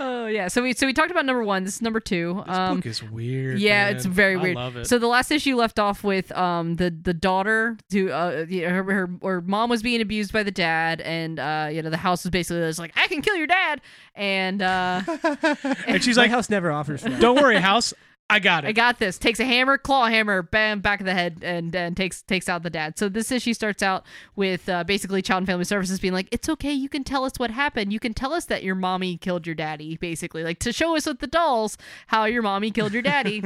Speaker 1: Oh yeah. So we so we talked about number one. This is number two.
Speaker 3: This
Speaker 1: um,
Speaker 3: book is weird.
Speaker 1: yeah, it's
Speaker 3: man.
Speaker 1: very
Speaker 3: I
Speaker 1: weird.
Speaker 3: love it.
Speaker 1: So the last issue left off with um the the daughter to uh yeah, her her, her mom was being abused by the dad and uh you know the house was basically just like I can kill your dad and uh
Speaker 3: and she's
Speaker 4: My
Speaker 3: like,
Speaker 4: house never offers that.
Speaker 3: "Don't worry, house. I got it."
Speaker 1: I got this. Takes a hammer, claw hammer, bam, back of the head, and and takes takes out the dad. So this issue starts out with uh, basically Child and Family Services being like, "It's okay. You can tell us what happened. You can tell us that your mommy killed your daddy. Basically, like to show us with the dolls how your mommy killed your daddy."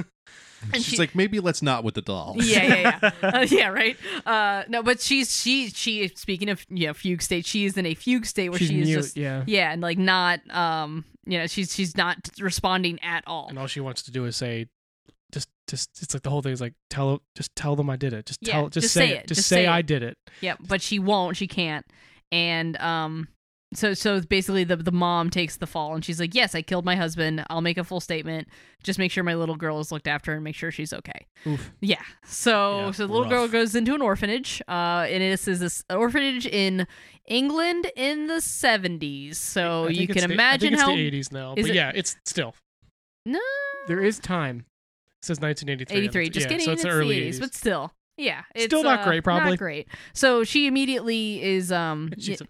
Speaker 1: and
Speaker 2: She's like, maybe let's not with the dolls.
Speaker 1: yeah, yeah, yeah, Uh, yeah, right. Uh, no, but she's she she speaking of you know fugue state, she is in a fugue state where
Speaker 4: She's
Speaker 1: she is
Speaker 4: mute,
Speaker 1: just
Speaker 4: yeah.
Speaker 1: yeah, and like not um you know she's she's not responding at all.
Speaker 3: and all she wants to do is say, "Just, just." It's like the whole thing is like, "Tell, just tell them I did it. Just
Speaker 1: Yeah,
Speaker 3: tell, just, say, it. Just, say,
Speaker 1: it.
Speaker 3: I did it."
Speaker 1: Yep, but she won't. She can't. And um, so so basically, the the mom takes the fall, and she's like, "Yes, I killed my husband. I'll make a full statement. Just make sure my little girl is looked after, and make sure she's okay."
Speaker 4: Oof.
Speaker 1: Yeah. So
Speaker 3: Yeah,
Speaker 1: so the little
Speaker 3: rough.
Speaker 1: girl goes into an orphanage. Uh, and this is this orphanage in England in the seventies. So
Speaker 3: I think
Speaker 1: you
Speaker 3: it's
Speaker 1: can
Speaker 3: the-
Speaker 1: imagine
Speaker 3: I think it's
Speaker 1: how
Speaker 3: the 80s now,
Speaker 1: is
Speaker 3: but
Speaker 1: it-
Speaker 3: yeah, it's still
Speaker 1: no
Speaker 4: There is time.
Speaker 3: it says 1983. on the-
Speaker 1: eighty three. Just
Speaker 3: yeah,
Speaker 1: kidding.
Speaker 3: so it's the early 80s.
Speaker 1: but still. Yeah, it's
Speaker 3: Still not
Speaker 1: uh,
Speaker 3: great, probably.
Speaker 1: Not great. So she immediately is um
Speaker 3: she's,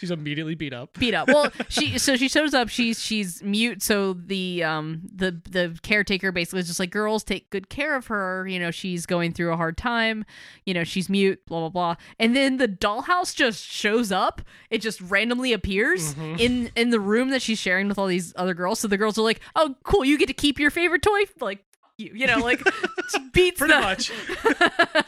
Speaker 3: she's immediately beat up.
Speaker 1: beat up. Well, she so she shows up. She's she's mute. So the um the the caretaker basically is just like, girls, take good care of her. You know, she's going through a hard time. You know, she's mute. Blah blah blah. And then the dollhouse just shows up. It just randomly appears
Speaker 3: Mhm.
Speaker 1: in in the room that she's sharing with all these other girls. So the girls are like, oh, cool, you get to keep your favorite toy. Like. You, you know, like she beats
Speaker 3: Pretty
Speaker 1: the-
Speaker 3: much.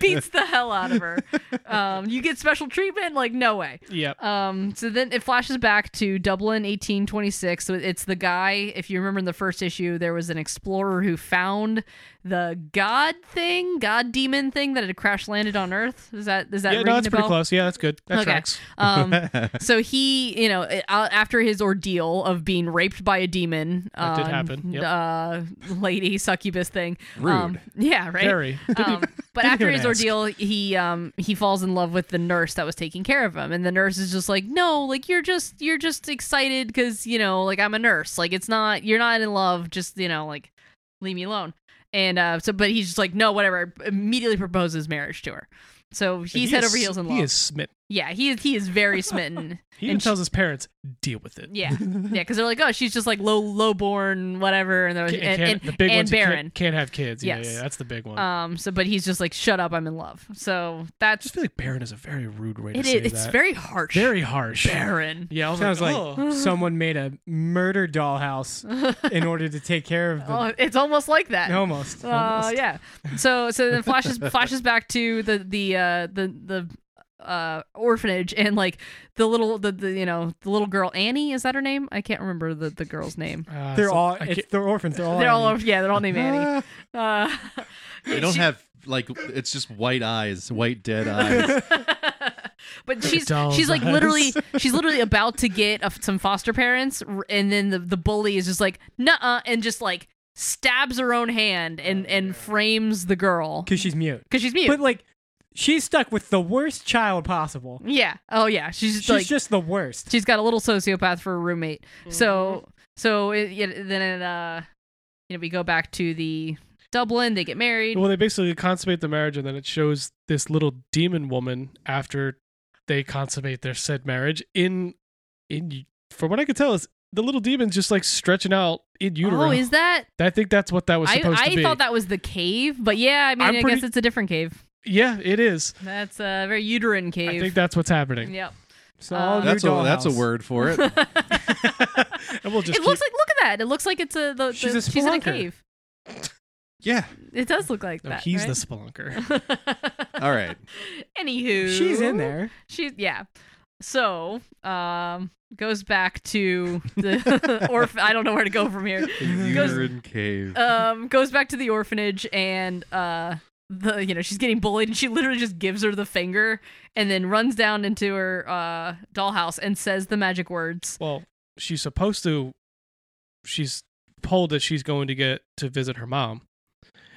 Speaker 1: beats the hell out of her. Um, you get special treatment, like no way.
Speaker 3: Yep.
Speaker 1: Um, so then it flashes back to Dublin, 1826. So it's the guy. If you remember in the first issue, there was an explorer who found the god thing, god demon thing that had crash landed on Earth. Is that is that
Speaker 3: yeah,
Speaker 1: ringing
Speaker 3: no, that's
Speaker 1: a
Speaker 3: pretty
Speaker 1: bell?
Speaker 3: close. Yeah, that's good. That
Speaker 1: Okay.
Speaker 3: tracks.
Speaker 1: Um, so he, you know, uh, after his ordeal of being raped by a demon,
Speaker 3: That did
Speaker 1: um,
Speaker 3: happen, yep.
Speaker 1: uh, lady succubus thing.
Speaker 2: Rude.
Speaker 1: Um, yeah, right.
Speaker 3: Very.
Speaker 1: Um, but
Speaker 3: didn't
Speaker 1: after
Speaker 3: even
Speaker 1: his
Speaker 3: ask.
Speaker 1: ordeal, he um he falls in love with the nurse that was taking care of him, and the nurse is just like, no, like you're just you're just excited because you know like I'm a nurse, like it's not you're not in love, just you know like leave me alone. And uh, so, but he's just like, no, whatever. Immediately proposes marriage to her. So he's
Speaker 3: He
Speaker 1: head
Speaker 3: is-
Speaker 1: over heels in love.
Speaker 3: He is smitten.
Speaker 1: Yeah, he is he is very smitten.
Speaker 3: He even
Speaker 1: And she-
Speaker 3: tells his parents, deal with it.
Speaker 1: Yeah, yeah, because they're like, oh, she's just like low low born, whatever, and they're like,
Speaker 3: Can't-
Speaker 1: and,
Speaker 3: can't-
Speaker 1: and,
Speaker 3: the big
Speaker 1: and
Speaker 3: ones you
Speaker 1: barren.
Speaker 3: Can't, can't have kids. Yeah,
Speaker 1: Yes.
Speaker 3: yeah, that's the big one.
Speaker 1: Um. So, but he's just like, shut up, I'm in love. So
Speaker 3: I
Speaker 1: that's
Speaker 3: just feel like barren is a very rude way to
Speaker 1: it
Speaker 3: say
Speaker 1: is. It's
Speaker 3: that.
Speaker 1: very harsh.
Speaker 3: very harsh.
Speaker 1: barren.
Speaker 3: Yeah, I was
Speaker 4: Sounds
Speaker 3: like,
Speaker 4: like
Speaker 3: oh.
Speaker 4: someone made a murder dollhouse in order to take care of them.
Speaker 1: Oh, it's almost like that.
Speaker 4: almost.
Speaker 1: Uh,
Speaker 4: almost.
Speaker 1: yeah. So so then flashes flashes back to the the uh, the the uh, orphanage and like the little the, the you know the little girl Annie is that her name? I can't remember the, the girl's name.
Speaker 3: Uh,
Speaker 4: They're
Speaker 3: so
Speaker 4: all.
Speaker 3: I can't-
Speaker 4: It's, they're orphans. They're all.
Speaker 1: They're all
Speaker 4: Indian.
Speaker 1: yeah they're all named Annie. Uh,
Speaker 2: They don't
Speaker 1: she-
Speaker 2: have like it's just white eyes, white dead eyes.
Speaker 1: but she's
Speaker 3: doll's
Speaker 1: she's like
Speaker 3: eyes.
Speaker 1: literally she's literally about to get a, some foster parents r- and then the the bully is just like nuh-uh and just like stabs her own hand and and frames the girl
Speaker 4: Because she's mute.
Speaker 1: because she's mute.
Speaker 4: But like, she's stuck with the worst child possible.
Speaker 1: yeah. Oh yeah. She's,
Speaker 4: She's
Speaker 1: like
Speaker 4: just the worst.
Speaker 1: she's got a little sociopath for a roommate. So so it, it, then it, uh you know we go back to the Dublin. They get married.
Speaker 3: Well, they basically consummate the marriage, and then it shows this little demon woman after they consummate their said marriage. In, in from what I could tell, is the little demon's just like stretching out in utero.
Speaker 1: oh, is that?
Speaker 3: I think that's what that was
Speaker 1: I,
Speaker 3: supposed to
Speaker 1: I
Speaker 3: be.
Speaker 1: thought that was the cave, but yeah, I mean, i
Speaker 3: I'm
Speaker 1: guess
Speaker 3: pretty-
Speaker 1: it's a different cave.
Speaker 3: yeah, it is.
Speaker 1: That's a very uterine cave.
Speaker 3: I think that's what's happening.
Speaker 1: Yep.
Speaker 4: So all
Speaker 1: Uh,
Speaker 4: new
Speaker 2: that's a that's a
Speaker 4: dollhouse.
Speaker 2: word for it.
Speaker 3: and we'll just
Speaker 1: it looks like look at that. It looks like it's a the,
Speaker 4: She's
Speaker 1: the-
Speaker 4: a
Speaker 1: she's in a
Speaker 4: spelunker.
Speaker 1: cave.
Speaker 2: Yeah.
Speaker 1: It does look like
Speaker 3: keep- No,
Speaker 1: that.
Speaker 3: he's Uh,
Speaker 1: right?
Speaker 3: the spelunker.
Speaker 2: All right.
Speaker 1: Anywho,
Speaker 4: She's in there.
Speaker 1: She's yeah. So um, goes back to the orphan. I don't know where to go from here. Goes-
Speaker 2: Urine cave.
Speaker 1: Um, goes back to the orphanage and uh, the you know she's getting bullied and she literally just gives her the finger and then runs down into her uh dollhouse and says the magic words.
Speaker 3: well, she's supposed to. She's told that she's going to get to visit her mom.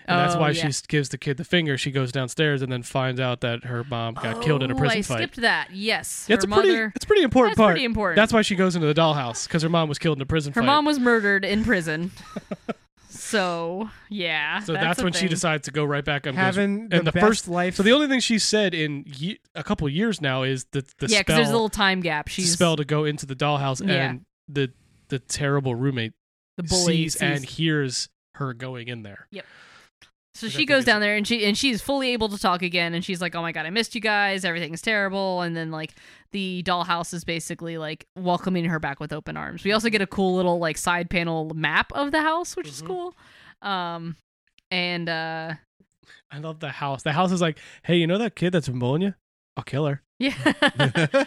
Speaker 3: And that's
Speaker 1: Oh,
Speaker 3: why
Speaker 1: yeah.
Speaker 3: she gives the kid the finger. She goes downstairs and then finds out that her mom got killed in a
Speaker 1: Oh,
Speaker 3: prison
Speaker 1: I
Speaker 3: fight.
Speaker 1: skipped that. Yes,
Speaker 3: Yeah, it's
Speaker 1: her
Speaker 3: a pretty,
Speaker 1: mother.
Speaker 3: it's a pretty important
Speaker 1: That's
Speaker 3: part.
Speaker 1: pretty important.
Speaker 3: That's why she goes into the dollhouse because her mom was killed in a prison
Speaker 1: Her
Speaker 3: fight.
Speaker 1: mom was murdered in prison. so yeah.
Speaker 3: so that's,
Speaker 1: a
Speaker 3: when she
Speaker 1: thing.
Speaker 3: decides to go right back up. and goes-
Speaker 4: Having the,
Speaker 3: and the
Speaker 4: best
Speaker 3: first-
Speaker 4: life.
Speaker 3: so the only thing she said in ye- a couple years now is the the
Speaker 1: yeah, because
Speaker 3: spell,
Speaker 1: there's a little time gap. She's
Speaker 3: spell to go into the dollhouse
Speaker 1: Yeah.
Speaker 3: and the the terrible roommate
Speaker 1: the bully.
Speaker 3: sees and hears her going in there.
Speaker 1: so
Speaker 3: which I
Speaker 1: she
Speaker 3: think
Speaker 1: goes
Speaker 3: is-
Speaker 1: down there and she and she's fully able to talk again. And she's like, "Oh my god, I missed you guys. Everything's terrible." And then like the dollhouse is basically like welcoming her back with open arms. We also get a cool little like side panel map of the house, which is
Speaker 3: Mhm.
Speaker 1: cool. Um, and uh,
Speaker 3: I love the house. The house is like, hey, you know that kid that's from Bologna? I'll kill her.
Speaker 1: yeah.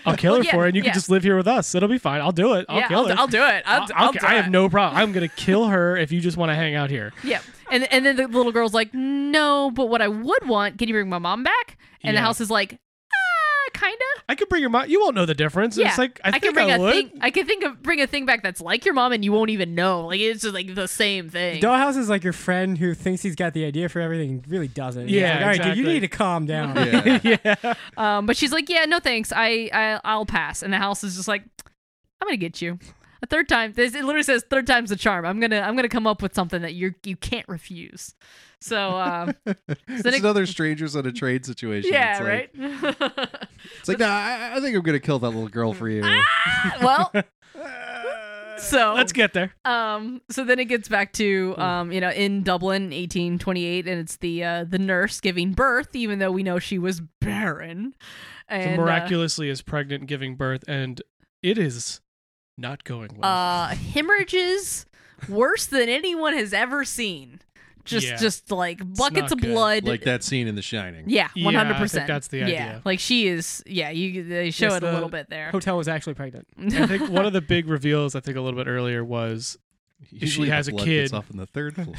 Speaker 3: I'll kill
Speaker 1: Well,
Speaker 3: her
Speaker 1: yeah,
Speaker 3: for it. And you
Speaker 1: yeah.
Speaker 3: can just live here with us. It'll be fine. I'll do it. I'll
Speaker 1: yeah,
Speaker 3: kill
Speaker 1: I'll,
Speaker 3: her.
Speaker 1: do- I'll do it. I'll,
Speaker 3: I'll-
Speaker 1: do
Speaker 3: I
Speaker 1: it.
Speaker 3: have no problem. I'm gonna kill her if you just want to hang out here.
Speaker 1: Yeah. And and then the little girl's like, "No, but what I would want, can you bring my mom back?" And the
Speaker 3: Yeah.
Speaker 1: house is like, "Ah, kind of.
Speaker 3: I could bring your mom. You won't know the difference.
Speaker 1: Yeah.
Speaker 3: It's like I,
Speaker 1: I,
Speaker 3: think
Speaker 1: can bring
Speaker 3: I
Speaker 1: a
Speaker 3: would.
Speaker 1: thing. I can think of bring a thing back that's like your mom, and you won't even know. Like it's just like the same thing."
Speaker 4: Dollhouse is like your friend who thinks he's got the idea for everything, and really doesn't. He's
Speaker 3: Yeah,
Speaker 4: like, all right, dude,
Speaker 3: exactly.
Speaker 4: you need to calm down.
Speaker 2: Yeah.
Speaker 3: yeah.
Speaker 1: Um, but she's like, "Yeah, no thanks. I, I I'll pass." And the house is just like, "I'm gonna get you." A third time, this it literally says third time's the charm. I'm gonna I'm gonna come up with something that you you can't refuse. So um,
Speaker 2: It's
Speaker 1: then it-
Speaker 2: another strangers at a trade situation.
Speaker 1: yeah,
Speaker 2: it's like,
Speaker 1: right.
Speaker 2: It's like, nah, I, I think I'm gonna kill that little girl for
Speaker 1: Ah,
Speaker 2: you.
Speaker 1: well, so
Speaker 3: Let's Hmm. get there.
Speaker 1: Um, so then it gets back to um, you know, in Dublin, 1828, and it's the uh, the nurse giving birth, even though we know she was barren. And, uh,
Speaker 3: so miraculously is pregnant, giving birth, and it is not going
Speaker 1: uh,
Speaker 3: well.
Speaker 1: uh, hemorrhages worse than anyone has ever seen. Just
Speaker 3: Yeah.
Speaker 1: just like buckets
Speaker 3: not
Speaker 1: of
Speaker 3: good.
Speaker 1: blood.
Speaker 2: like that scene in The Shining.
Speaker 1: yeah,
Speaker 3: Yeah,
Speaker 1: one hundred
Speaker 3: I think
Speaker 1: percent.
Speaker 3: that's the
Speaker 1: Yeah,
Speaker 3: idea.
Speaker 1: like she is. Yeah, you they show
Speaker 4: Yes,
Speaker 1: it a little
Speaker 4: the
Speaker 1: bit there.
Speaker 4: Hotel was actually pregnant.
Speaker 3: I think one of the big reveals, I think a little bit earlier, was
Speaker 2: Usually
Speaker 3: has
Speaker 2: the
Speaker 3: a
Speaker 2: blood
Speaker 3: kid.
Speaker 2: gets off in the third floor.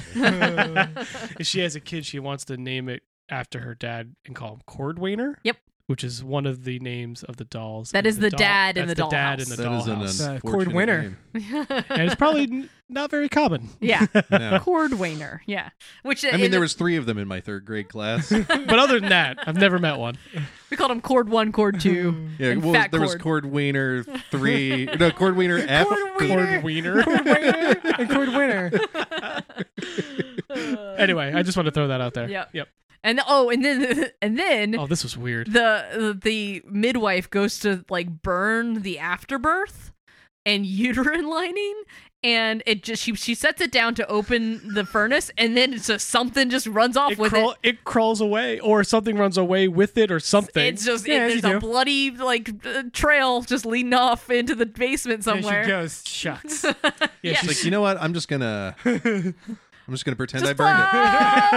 Speaker 3: if she has a kid, she wants to name it after her dad and call him Cordwainer.
Speaker 1: Yep.
Speaker 3: Which is one of the names of the dolls.
Speaker 1: That
Speaker 3: in
Speaker 1: is the
Speaker 3: doll-
Speaker 1: dad in
Speaker 3: that's
Speaker 1: the
Speaker 3: dad
Speaker 1: dollhouse.
Speaker 3: in the
Speaker 2: That is
Speaker 3: dollhouse.
Speaker 2: an
Speaker 4: Uh, Cord
Speaker 2: unfortunate
Speaker 4: Winner.
Speaker 2: name.
Speaker 3: and it's probably n- not very common.
Speaker 1: yeah,
Speaker 2: No.
Speaker 1: Cordwainer. Yeah, which
Speaker 2: I mean, there was three of them in my third grade class.
Speaker 3: But other than that, I've never met one.
Speaker 1: we called him Cord One, Cord Two.
Speaker 2: Yeah,
Speaker 1: And
Speaker 2: well,
Speaker 1: Fat
Speaker 2: there was Cord Wiener three, no Cord Wiener F.
Speaker 3: Cord Wiener.
Speaker 4: and Cord Winner.
Speaker 3: anyway, I just want to throw that out there.
Speaker 1: Yep.
Speaker 3: Yep.
Speaker 1: And oh, and then and then
Speaker 3: Oh, this was weird.
Speaker 1: the the midwife goes to like burn the afterbirth and uterine lining and it just she she sets it down to open the furnace and then it's just something just runs off
Speaker 3: It,
Speaker 1: with
Speaker 3: crawl-
Speaker 1: it.
Speaker 3: it. crawls away, or something runs away with it, or something.
Speaker 1: It's just it,
Speaker 4: Yeah, as you
Speaker 1: there's a
Speaker 4: do.
Speaker 1: bloody like uh, trail just leading off into the basement
Speaker 4: There she
Speaker 1: somewhere.
Speaker 4: goes. Shucks.
Speaker 3: yeah,
Speaker 1: yeah.
Speaker 3: she's
Speaker 2: Like,
Speaker 3: like,
Speaker 2: you know what? I'm just gonna I'm just gonna pretend I
Speaker 1: Just,
Speaker 2: burned it.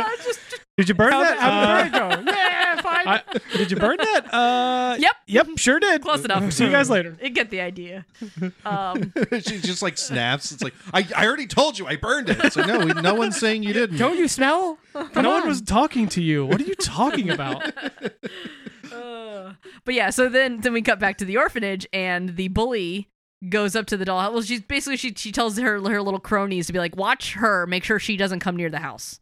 Speaker 1: uh, just-
Speaker 3: did you burn that?
Speaker 4: How'd
Speaker 3: Uh,
Speaker 4: the bird go? Yeah, fine.
Speaker 3: I- did you burn that? Uh,
Speaker 1: Yep.
Speaker 3: Yep. Sure did.
Speaker 1: Close enough.
Speaker 3: See you guys later.
Speaker 1: you get the idea. Um,
Speaker 2: she just like snaps. It's like I, I already told you I burned it. So no, we, no one's saying you didn't.
Speaker 4: Don't you smell?
Speaker 3: no one was talking to you. What are you talking about?
Speaker 1: Uh, but yeah, so then then we cut back to the orphanage, and the bully goes up to the doll. Well, she's basically she she tells her her little cronies to be like, watch her, make sure she doesn't come near the house.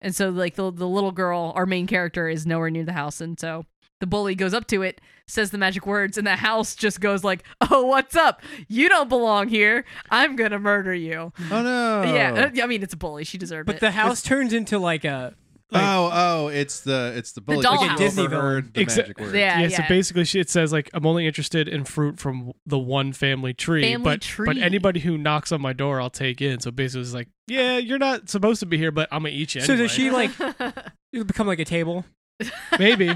Speaker 1: And so like the the little girl, our main character, is nowhere near the house, and so the bully goes up to it, says the magic words, and the house just goes like, "Oh, what's up? You don't belong here. I'm gonna murder you."
Speaker 2: Oh no.
Speaker 1: Yeah, I mean it's a bully. She deserved
Speaker 4: But
Speaker 1: it.
Speaker 4: the house turns into like a
Speaker 2: oh oh, it's the it's the bully.
Speaker 1: dollhouse.
Speaker 2: Like
Speaker 4: Disney
Speaker 2: overheard the
Speaker 3: villain. Exa-
Speaker 2: magic word.
Speaker 1: Yeah,
Speaker 3: yeah, So
Speaker 1: yeah.
Speaker 3: basically, she, it says like I'm only interested in fruit from the one family tree,
Speaker 1: Family
Speaker 3: but but
Speaker 1: tree.
Speaker 3: anybody who knocks on my door, I'll take in. So basically, it's like, yeah, you're not supposed to be here, but I'm gonna eat you.
Speaker 4: so
Speaker 3: anyway.
Speaker 4: does she like it become like a table?
Speaker 3: Maybe.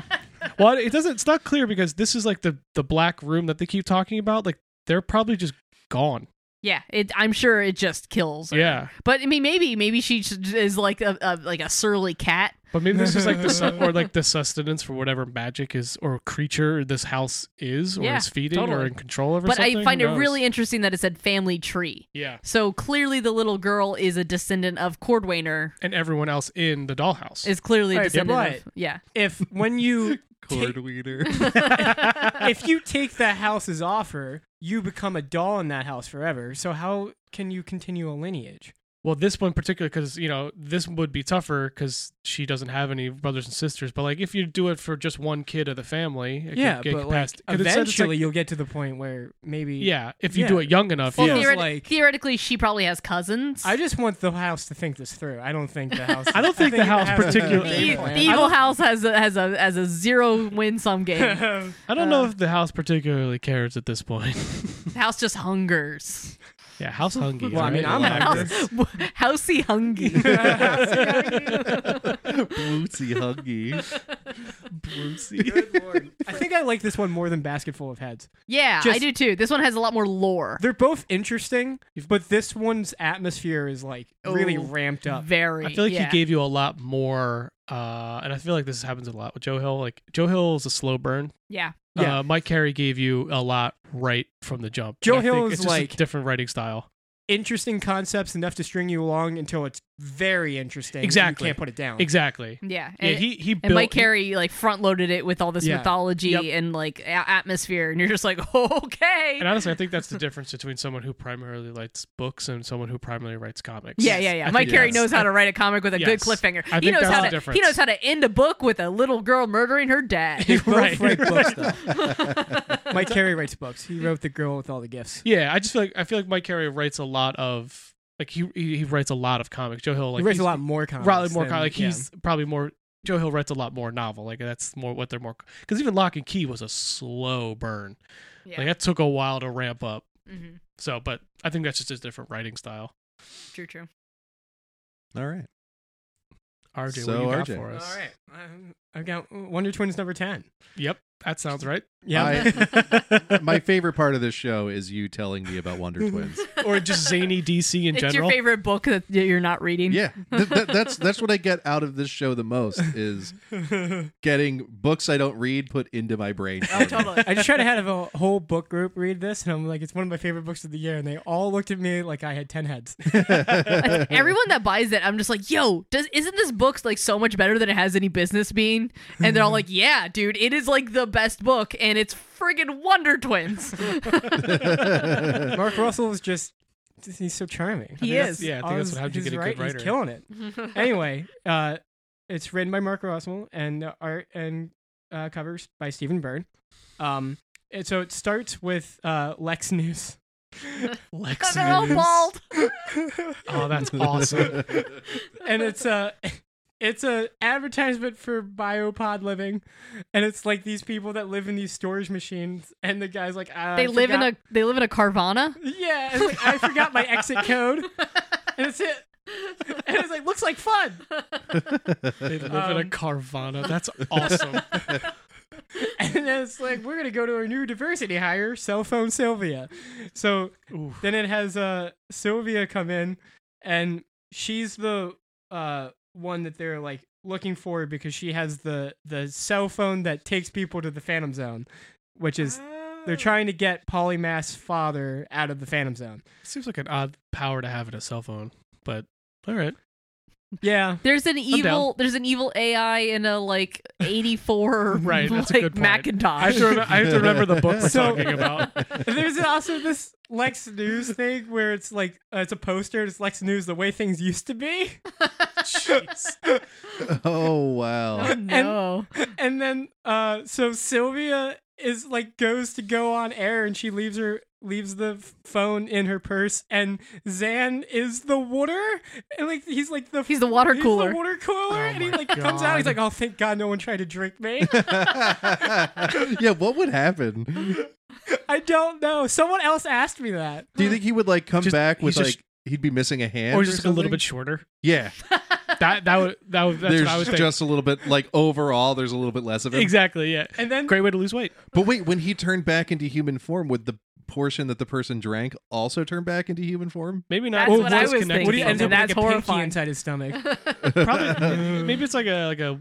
Speaker 3: well, it doesn't. It's not clear because this is like the the black room that they keep talking about. Like they're probably just gone.
Speaker 1: yeah, it, I'm sure it just kills. her.
Speaker 3: Yeah.
Speaker 1: But I mean, maybe maybe she j- is like a, a like a surly cat.
Speaker 3: But maybe this is like the su- or like the sustenance for whatever magic is or creature this house is or
Speaker 1: Yeah,
Speaker 3: is feeding or
Speaker 1: totally.
Speaker 3: in control of. Or
Speaker 1: But
Speaker 3: something.
Speaker 1: I find
Speaker 3: Who
Speaker 1: it
Speaker 3: knows?
Speaker 1: really interesting that it said family tree.
Speaker 3: yeah.
Speaker 1: So clearly, the little girl is a descendant of Cordwainer.
Speaker 3: And everyone else in the dollhouse.
Speaker 1: Is clearly a
Speaker 4: Right, yeah,
Speaker 1: descendant
Speaker 4: right.
Speaker 1: of yeah.
Speaker 4: If when you
Speaker 2: Cord
Speaker 4: take,
Speaker 2: wiener.
Speaker 4: if you take the house's offer, you become a doll in that house forever. So how can you continue a lineage?
Speaker 3: Well, this one particular because you know this would be tougher because she doesn't have any brothers and sisters. But like, if you do it for just one kid of the family, it
Speaker 4: yeah,
Speaker 3: could get
Speaker 4: but
Speaker 3: past,
Speaker 4: like
Speaker 3: 'cause it said it's,
Speaker 4: eventually
Speaker 3: like-
Speaker 4: you'll get to the point where maybe
Speaker 3: yeah, if you
Speaker 4: Yeah.
Speaker 3: do it young enough,
Speaker 1: Well,
Speaker 3: yeah.
Speaker 4: theory-
Speaker 1: theoret-
Speaker 4: like-
Speaker 1: theoretically, she probably has cousins.
Speaker 4: I just want the house to think this through. I don't think the house.
Speaker 3: I don't think the house
Speaker 4: is a
Speaker 3: particular-
Speaker 1: the,
Speaker 4: game
Speaker 1: e-
Speaker 4: plan.
Speaker 1: the evil house has a, has a has a zero win some game.
Speaker 4: I don't-
Speaker 3: I don't
Speaker 1: uh,
Speaker 3: know if the house particularly cares at this point.
Speaker 1: the house just hungers.
Speaker 3: yeah, house hungry.
Speaker 4: Well, I mean, I'm
Speaker 3: all right?
Speaker 4: hungry.
Speaker 1: House, housey hungy.
Speaker 2: Bootsy huggy. Bootsy.
Speaker 4: Good lord. I think I like this one more than Basketful of Heads.
Speaker 1: yeah, I
Speaker 4: Just-
Speaker 1: do too. This one has a lot more lore.
Speaker 4: They're both interesting, but this one's atmosphere is like really
Speaker 1: Oh,
Speaker 4: ramped up.
Speaker 1: Very.
Speaker 3: I feel like
Speaker 1: yeah.
Speaker 3: he gave you a lot more, uh, and I feel like this happens a lot with Joe Hill. Like Joe Hill is a slow burn.
Speaker 1: Yeah.
Speaker 4: Yeah.
Speaker 3: Uh, Mike Carey gave you a lot right from the jump.
Speaker 4: Joe
Speaker 3: I think
Speaker 4: Hill
Speaker 3: it's
Speaker 4: is
Speaker 3: just a
Speaker 4: like-
Speaker 3: different writing style.
Speaker 4: Interesting concepts enough to string you along until it's very interesting. and
Speaker 3: Exactly.
Speaker 4: you can't put it down.
Speaker 3: Exactly.
Speaker 1: Yeah.
Speaker 3: Yeah,
Speaker 1: And-
Speaker 3: he he built.
Speaker 1: And Mike
Speaker 3: he-
Speaker 1: Carey like front loaded it with all this
Speaker 4: Yeah.
Speaker 1: mythology
Speaker 3: E- Yep.
Speaker 1: and like a- atmosphere, and you're just like, okay,
Speaker 3: And honestly, I think that's the difference between someone who primarily writes books and someone who primarily writes comics.
Speaker 1: yeah, yeah, yeah.
Speaker 3: I
Speaker 1: Mike
Speaker 3: think
Speaker 1: Carey
Speaker 3: that's-
Speaker 1: knows how to write a comic with a good
Speaker 3: Yes.
Speaker 1: cliffhanger.
Speaker 3: I
Speaker 1: He
Speaker 3: think
Speaker 1: knows
Speaker 3: that's
Speaker 1: how
Speaker 3: the
Speaker 1: to
Speaker 3: difference.
Speaker 1: he knows how to end a book with a little girl murdering her dad.
Speaker 4: Both
Speaker 3: Right.
Speaker 4: write books, though. Mike Carey writes books. He wrote The Girl with All the Gifts.
Speaker 3: Yeah, I just feel like I feel like Mike Carey writes a lot of like he he, he writes a lot of comics. Joe Hill like
Speaker 4: he writes
Speaker 3: he's-
Speaker 4: a lot more comics.
Speaker 3: probably more
Speaker 4: than-
Speaker 3: comic. Like
Speaker 4: yeah.
Speaker 3: he's probably more. Joe Hill writes a lot more novel. Like that's more what they're more because even Lock and Key was a slow burn.
Speaker 1: Yeah.
Speaker 3: Like that took a while to ramp up.
Speaker 1: Mhm.
Speaker 3: So, but I think that's just a different writing style.
Speaker 1: True, true.
Speaker 2: All right.
Speaker 3: RJ,
Speaker 2: So,
Speaker 3: what you got
Speaker 2: RJ.
Speaker 3: for
Speaker 4: All
Speaker 3: us?
Speaker 4: right. Um, I've got Wonder Twins number 10.
Speaker 3: Yep, that sounds right.
Speaker 4: Yeah.
Speaker 2: My favorite part of this show is you telling me about Wonder Twins.
Speaker 3: Or just zany DC in
Speaker 1: it's
Speaker 3: general.
Speaker 1: your favorite book that you're not reading.
Speaker 2: Yeah, Th- that- that's that's what I get out of this show the most is getting books I don't read put into my brain.
Speaker 1: Oh, totally.
Speaker 4: I just tried to have a whole book group read this, and I'm like, it's one of my favorite books of the year, and they all looked at me like I had ten heads.
Speaker 1: Everyone that buys it, I'm just like, yo, does isn't this book like so much better than it has any business being? And they're
Speaker 3: Mm-hmm.
Speaker 1: all like, yeah, dude, it is like the best book, and it's friggin' Wonder Twins.
Speaker 4: Mark Russell is just—he's so charming.
Speaker 1: He
Speaker 3: that's-
Speaker 1: is.
Speaker 3: yeah, I think
Speaker 4: All
Speaker 3: that's
Speaker 4: his-
Speaker 3: what how'd you
Speaker 4: his
Speaker 3: get a
Speaker 4: write-
Speaker 3: good writer.
Speaker 4: He's killing it. anyway, uh, it's written by Mark Russell and the art and uh, covers by Stephen Byrne. Um, and so it starts with uh, Lex News.
Speaker 3: Lex
Speaker 1: they're all
Speaker 3: News.
Speaker 1: bald.
Speaker 3: Oh, that's awesome.
Speaker 4: and it's uh it's a advertisement for biopod living, and it's like these people that live in these storage machines, and the guy's like, ah,
Speaker 1: they
Speaker 4: I
Speaker 1: live in
Speaker 4: forgot-
Speaker 1: a they live in a Carvana.
Speaker 4: Yeah, it's like, I forgot my exit code, and it's it. And it's like looks like fun.
Speaker 3: They live in
Speaker 4: Um,
Speaker 3: a Carvana. That's awesome.
Speaker 4: And then it's like we're gonna go to our new diversity hire, cell phone Sylvia. So
Speaker 3: Ooh.
Speaker 4: then it has uh Sylvia come in, and she's the uh one that they're like looking for because she has the the cell phone that takes people to the Phantom Zone, which is
Speaker 1: Oh.
Speaker 4: they're trying to get Polymath's father out of the Phantom Zone.
Speaker 3: Seems like an odd power to have in a cell phone, but all right.
Speaker 4: Yeah,
Speaker 1: There's an evil
Speaker 3: down.
Speaker 1: there's an evil AI in a like 84
Speaker 3: Right, that's a
Speaker 1: like,
Speaker 3: good point. I
Speaker 1: Macintosh.
Speaker 3: have, to rem- I have to remember the book we're
Speaker 4: So-
Speaker 3: talking about.
Speaker 4: there's also this Lex News thing where it's like uh, it's a poster. It's Lex News the way things used to be.
Speaker 2: Oh
Speaker 1: oh
Speaker 2: wow.
Speaker 1: no.
Speaker 4: and then uh so sylvia is like goes to go on air and she leaves her leaves the f- phone in her purse and zan is the water and like he's like the
Speaker 1: He's the water
Speaker 4: he's
Speaker 1: cooler.
Speaker 4: the water cooler and he
Speaker 3: Oh my
Speaker 4: like comes out he's
Speaker 3: God.
Speaker 4: like oh thank god no one tried to drink me
Speaker 2: yeah, what would happen?
Speaker 4: i don't know someone else asked me that
Speaker 2: Do you think he would like come
Speaker 3: Just-
Speaker 2: back
Speaker 3: he's
Speaker 2: with like
Speaker 3: just-
Speaker 2: he'd be missing a hand
Speaker 3: Or just a little
Speaker 2: something?
Speaker 3: bit shorter.
Speaker 2: Yeah,
Speaker 3: That that would that would that's
Speaker 2: there's
Speaker 3: what I was thinking.
Speaker 2: just a little bit like overall there's a little bit less of it.
Speaker 3: Exactly, yeah.
Speaker 4: and then
Speaker 3: Great way to lose weight.
Speaker 2: But wait, when he turned back into human form, would the portion that the person drank also turn back into human form?
Speaker 3: Maybe not.
Speaker 1: That's what I
Speaker 3: voice
Speaker 1: was
Speaker 3: connected
Speaker 4: what do you
Speaker 1: thinking.
Speaker 4: end
Speaker 3: from
Speaker 1: And
Speaker 4: up
Speaker 3: it.
Speaker 4: with, like,
Speaker 1: that's
Speaker 4: a pinky
Speaker 1: horrifying.
Speaker 4: inside his stomach
Speaker 3: Probably maybe it's like a like a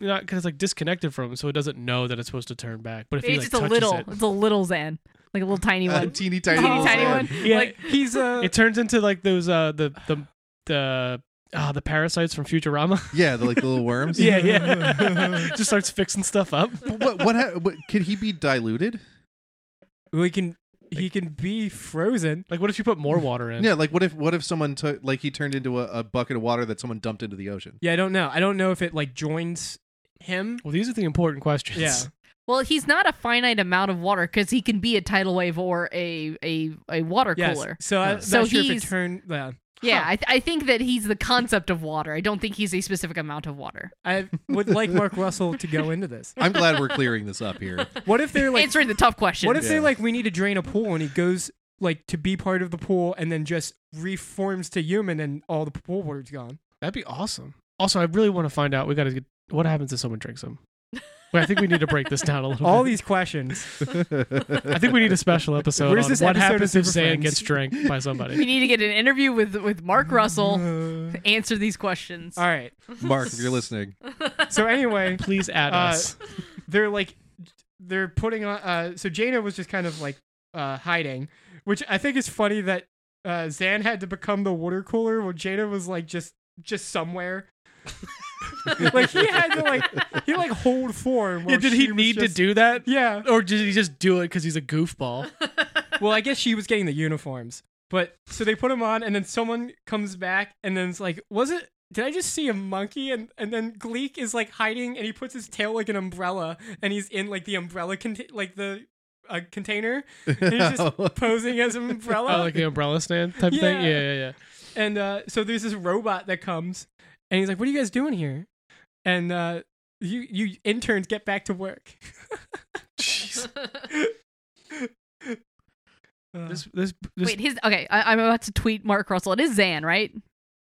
Speaker 3: not because it's like disconnected from him, so it doesn't know that it's supposed to turn back. But if he
Speaker 1: It's
Speaker 3: like
Speaker 1: just a
Speaker 3: touches
Speaker 1: little.
Speaker 3: it, Uh,
Speaker 1: It's a little Zan. Like a little tiny
Speaker 2: A
Speaker 1: one.
Speaker 2: teeny tiny,
Speaker 1: Teeny
Speaker 2: little
Speaker 1: tiny
Speaker 2: hand.
Speaker 1: one.
Speaker 4: yeah
Speaker 1: Like-
Speaker 4: he's uh
Speaker 3: it turns into like those uh the the the ah the parasites from Futurama.
Speaker 2: Yeah, the like the little worms.
Speaker 3: yeah, yeah. just starts fixing stuff up.
Speaker 2: But what what, ha- what could he be diluted?
Speaker 4: we can he can be frozen
Speaker 3: Like, what if you put more water in?
Speaker 2: Yeah, like what if what if someone took like he turned into a, a bucket of water that someone dumped into the ocean?
Speaker 4: yeah i don't know i don't know if it like joins him
Speaker 3: Well, these are the important questions.
Speaker 4: Yeah.
Speaker 1: Well, he's not a finite amount of water because he can be a tidal wave or a a, a water
Speaker 4: Yes.
Speaker 1: cooler.
Speaker 4: So uh, I'm
Speaker 2: Huh.
Speaker 4: not
Speaker 1: So
Speaker 4: sure if it
Speaker 1: he's-
Speaker 4: turned. Yeah.
Speaker 1: Yeah,
Speaker 3: Huh.
Speaker 1: I, th- I think that he's the concept of water. I don't think he's a specific amount of water.
Speaker 4: I would like Mark Russell to go into this.
Speaker 2: I'm glad we're clearing this up here.
Speaker 4: What if they're like,
Speaker 1: Answering the tough question.
Speaker 4: what if
Speaker 2: Yeah.
Speaker 4: they're like, we need to drain a pool, and he goes like to be part of the pool, and then just reforms to human, and all the pool water's gone.
Speaker 3: that'd be awesome. Also, I really want to find out. We got to get what happens if someone drinks them. Well, I think we need to break this down a little.
Speaker 4: All
Speaker 3: bit.
Speaker 4: these questions.
Speaker 3: I think we need a special episode
Speaker 4: Where's
Speaker 3: on
Speaker 4: this
Speaker 3: what
Speaker 4: episode of
Speaker 3: happens if
Speaker 4: Super
Speaker 3: Zan
Speaker 4: Friends?
Speaker 3: gets drank by
Speaker 1: we
Speaker 3: somebody.
Speaker 1: need to get an interview with with Mark Russell to answer these questions.
Speaker 4: Mm-hmm. All right.
Speaker 2: Mark, if you're listening,
Speaker 4: So anyway,
Speaker 3: Please add
Speaker 4: Uh,
Speaker 3: us.
Speaker 4: they're like, they're putting on. Uh, so Jaina was just kind of like uh, hiding, which I think is funny that uh, Zan had to become the water cooler, while Jaina was like just just somewhere. like he had to like he like hold form. while
Speaker 3: Yeah, did
Speaker 4: she
Speaker 3: he
Speaker 4: was
Speaker 3: need
Speaker 4: just-
Speaker 3: to do that?
Speaker 4: Yeah.
Speaker 3: Or did he just do it because he's a goofball?
Speaker 4: Well, I guess she was getting the uniforms. But so they put them on, and then someone comes back, and then it's like, was it? Did I just see a monkey? And and then Gleek is like hiding, and he puts his tail like an umbrella, and he's in like the umbrella con- like the uh, container, and he's just posing as an umbrella.
Speaker 3: Oh, like the umbrella stand type
Speaker 4: Yeah.
Speaker 3: thing? Yeah, yeah, yeah.
Speaker 4: And uh, so there's this robot that comes, and he's like, "What are you guys doing here?" And uh, you you interns get back to work.
Speaker 3: Jeez.
Speaker 4: Uh,
Speaker 3: This, this, this
Speaker 1: Wait, his okay. I, I'm about to tweet Mark Russell. It is Zan, right?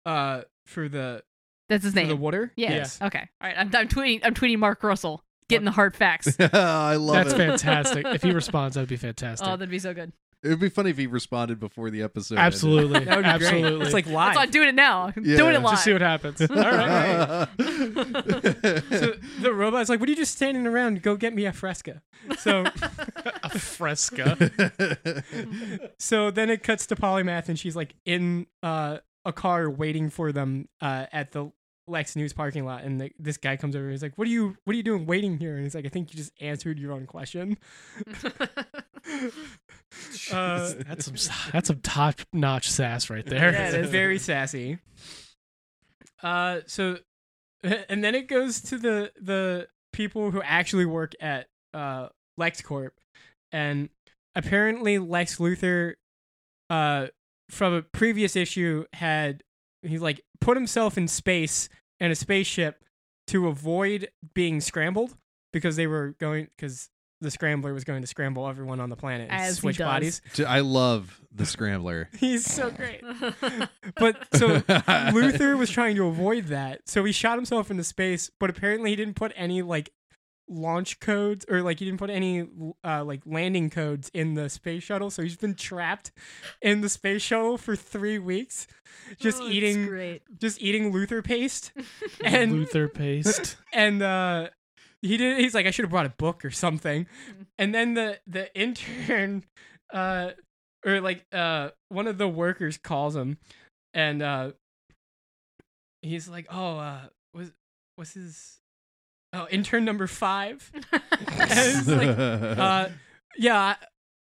Speaker 4: uh, for the
Speaker 1: That's his
Speaker 4: for the
Speaker 1: name.
Speaker 4: water.
Speaker 1: yeah.
Speaker 3: Yes.
Speaker 1: Okay. All right. I'm, I'm tweeting. I'm tweeting Mark Russell. Getting the hard facts.
Speaker 2: I love
Speaker 3: that's
Speaker 2: it.
Speaker 3: fantastic. If he responds, that'd be fantastic.
Speaker 1: oh, that'd be so good.
Speaker 2: It would be funny if he responded before the episode. ended.
Speaker 3: Absolutely.
Speaker 4: That would be
Speaker 3: Absolutely.
Speaker 4: great. It's like
Speaker 1: That's
Speaker 4: live.
Speaker 1: why I'm doing it now. I'm
Speaker 2: Yeah.
Speaker 1: doing it
Speaker 2: Just
Speaker 1: live.
Speaker 3: Just see what happens. All right.
Speaker 1: right.
Speaker 4: so the robot's like, "What are you just standing around? Go get me a fresca." So,
Speaker 3: A fresca.
Speaker 4: so then it cuts to Polymath, and she's like in uh, a car waiting for them uh, at the Lex News parking lot. And the, this guy comes over, and he's like, "What are you? What are you doing waiting here?" And he's like, "I think you just answered your own question." Uh,
Speaker 3: That's some that's some top notch sass right there.
Speaker 1: Yeah, it is.
Speaker 4: very sassy. Uh, so, and then it goes to the the people who actually work at uh LexCorp, and apparently Lex Luthor, uh, from a previous issue had he like put himself in space and a spaceship to avoid being scrambled because they were going because the scrambler was going to scramble everyone on the planet and
Speaker 1: As he
Speaker 4: switch
Speaker 1: does.
Speaker 4: bodies.
Speaker 2: D- I love the Scrambler.
Speaker 4: He's so great. But so Luther was trying to avoid that, so he shot himself into space. But apparently, he didn't put any like launch codes or like he didn't put any uh, like landing codes in the space shuttle. So he's been trapped in the space shuttle for three weeks, just
Speaker 1: Oh, it's
Speaker 4: eating
Speaker 1: Great.
Speaker 4: just eating Luther paste, and
Speaker 3: Luther paste.
Speaker 4: and uh, he did. He's like, I should have brought a book or something. And then the the intern, uh, or like uh, one of the workers calls him, and uh, he's like, Oh, uh, was what's his? Oh, intern number five. It's like, uh, yeah,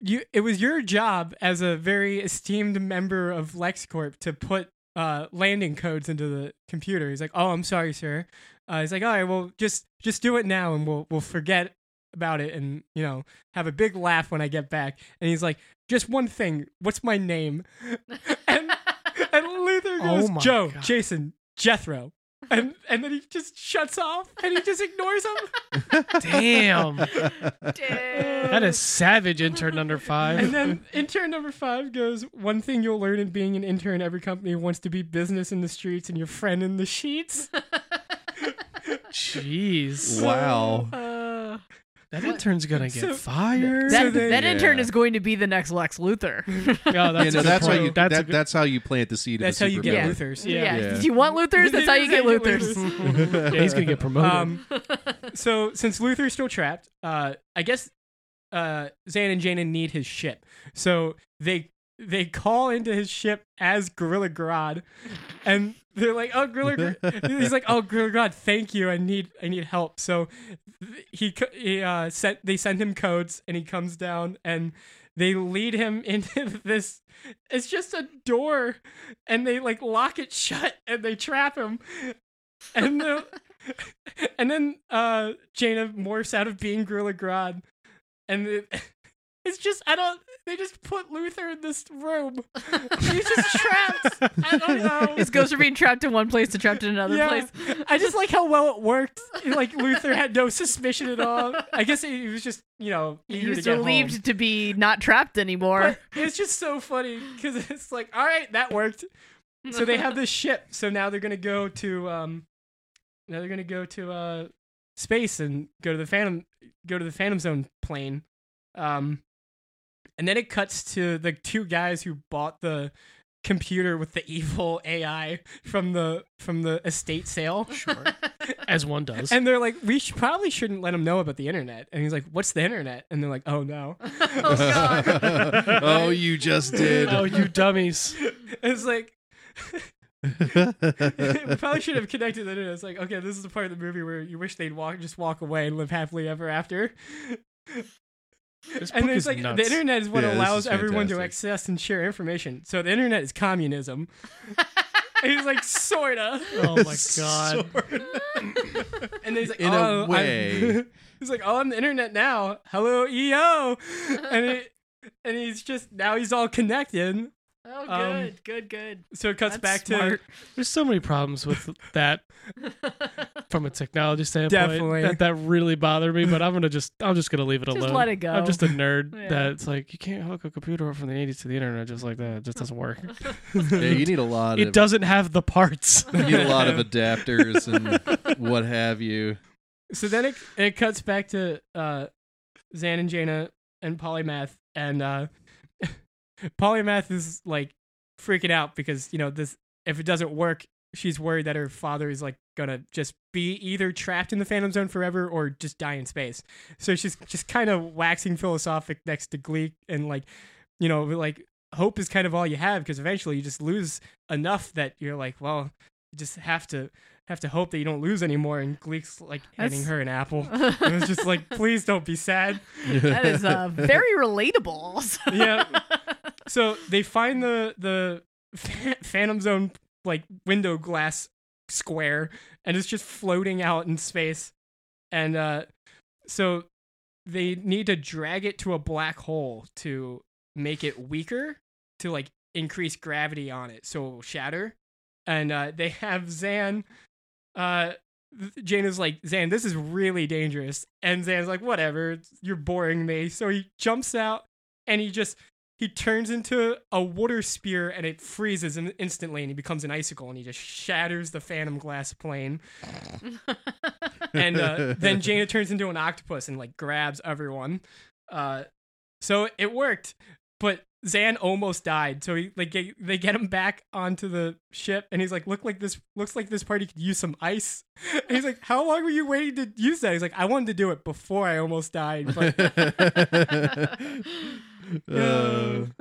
Speaker 4: you. It was your job as a very esteemed member of LexCorp to put uh, landing codes into the computer. He's like, "Oh, I'm sorry, sir." Uh, he's like, "All right, well, just just do it now, and we'll we'll forget about it, and you know, have a big laugh when I get back." And he's like, "Just one thing. What's my name?" and and Luther
Speaker 3: Oh
Speaker 4: goes,
Speaker 3: my
Speaker 4: "Joe,
Speaker 3: God.
Speaker 4: Jason, Jethro." And and then he just shuts off and he just ignores him.
Speaker 3: Damn.
Speaker 1: Damn.
Speaker 3: That is savage intern under
Speaker 4: And
Speaker 3: five.
Speaker 4: then intern number five goes, One thing you'll learn in being an intern, every company wants to be business in the streets and your friend in the sheets.
Speaker 1: Uh,
Speaker 3: Jeez.
Speaker 2: wow.
Speaker 1: Uh,
Speaker 3: That intern's gonna get
Speaker 4: So-
Speaker 3: fired.
Speaker 1: that
Speaker 4: So they-
Speaker 1: that intern
Speaker 2: Yeah.
Speaker 1: is going to be the next Lex Luthor.
Speaker 3: yeah, that's,
Speaker 2: yeah,
Speaker 3: a
Speaker 2: no,
Speaker 3: good
Speaker 2: that's why
Speaker 3: point.
Speaker 2: you
Speaker 3: That's a
Speaker 2: that,
Speaker 3: good-
Speaker 2: that's how you plant the seed.
Speaker 4: That's
Speaker 2: of
Speaker 4: how
Speaker 2: a
Speaker 4: you get
Speaker 1: Yeah.
Speaker 4: Luthers.
Speaker 3: Yeah.
Speaker 1: yeah.
Speaker 2: Yeah.
Speaker 1: Did you want Luthers? That's how you get Luthers.
Speaker 3: yeah, he's gonna get promoted.
Speaker 4: Um, so since Luther's still trapped, uh, I guess uh, Zan and Janan need his ship. So they they call into his ship as Gorilla Grodd, and they're like, "Oh, Gorilla!" Grodd. He's like, "Oh, Gorilla Grodd, thank you. I need I need help." So th- he co- he uh, sent they send him codes, and he comes down and. They lead him into this. It's just a door, and they like lock it shut, and they trap him. And the, and then uh Jaina morphs out of being Gorilla Grodd. And it, it's just I don't they just put Luther in this room. He's just trapped. I don't know.
Speaker 1: This goes from being trapped in one place to trapped in another
Speaker 4: Yeah.
Speaker 1: place.
Speaker 4: I just like how well it worked. Like Luther had no suspicion at all. I guess he was just, you know,
Speaker 1: He
Speaker 4: eager to
Speaker 1: was
Speaker 4: get
Speaker 1: relieved
Speaker 4: home.
Speaker 1: to be not trapped anymore.
Speaker 4: But it's just so funny because it's like, all right, that worked. So they have this ship. So now they're gonna go to um, now they're gonna go to uh, space and go to the Phantom, go to the Phantom Zone plane, um, and then it cuts to the two guys who bought the computer with the evil AI from the from the estate sale.
Speaker 3: sure. As one does.
Speaker 4: And they're like, we sh- probably shouldn't let him know about the internet. And he's like, what's the internet? And they're like, oh no.
Speaker 1: oh god.
Speaker 2: oh, you just did.
Speaker 3: oh, you dummies.
Speaker 4: it's like, probably should have connected it in. It's like, okay, this is the part of the movie where you wish they'd walk, just walk away and live happily ever after. And
Speaker 3: This book
Speaker 4: then it's
Speaker 3: is
Speaker 4: like
Speaker 3: nuts.
Speaker 4: the internet is what
Speaker 2: Yeah, this
Speaker 4: allows
Speaker 2: is
Speaker 4: everyone to
Speaker 2: fantastic.
Speaker 4: access and share information. So the internet is communism. And he's like, sorta.
Speaker 3: oh my god.
Speaker 4: And then he's like,
Speaker 2: In a
Speaker 4: oh, I'm-"
Speaker 2: way.
Speaker 4: he's like, oh, I'm the internet now. Hello, EO. And it, and he's just now he's all connected.
Speaker 1: Oh, good,
Speaker 4: Um,
Speaker 1: good, good.
Speaker 4: So it cuts
Speaker 1: That's
Speaker 4: back
Speaker 1: smart.
Speaker 3: There's so many problems with that from a technology standpoint.
Speaker 4: Definitely.
Speaker 3: That that really bothered me, but I'm gonna just I'm just gonna leave it
Speaker 1: Just
Speaker 3: alone.
Speaker 1: let it go.
Speaker 3: I'm just a nerd
Speaker 1: Yeah.
Speaker 3: that's like you can't hook a computer up from the eighties to the internet just like that. It just doesn't work.
Speaker 2: yeah, you need a lot
Speaker 3: It
Speaker 2: of
Speaker 3: doesn't have the parts.
Speaker 2: you need a lot of adapters and what have you.
Speaker 4: to so then it it cuts back to uh, Xan and Jaina and Polymath, and uh, Polymath is like freaking out because you know this if it doesn't work, she's worried that her father is like gonna just be either trapped in the Phantom Zone forever or just die in space. So she's just kind of waxing philosophic next to Gleek and like, you know, like hope is kind of all you have because eventually you just lose enough that you're like, well, you just have to have to hope that you don't lose anymore. And Gleek's like handing
Speaker 1: That's-
Speaker 4: her an apple. and it's just like, please don't be sad.
Speaker 1: That is uh, very relatable. also.
Speaker 4: Yeah. So they find the the ph- Phantom Zone like window glass square, and it's just floating out in space. And uh, so they need to drag it to a black hole to make it weaker, to like increase gravity on it, so it will shatter. And uh, they have Zan uh, th- Jane is like, Zan, this is really dangerous. And Zan's like, whatever, it's- you're boring me. So he jumps out and he just he turns into a water spear and it freezes in- instantly and he becomes an icicle and he just shatters the phantom glass plane. and uh, then Jaina turns into an octopus and like grabs everyone. Uh, so it worked, but Zan almost died. So he like get, they get him back onto the ship, and he's like, "Look like this looks like this party could use some ice." And he's like, "How long were you waiting to use that?" He's like, "I wanted to do it before I almost died." But
Speaker 1: Oh,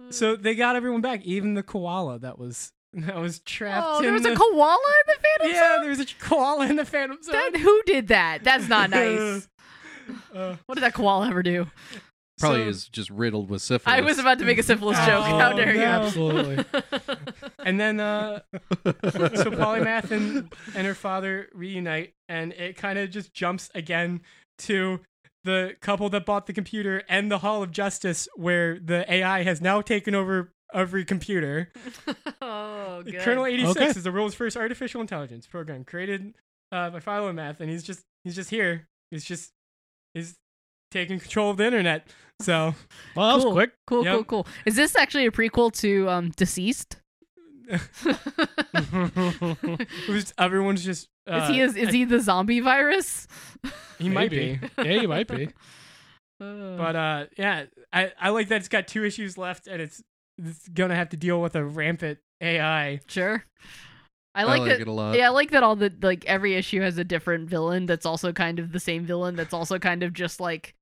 Speaker 2: Uh,
Speaker 4: so
Speaker 1: Hmm.
Speaker 4: they got everyone back, even the koala that was that was trapped.
Speaker 1: oh,
Speaker 4: in
Speaker 1: there was
Speaker 4: the-
Speaker 1: a koala in the Phantom
Speaker 4: yeah,
Speaker 1: Zone?
Speaker 4: there was a koala in the Phantom Zone.
Speaker 1: That, who did that? That's not nice.
Speaker 4: Uh,
Speaker 1: What did that koala ever do?
Speaker 2: probably
Speaker 4: so-
Speaker 2: is just riddled with syphilis.
Speaker 1: I was about to make a syphilis
Speaker 4: Oh,
Speaker 1: joke. How dare
Speaker 4: no.
Speaker 1: you?
Speaker 3: Absolutely.
Speaker 4: And then uh, so Polymath and, and her father reunite, and it kind of just jumps again to the couple that bought the computer and the Hall of Justice, where the AI has now taken over every computer.
Speaker 1: oh, good.
Speaker 4: Colonel eighty six
Speaker 3: Okay.
Speaker 4: is the world's first artificial intelligence program created uh, by Philomath, and he's just he's just here. He's just he's taking control of the internet. So
Speaker 3: Well, that was
Speaker 1: Cool.
Speaker 3: quick.
Speaker 1: Cool,
Speaker 4: Yep.
Speaker 1: cool, cool. Is this actually a prequel to um, Deceased?
Speaker 4: it was, everyone's just uh,
Speaker 1: is he is, is he the zombie virus?
Speaker 4: he might
Speaker 3: Maybe.
Speaker 4: be.
Speaker 3: yeah, you might be.
Speaker 4: But uh, yeah, I, I like that it's got two issues left, and it's it's gonna have to deal with a rampant AI.
Speaker 1: sure. I
Speaker 2: I
Speaker 1: like,
Speaker 2: like
Speaker 1: that.
Speaker 2: it a lot.
Speaker 1: yeah, I like that all the like every issue has a different villain that's also kind of the same villain that's also kind of just like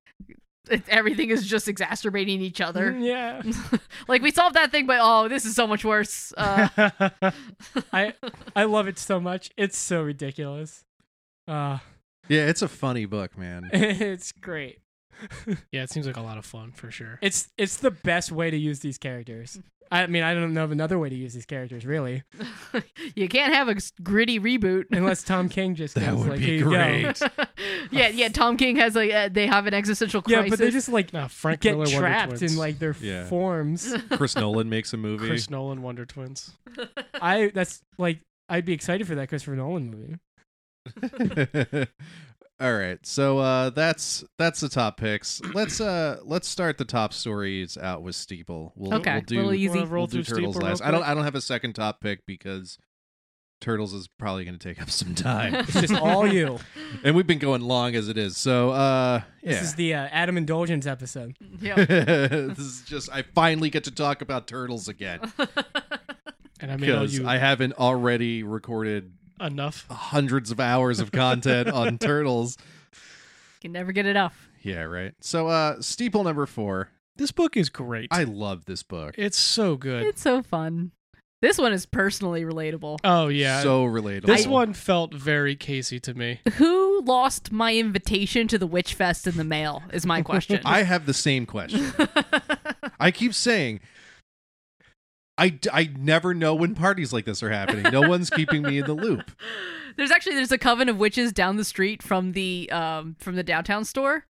Speaker 1: it, everything is just exacerbating each other.
Speaker 4: Mm, Yeah,
Speaker 1: like we solved that thing, but oh, this is so much worse. Uh,
Speaker 4: I I love it so much. It's so ridiculous. Uh,
Speaker 2: Yeah, it's a funny book, man.
Speaker 4: it's great.
Speaker 3: yeah, it seems like a lot of fun for sure.
Speaker 4: It's it's the best way to use these characters. I mean, I don't know of another way to use these characters really,
Speaker 1: you can't have a s- gritty reboot.
Speaker 4: unless Tom King just
Speaker 2: That
Speaker 4: goes,
Speaker 2: would
Speaker 4: like,
Speaker 2: be
Speaker 4: "Here you go."
Speaker 2: great.
Speaker 1: yeah, yeah. Tom King has like uh, they have an existential
Speaker 4: Yeah,
Speaker 1: crisis.
Speaker 4: but they just like
Speaker 3: Nah, Frank
Speaker 4: get
Speaker 3: Miller Wonder
Speaker 4: trapped
Speaker 3: Twins.
Speaker 4: in like their
Speaker 2: Yeah.
Speaker 4: forms.
Speaker 2: Chris Nolan makes a movie.
Speaker 3: Chris Nolan Wonder Twins.
Speaker 4: I that's like I'd be excited for that Christopher Nolan movie.
Speaker 2: All right. So uh that's that's the top picks. Let's uh let's start the top stories out with Steeple. We'll,
Speaker 1: Okay,
Speaker 2: we'll do
Speaker 1: little easy.
Speaker 3: Wanna roll
Speaker 2: we'll do
Speaker 3: through
Speaker 2: Turtles
Speaker 3: Steeple real
Speaker 2: last. I don't
Speaker 3: quick?
Speaker 2: I don't have a second top pick because Turtles is probably going to take up some time.
Speaker 4: It's just all you.
Speaker 2: and we've been going long as it is. So uh yeah.
Speaker 4: This is the uh, Adam Indulgence episode.
Speaker 1: yeah.
Speaker 2: this is just I finally get to talk about Turtles again
Speaker 3: And I mean, all
Speaker 2: because
Speaker 3: you
Speaker 2: I haven't already recorded
Speaker 3: enough.
Speaker 2: hundreds of hours of content on Turtles.
Speaker 1: Can never get enough.
Speaker 2: Yeah, right. So uh Steeple number 4.
Speaker 3: This book is great.
Speaker 2: I love this book.
Speaker 3: it's so good.
Speaker 1: It's so fun. This one is personally relatable.
Speaker 3: oh yeah.
Speaker 2: So relatable.
Speaker 3: this one felt very Casey to me.
Speaker 1: Who lost my invitation to the Witch Fest in the mail? Is my question.
Speaker 2: I have the same question. I keep saying I, d- I never know when parties like this are happening. No one's keeping me in the loop.
Speaker 1: there's actually there's a coven of witches down the street from the um from the downtown store.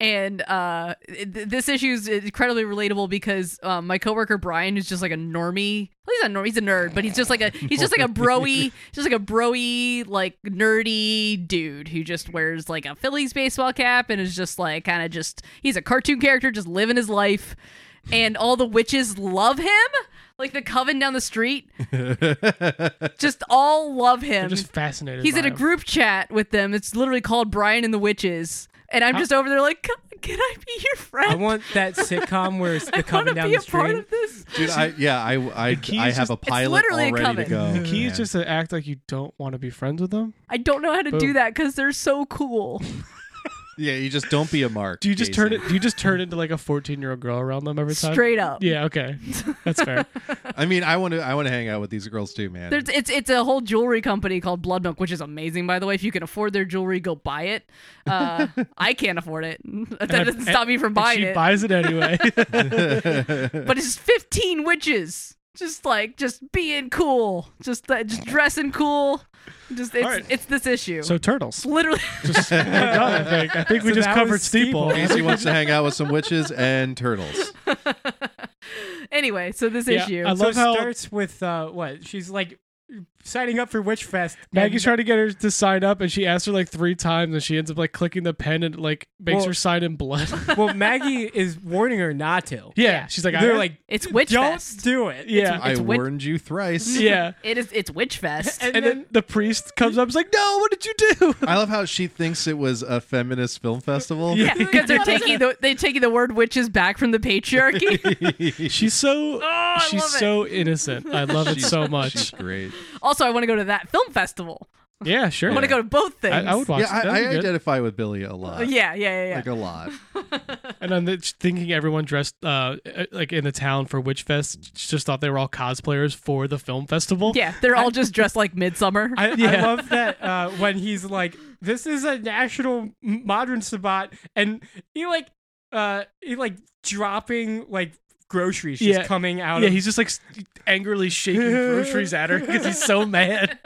Speaker 1: And uh, th- this issue is incredibly relatable because um, my coworker Brian is just like a normie. Well, he's not a normie; he's a nerd, but he's just like a he's just like a broy, just like a broy, like nerdy dude who just wears like a Phillies baseball cap and is just like kind of just he's a cartoon character, just living his life. And all the witches love him, like the coven down the street, just all love him.
Speaker 3: I'm just fascinated.
Speaker 1: He's
Speaker 3: by
Speaker 1: in a
Speaker 3: him.
Speaker 1: group chat with them. It's literally called Brian and the Witches. And I'm
Speaker 3: How-
Speaker 1: just over there like, "Can- can I be your friend?
Speaker 4: I want that sitcom where it's the
Speaker 1: want to
Speaker 4: coming down
Speaker 1: be
Speaker 4: the
Speaker 1: a part
Speaker 4: street.
Speaker 1: of this.
Speaker 2: Dude, I yeah, I I,
Speaker 3: key
Speaker 2: I
Speaker 3: is
Speaker 2: have
Speaker 3: just-
Speaker 2: a
Speaker 1: It's
Speaker 2: pilot
Speaker 1: literally a
Speaker 2: all ready to go.
Speaker 1: coven.
Speaker 3: The key
Speaker 2: man.
Speaker 3: is just to act like you don't want to be friends with them.
Speaker 1: I don't know how to do
Speaker 3: Boom.
Speaker 1: that because they're so cool.
Speaker 2: Yeah, you just don't be a mark.
Speaker 3: Do you just turn
Speaker 2: Jason.
Speaker 3: it? Do you just turn into like a fourteen-year-old girl around them every time?
Speaker 1: Straight up.
Speaker 3: Yeah. Okay. That's fair.
Speaker 2: I mean, I want to I want to hang out with these girls too, man.
Speaker 1: There's, it's it's a whole jewelry company called Blood Milk, which is amazing, by the way. If you can afford their jewelry, go buy it. Uh, I can't afford it. That
Speaker 3: And I-
Speaker 1: doesn't stop me from
Speaker 3: and
Speaker 1: buying
Speaker 3: she
Speaker 1: it.
Speaker 3: buys it anyway.
Speaker 1: but it's 15 witches just like just being cool just uh, just dressing cool just it's,
Speaker 3: Alright.
Speaker 1: it's this issue
Speaker 3: so turtles.
Speaker 1: It's literally
Speaker 3: Just, we're done, I think. I think we
Speaker 4: So
Speaker 3: just
Speaker 4: that
Speaker 3: covered
Speaker 4: was
Speaker 3: steeple.
Speaker 4: Steeple.
Speaker 2: Casey wants to hang out with some witches and turtles.
Speaker 1: anyway so this
Speaker 3: Yeah,
Speaker 1: issue
Speaker 3: I
Speaker 4: So it
Speaker 3: love how
Speaker 4: starts with uh, what? She's like signing up for Witch Fest. And-
Speaker 3: Maggie's trying to get her to sign up, and she asks her like three times, and she ends up like clicking the pen and like makes
Speaker 4: Well-
Speaker 3: her sign in blood.
Speaker 4: well, Maggie is warning her not to.
Speaker 3: yeah.
Speaker 1: Yeah.
Speaker 3: she's like,
Speaker 4: They're
Speaker 3: I-
Speaker 4: like,
Speaker 1: It's Witch
Speaker 4: don't
Speaker 1: Fest.
Speaker 4: do it.
Speaker 3: yeah,
Speaker 2: I
Speaker 1: it's wit-
Speaker 2: warned you thrice.
Speaker 3: yeah.
Speaker 1: It is. It's Witch Fest.
Speaker 4: And,
Speaker 3: And
Speaker 4: then,
Speaker 3: then the priest comes up, is like, "No, what did you do?"
Speaker 2: I love how she thinks it was a feminist film festival.
Speaker 1: Yeah, because they're taking the they taking the word witches back from the patriarchy. Oh,
Speaker 3: She's so
Speaker 1: I
Speaker 3: she's
Speaker 1: love it.
Speaker 3: so innocent. I love it
Speaker 2: She's-
Speaker 3: so much.
Speaker 2: She's great.
Speaker 1: also, I want to go to that film festival.
Speaker 3: Yeah, sure.
Speaker 1: I want to go to both things.
Speaker 3: I, I would watch.
Speaker 2: yeah,
Speaker 3: that.
Speaker 2: I, I
Speaker 3: That'd be good.
Speaker 2: identify with Billy a
Speaker 1: Uh,
Speaker 2: lot.
Speaker 1: yeah, yeah, yeah,
Speaker 2: Like
Speaker 1: yeah.
Speaker 2: a lot.
Speaker 3: And I'm just thinking everyone dressed uh, uh, like in the town for Witch Fest just thought they were all cosplayers for the film festival.
Speaker 1: yeah, they're all just dressed like Midsummer.
Speaker 4: I, I
Speaker 3: Yeah.
Speaker 4: love that uh, when he's like, "This is a national m- modern sabbat," and he like, uh, he like dropping like groceries just
Speaker 3: Yeah.
Speaker 4: coming out.
Speaker 3: Yeah,
Speaker 4: of,
Speaker 3: he's just like s- angrily shaking groceries at her because he's so mad.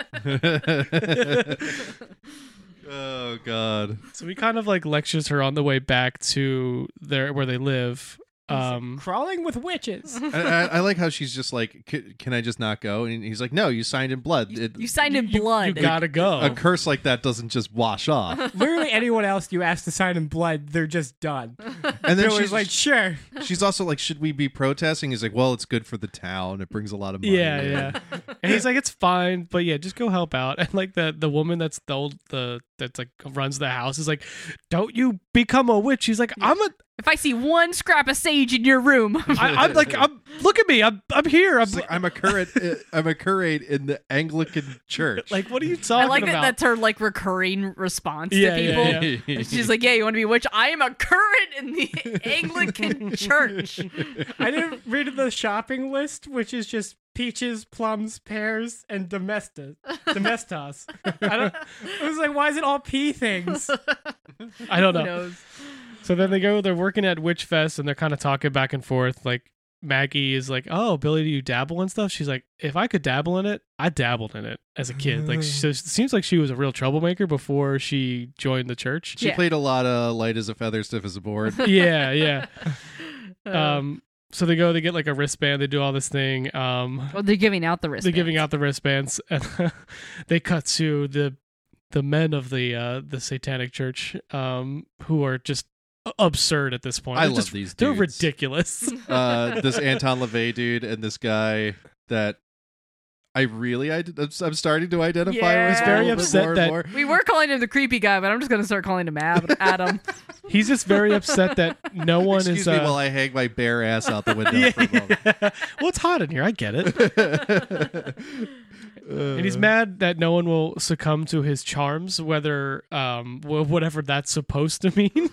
Speaker 2: oh God.
Speaker 3: So he kind of like lectures her on the way back to their where they live. Um,
Speaker 4: crawling with witches.
Speaker 2: I, I, I like how she's just like, "C- "Can I just not go?" And he's like, "No, you signed in blood. It-
Speaker 1: you signed in
Speaker 3: you- oh.
Speaker 1: blood.
Speaker 3: You gotta go.
Speaker 2: a curse like that doesn't just wash off."
Speaker 4: Literally anyone else you ask to sign in blood, they're just done.
Speaker 2: And then
Speaker 4: Billy's
Speaker 2: she's
Speaker 4: like, "Sure."
Speaker 2: she's also like, "Should we be protesting?" He's like, "Well, it's good for the town. It brings a lot of money."
Speaker 3: yeah,
Speaker 2: in."
Speaker 3: yeah. And he's like, it's fine, but yeah, just go help out. And like the the woman that's the old the that's like runs the house is like, don't you become a witch? He's like, I'm a
Speaker 1: if I see one scrap of sage in your room,
Speaker 3: I, I'm like I'm look at me, I'm I'm here. I'm
Speaker 2: She's
Speaker 3: like,
Speaker 2: like, "I'm a curate. eh, I'm a curate in the Anglican Church."
Speaker 3: what are you talking
Speaker 1: I like that.
Speaker 3: about?
Speaker 1: That's her like recurring response
Speaker 3: Yeah,
Speaker 1: to
Speaker 3: yeah,
Speaker 1: people. She's like, "Yeah, you want to be a witch? I am a current in the Anglican Church."
Speaker 4: I didn't read the shopping list, which is just peaches, plums, pears, and domestos. Domestos. I don't. I was like, why is it all pea things?
Speaker 3: I don't
Speaker 1: Who
Speaker 3: know.
Speaker 1: knows?
Speaker 3: So then they go. They're working at Witch Fest, and they're kind of talking back and forth. Like Maggie is like, "Oh, Billy, do you dabble in stuff?" She's like, "If I could dabble in it, I dabbled in it as a kid." Like, so it seems like she was a real troublemaker before she joined the church.
Speaker 2: She
Speaker 1: Yeah.
Speaker 2: played a lot of light as a feather, stiff as a board.
Speaker 3: yeah, yeah.
Speaker 1: Uh,
Speaker 3: Um, so they go. They get like a wristband. They do all this thing. Um,
Speaker 1: well, they're giving out the wristbands.
Speaker 3: they're giving out the wristbands, and they cut to the the men of the uh the Satanic Church, um, who are just absurd at this point.
Speaker 2: I
Speaker 3: They're
Speaker 2: love
Speaker 3: just-
Speaker 2: these.
Speaker 3: They're
Speaker 2: dudes.
Speaker 3: ridiculous.
Speaker 2: Uh, this Anton Levey dude and this guy that I really id- I'm, I'm starting to identify
Speaker 1: Yeah.
Speaker 2: with.
Speaker 1: He's
Speaker 2: a
Speaker 1: very
Speaker 2: little bit
Speaker 3: upset
Speaker 2: more and
Speaker 3: that-
Speaker 2: more.
Speaker 1: We were calling him the creepy guy, but I'm just gonna start calling him Ab- Adam.
Speaker 3: He's just very upset that no one
Speaker 2: Excuse
Speaker 3: is.
Speaker 2: me
Speaker 3: Uh,
Speaker 2: while I hang my bare ass out the window. for a moment.
Speaker 3: well, it's hot in here. I get it. And he's
Speaker 2: Uh,
Speaker 3: mad that no one will succumb to his charms, whether um wh- whatever that's supposed to mean.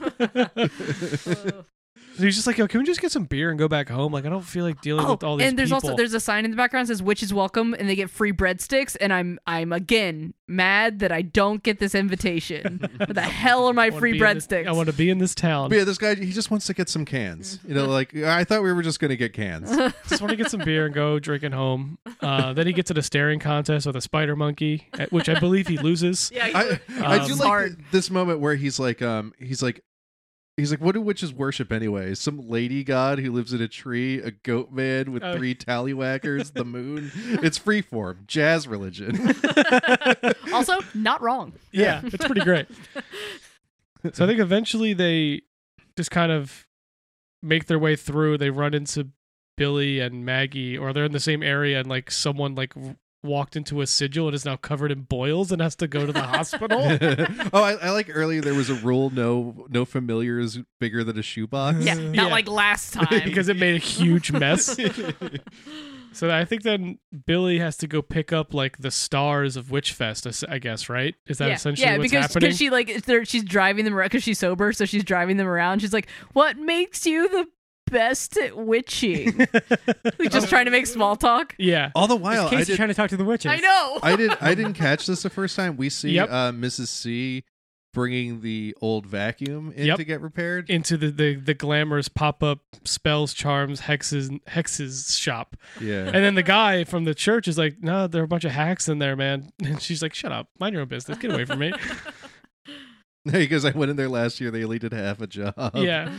Speaker 3: so he's just like, "Yo, can we just get some beer and go back home? Like, I don't feel like dealing
Speaker 1: oh,
Speaker 3: with all these."
Speaker 1: and there's
Speaker 3: people.
Speaker 1: also there's a sign in the background that says "Witches Welcome," and they get free breadsticks. And I'm I'm again mad that I don't get this invitation. Where the hell are my
Speaker 3: I wanna
Speaker 1: free
Speaker 3: be in this-
Speaker 1: breadsticks?
Speaker 3: I want to be in this town.
Speaker 2: But yeah, this guy he just wants to get some cans. You know, like I thought we were just gonna get cans.
Speaker 3: just want to get some beer and go drinking home. Uh, then he gets at a staring contest with a spider monkey, at- which I believe he loses.
Speaker 1: yeah,
Speaker 2: I, I do
Speaker 3: Um,
Speaker 2: like
Speaker 1: Hard.
Speaker 2: th- this moment where he's like, um, he's like, he's like, what do witches worship anyway? Some lady god who lives in a tree, a goat man with
Speaker 3: Oh.
Speaker 2: three tallywhackers, the moon. It's freeform jazz religion.
Speaker 1: also not wrong.
Speaker 3: Yeah, it's pretty great. so I think eventually they just kind of make their way through. They run into Billy and Maggie, or they're in the same area, and like someone like w- walked into a sigil and is now covered in boils and has to go to the hospital.
Speaker 2: oh, I, I like earlier there was a rule: no, no familiar is bigger than a shoebox.
Speaker 1: Yeah, not
Speaker 3: Yeah.
Speaker 1: like last time.
Speaker 3: because it made a huge mess. so I think then Billy has to go pick up like the stars of Witchfest, I s- I guess, right? Is that
Speaker 1: yeah,
Speaker 3: essentially
Speaker 1: yeah,
Speaker 3: what's
Speaker 1: because
Speaker 3: happening?
Speaker 1: because she like it's there- she's driving them around because she's sober, so she's driving them around. She's like, "What makes you the best at witching?" Like, Just trying to make small talk.
Speaker 3: yeah.
Speaker 2: All the
Speaker 4: Is
Speaker 2: while, I
Speaker 4: Casey
Speaker 2: did.
Speaker 4: trying to talk to the witches?
Speaker 1: I know.
Speaker 2: I did. I didn't catch this the first time. We see
Speaker 3: Yep.
Speaker 2: uh, Mrs. C bringing the old vacuum in
Speaker 3: Yep.
Speaker 2: to get repaired.
Speaker 3: into the, the, the glamorous pop up spells, charms, hexes, hexes shop.
Speaker 2: yeah.
Speaker 3: And then the guy from the church is like, "No, there are a bunch of hacks in there, man." And she's like, "Shut up, mind your own business, get away from me."
Speaker 2: Oh. because I went in there last year. They only did half a job.
Speaker 3: yeah.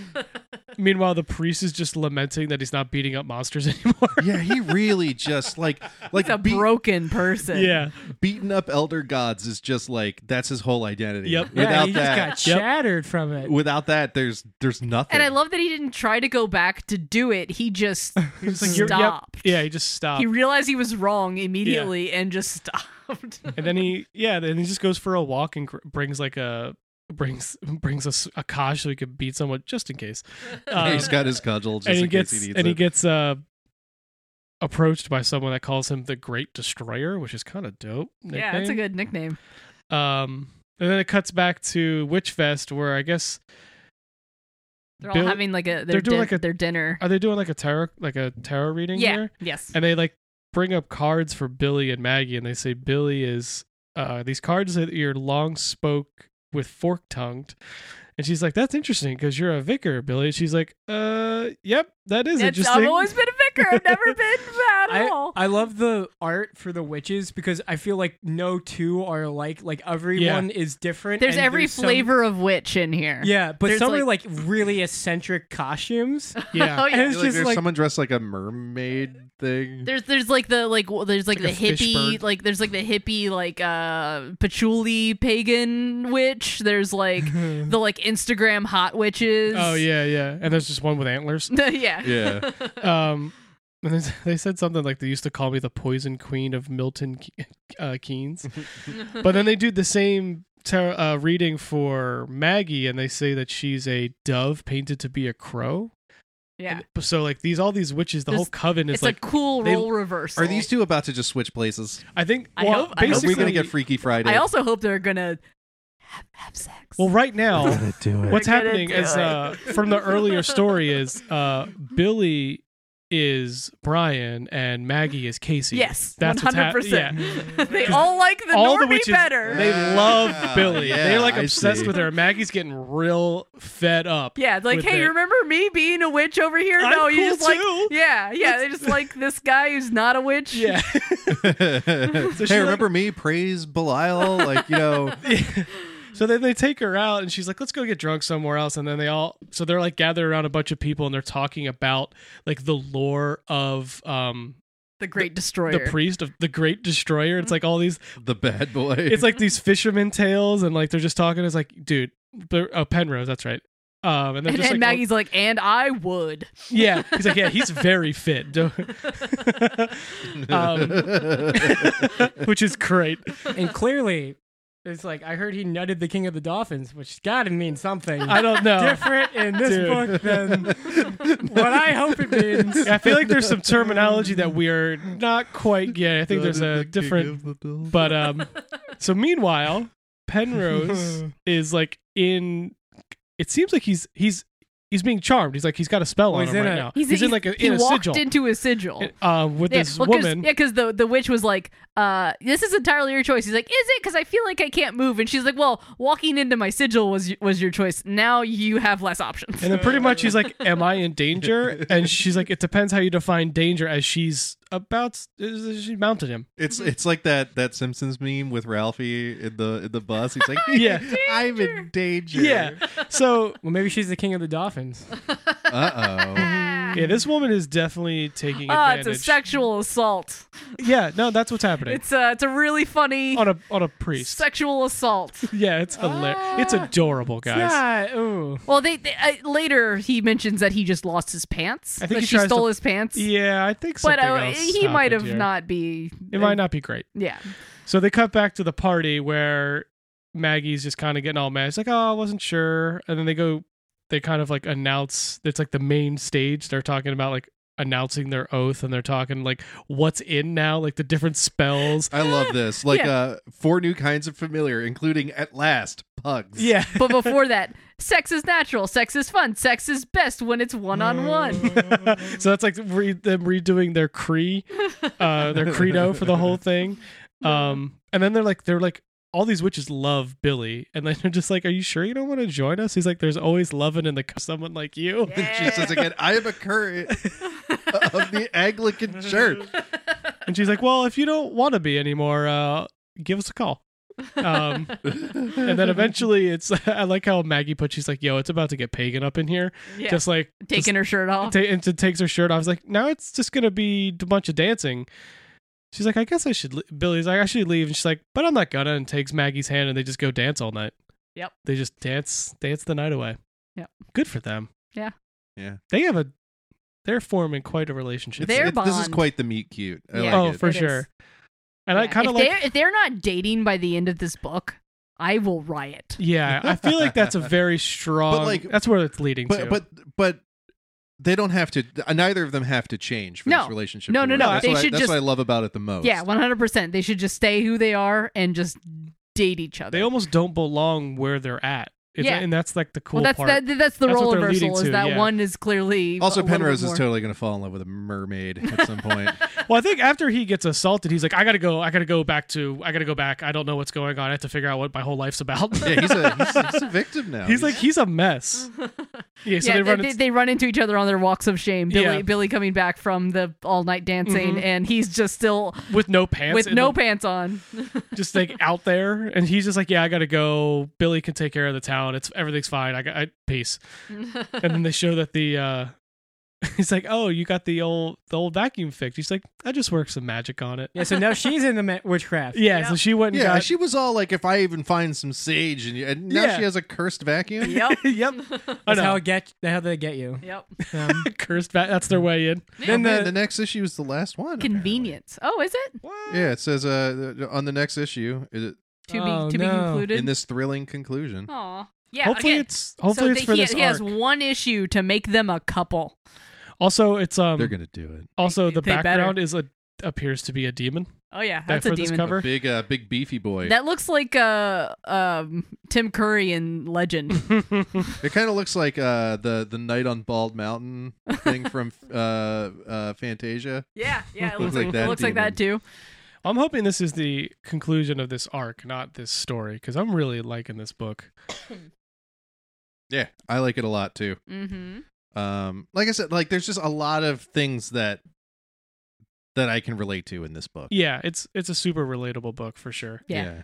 Speaker 3: Meanwhile, the priest is just lamenting that he's not beating up monsters anymore.
Speaker 2: yeah, he really just like like
Speaker 1: He's a
Speaker 2: beat-
Speaker 1: broken person.
Speaker 3: yeah.
Speaker 2: beaten up elder gods is just like that's his whole identity.
Speaker 3: Yep.
Speaker 4: Yeah,
Speaker 2: Without
Speaker 4: he
Speaker 2: that,
Speaker 4: just got
Speaker 3: Yep.
Speaker 4: shattered from it.
Speaker 2: without that, there's there's nothing.
Speaker 1: And I love that he didn't try to go back to do it. He just
Speaker 3: He's like, "You're- yep."
Speaker 1: stopped.
Speaker 3: Yeah, he just stopped.
Speaker 1: He realized he was wrong immediately and just stopped.
Speaker 3: and then he yeah then he just goes for a walk and cr- brings like a brings brings us a kosh so he could beat someone just in case Um,
Speaker 2: he's got his cudgel just
Speaker 3: and he
Speaker 2: in
Speaker 3: gets
Speaker 2: case he needs
Speaker 3: and
Speaker 2: it.
Speaker 3: he gets uh approached by someone that calls him the great destroyer which is kind of dope
Speaker 1: yeah, that's a
Speaker 3: nickname.
Speaker 1: good nickname.
Speaker 3: um and then it cuts back to Witchfest, where I guess
Speaker 1: They're all
Speaker 3: Bill-
Speaker 1: having like a
Speaker 3: they're
Speaker 1: their,
Speaker 3: doing
Speaker 1: din-
Speaker 3: like a-
Speaker 1: their dinner.
Speaker 3: are they doing like a tarot like a tarot reading
Speaker 1: Yeah.
Speaker 3: here?
Speaker 1: Yes.
Speaker 3: And they like bring up cards for Billy and Maggie, and they say Billy is uh, these cards that you're long spoke with fork tongued. And she's like, "That's interesting because you're a vicar, Billy." And she's like, "Uh, yep, that is
Speaker 1: It's,
Speaker 3: interesting."
Speaker 1: I've always been a vicar. I've never been bad at
Speaker 4: I,
Speaker 1: all.
Speaker 4: I love the art for the witches because I feel like no two are alike. Like everyone is different.
Speaker 1: there's
Speaker 4: and
Speaker 1: every
Speaker 4: some-
Speaker 1: flavor of witch in here.
Speaker 4: yeah, but
Speaker 1: There's,
Speaker 4: some are like really eccentric costumes.
Speaker 3: yeah,
Speaker 1: Oh
Speaker 4: And
Speaker 1: yeah.
Speaker 4: it's
Speaker 2: Like,
Speaker 4: just
Speaker 2: there's
Speaker 4: like
Speaker 2: someone dressed like a mermaid thing.
Speaker 1: There's there's like the like w- there's like,
Speaker 3: Like a
Speaker 1: the
Speaker 3: fish
Speaker 1: hippie
Speaker 3: bird.
Speaker 1: like there's like the hippie like uh patchouli pagan witch. There's like the like Instagram hot witches.
Speaker 3: oh yeah, yeah. And there's just one with antlers.
Speaker 1: yeah.
Speaker 2: yeah,
Speaker 3: Um, and then they said something like they used to call me the poison queen of Milton Ke- uh, Keynes, but then they do the same tar- uh, reading for Maggie, and they say that she's a dove painted to be a crow.
Speaker 1: Yeah.
Speaker 3: And- so like these all these witches, the
Speaker 1: This-
Speaker 3: whole coven is
Speaker 1: It's a
Speaker 3: like
Speaker 1: cool
Speaker 3: they-
Speaker 1: role reversal.
Speaker 2: are these two about to just switch places?
Speaker 3: I think
Speaker 1: I
Speaker 3: well,
Speaker 1: hope- I hope
Speaker 2: Are we
Speaker 3: basically
Speaker 2: gonna get Freaky Friday?
Speaker 1: I also hope they're gonna have, have sex.
Speaker 3: Well, right now
Speaker 2: do it.
Speaker 3: what's
Speaker 1: They're gonna
Speaker 3: happening
Speaker 1: do
Speaker 3: is
Speaker 1: it.
Speaker 3: uh from the earlier story is uh Billy is Brian and Maggie is Casey.
Speaker 1: yes,
Speaker 3: That's
Speaker 1: one
Speaker 3: what's
Speaker 1: hundred
Speaker 3: hap-
Speaker 1: percent.
Speaker 3: yeah.
Speaker 1: They all like the
Speaker 3: All the
Speaker 1: normie
Speaker 3: witches-
Speaker 1: better.
Speaker 3: They
Speaker 2: Ah,
Speaker 3: love Billy.
Speaker 2: yeah,
Speaker 3: They're like
Speaker 2: I
Speaker 3: obsessed
Speaker 2: see.
Speaker 3: with her. Maggie's getting real fed up.
Speaker 1: yeah, it's like
Speaker 3: with
Speaker 1: hey,
Speaker 3: it.
Speaker 1: you remember me being a witch over here?
Speaker 3: I'm
Speaker 1: no, you
Speaker 3: cool
Speaker 1: just like
Speaker 3: too.
Speaker 1: yeah, yeah. They just like this guy who's not a witch.
Speaker 3: Yeah. she,
Speaker 2: hey,
Speaker 3: like-
Speaker 2: remember me? Praise Belial. Like you know,
Speaker 3: So then they take her out, and she's like, "Let's go get drunk somewhere else." And then they all, so they're like gathered around a bunch of people, and they're talking about like the lore of um
Speaker 1: the Great Destroyer. Mm-hmm.
Speaker 3: the priest of the Great Destroyer. It's like all these,
Speaker 2: the bad boy.
Speaker 3: it's like these fisherman tales, and like they're just talking. It's like, dude, they're- oh Penrose, that's right. Um, and they're
Speaker 1: and
Speaker 3: just
Speaker 1: then
Speaker 3: like, all-
Speaker 1: Maggie's like, and I would.
Speaker 3: yeah, he's like, yeah, he's very fit, Don't- um, which is great.
Speaker 4: and clearly, it's like I heard he nutted the king of the dolphins, which gotta mean something
Speaker 3: I don't know.
Speaker 4: different in this
Speaker 3: Dude.
Speaker 4: book than what I hope it means.
Speaker 3: I feel like there's some terminology that we are not quite getting. I think there's a different, but um. So meanwhile, Penrose is like in. It seems like he's he's he's being charmed. He's like he's got a spell
Speaker 4: Well,
Speaker 3: on
Speaker 4: he's
Speaker 3: him
Speaker 4: in
Speaker 3: right
Speaker 4: a-
Speaker 3: now. He's, in like a,
Speaker 1: he
Speaker 3: in a
Speaker 1: walked
Speaker 3: sigil
Speaker 1: into a sigil.
Speaker 3: uh, with
Speaker 1: yeah,
Speaker 3: this
Speaker 1: well, 'cause-
Speaker 3: woman.
Speaker 1: yeah, because the, the witch was like, uh, this is entirely your choice. He's like, is it? Because I feel like I can't move. And she's like, well, walking into my sigil was y- was your choice. Now you have less options.
Speaker 3: And then pretty much he's like, "Am I in danger?" And she's like, "It depends how you define danger." As she's about, she mounted him.
Speaker 2: It's it's like that that Simpsons meme with Ralphie in the in the bus. He's like,
Speaker 3: Yeah.
Speaker 2: I'm in danger.
Speaker 3: Yeah. So
Speaker 4: Well, maybe she's the king of the dolphins.
Speaker 2: Uh
Speaker 3: yeah, this woman is definitely taking
Speaker 1: Ah,
Speaker 3: advantage.
Speaker 1: it's a sexual assault.
Speaker 3: yeah, no, that's what's happening
Speaker 1: It's uh, it's a really funny
Speaker 3: on a on a priest.
Speaker 1: sexual assault.
Speaker 3: Yeah, it's hilarious.
Speaker 1: Ah.
Speaker 3: it's adorable, guys.
Speaker 4: Yeah, ooh.
Speaker 1: Well, they, they uh, later he mentions that he just lost his pants.
Speaker 3: I think
Speaker 1: that
Speaker 3: he
Speaker 1: she
Speaker 3: tries
Speaker 1: stole
Speaker 3: to-
Speaker 1: his pants.
Speaker 3: Yeah, I think
Speaker 1: but
Speaker 3: something
Speaker 1: uh,
Speaker 3: else
Speaker 1: he might
Speaker 3: happened
Speaker 1: have
Speaker 3: here.
Speaker 1: not be.
Speaker 3: It might not be great.
Speaker 1: Yeah.
Speaker 3: So they cut back to the party where Maggie's just kind of getting all mad. She's like, "Oh, I wasn't sure," and then they go. They kind of like announce. It's like the main stage. They're talking about like announcing their oath, and they're talking like what's in now, like the different spells.
Speaker 2: I love this. Like
Speaker 1: Yeah.
Speaker 2: uh four new kinds of familiar, including at last pugs.
Speaker 3: Yeah,
Speaker 1: But before that, sex is natural. Sex is fun. Sex is best when it's one on one.
Speaker 3: Mm. so that's like re- them redoing their cree, uh, their credo for the whole thing. Um, and then they're like, they're like, all these witches love Billy, and then they're just like, "Are you sure you don't want to join us?" He's like, "There's always loving in the cu- someone like you."
Speaker 2: She says again, I am a curate of the Anglican Church.
Speaker 3: And she's like, "Well, if you don't want to be anymore, uh, give us a call." Um, and then eventually, it's I like how Maggie puts. She's like, "Yo, it's about to get pagan up in here."
Speaker 1: Yeah.
Speaker 3: Just like
Speaker 1: taking her shirt off.
Speaker 3: ta- and t- takes her shirt off. I was like, now it's just gonna be a bunch of dancing. She's like, I guess I should. Li-. Billy's like, I should leave, and she's like, but I'm not gonna. And takes Maggie's hand, and they just go dance all night.
Speaker 1: Yep.
Speaker 3: They just dance, dance the night away.
Speaker 1: Yep.
Speaker 3: Good for them.
Speaker 1: Yeah.
Speaker 2: Yeah.
Speaker 3: They have a, they're forming quite a relationship.
Speaker 1: Their
Speaker 2: this is
Speaker 1: bond.
Speaker 2: quite the meet cute. I
Speaker 1: Yeah.
Speaker 3: oh,
Speaker 2: like it.
Speaker 3: for
Speaker 1: It is.
Speaker 3: sure. And I
Speaker 1: Yeah.
Speaker 3: kind of
Speaker 1: If
Speaker 3: like.
Speaker 1: they're, if they're not dating by the end of this book, I will riot.
Speaker 3: Yeah, I feel like that's a very strong.
Speaker 2: like-
Speaker 3: that's where it's leading to.
Speaker 2: but but but they don't have to. Neither of them have to change for
Speaker 1: No.
Speaker 2: this relationship.
Speaker 1: No,
Speaker 2: to
Speaker 1: no,
Speaker 2: work.
Speaker 1: no.
Speaker 2: That's,
Speaker 1: They
Speaker 2: what, I,
Speaker 1: should
Speaker 2: that's
Speaker 1: just-
Speaker 2: what I love about it the most.
Speaker 1: Yeah, one hundred percent. They should just stay who they are and just date each other.
Speaker 3: they almost don't belong where they're at. It's-
Speaker 1: Yeah.
Speaker 3: and that's like the cool
Speaker 1: well, that's
Speaker 3: part.
Speaker 1: that, that's the
Speaker 3: That's what
Speaker 1: role
Speaker 3: they're
Speaker 1: reversal
Speaker 3: leading
Speaker 1: is
Speaker 3: to,
Speaker 1: that
Speaker 3: yeah.
Speaker 1: one is clearly
Speaker 2: Also,
Speaker 1: a little
Speaker 2: Penrose
Speaker 1: bit
Speaker 2: is
Speaker 1: more-
Speaker 2: totally going to fall in love with a mermaid at some point.
Speaker 3: Well, I think after he gets assaulted, he's like, I gotta go, I gotta go back to, I gotta go back. I don't know what's going on. I have to figure out what my whole life's about.
Speaker 2: yeah, he's a he's, he's a victim now.
Speaker 3: he's like, he's a mess.
Speaker 1: yeah,
Speaker 3: Yeah, so they
Speaker 1: they,
Speaker 3: run.
Speaker 1: they,
Speaker 3: into-
Speaker 1: they run into each other on their walks of shame. Billy,
Speaker 3: Yeah.
Speaker 1: Billy coming back from the all night dancing,
Speaker 3: Mhm.
Speaker 1: and he's just still
Speaker 3: with no pants,
Speaker 1: with
Speaker 3: and
Speaker 1: no
Speaker 3: the-
Speaker 1: pants on.
Speaker 3: just like out there, and he's just like, "Yeah, I gotta go. Billy can take care of the town. It's everything's fine. I got I, peace." And then they show that the uh he's like, "Oh, you got the old the old vacuum fixed." He's like, "I just worked some magic on it."
Speaker 4: Yeah, so now she's into ma- witchcraft.
Speaker 3: Yeah,
Speaker 1: Yeah.
Speaker 3: so she went and
Speaker 2: yeah,
Speaker 3: got.
Speaker 2: she was all like, if I even find some sage, and, you, and now
Speaker 3: Yeah.
Speaker 2: she has a cursed vacuum.
Speaker 1: yep.
Speaker 3: yep, I
Speaker 4: That's
Speaker 3: know.
Speaker 4: how it get. That's how they get you.
Speaker 1: Yep.
Speaker 4: Um,
Speaker 3: Cursed. Va- that's their way in.
Speaker 2: And then
Speaker 4: then the,
Speaker 2: Oh, the next issue is the last one. apparently.
Speaker 1: Convenience. Oh, is it
Speaker 2: Yeah, it says uh, on the next issue is it
Speaker 1: to
Speaker 4: Oh,
Speaker 1: be to be
Speaker 4: no.
Speaker 1: concluded?
Speaker 2: in this thrilling conclusion.
Speaker 1: Aw. Yeah.
Speaker 3: hopefully
Speaker 1: again,
Speaker 3: it's hopefully
Speaker 1: so
Speaker 3: it's
Speaker 1: they-
Speaker 3: for
Speaker 1: he,
Speaker 3: this
Speaker 1: he has
Speaker 3: arc.
Speaker 1: one issue to make them a couple.
Speaker 3: Also, it's um.
Speaker 2: They're gonna do it.
Speaker 3: Also, the
Speaker 1: They better.
Speaker 3: background is a appears to be a demon.
Speaker 1: Oh yeah,
Speaker 3: That
Speaker 1: that's a
Speaker 3: for this
Speaker 1: demon.
Speaker 3: cover?
Speaker 2: A big, uh, big beefy boy.
Speaker 1: That looks like uh um Tim Curry in Legend.
Speaker 2: it kind of looks like uh, the the night on Bald Mountain thing from uh, uh, Fantasia.
Speaker 1: yeah, yeah, it
Speaker 2: Looks like that
Speaker 1: it looks like that too.
Speaker 3: I'm hoping this is the conclusion of this arc, not this story, because I'm really liking this book.
Speaker 2: Yeah, I like it a lot too.
Speaker 1: Mm-hmm.
Speaker 3: Oh,
Speaker 2: Um, like I said, like there's just a lot of things that that I can relate to in this book.
Speaker 3: Yeah, it's it's a super relatable book for sure.
Speaker 1: Yeah.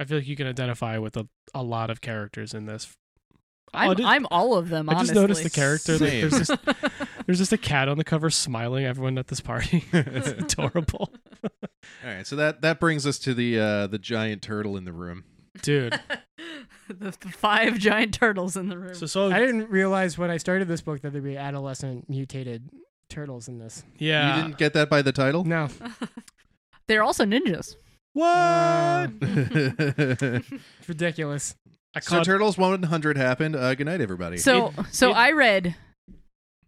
Speaker 3: I feel like you can identify with a, a lot of characters in this.
Speaker 1: I'm,
Speaker 3: Oh, I did-
Speaker 1: I'm all of them.
Speaker 3: I just
Speaker 1: Honestly,
Speaker 3: noticed the character. Like,
Speaker 2: Same.
Speaker 3: there's just there's just a cat on the cover smiling. at Everyone at this party. it's adorable,
Speaker 2: All right, so that that brings us to the uh, the giant turtle in the room.
Speaker 3: dude.
Speaker 1: the, the five giant turtles in the room.
Speaker 3: So so
Speaker 4: I didn't realize when I started this book that there'd be adolescent mutated turtles in this.
Speaker 3: yeah.
Speaker 1: uh,
Speaker 2: You didn't get that by the title.
Speaker 4: No,
Speaker 1: They're also ninjas.
Speaker 3: what?
Speaker 4: Uh, it's ridiculous.
Speaker 3: I
Speaker 2: so
Speaker 3: caught
Speaker 2: turtles 100 happened. Uh, good night, everybody.
Speaker 1: So so
Speaker 3: it-
Speaker 1: I read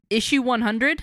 Speaker 1: issue 100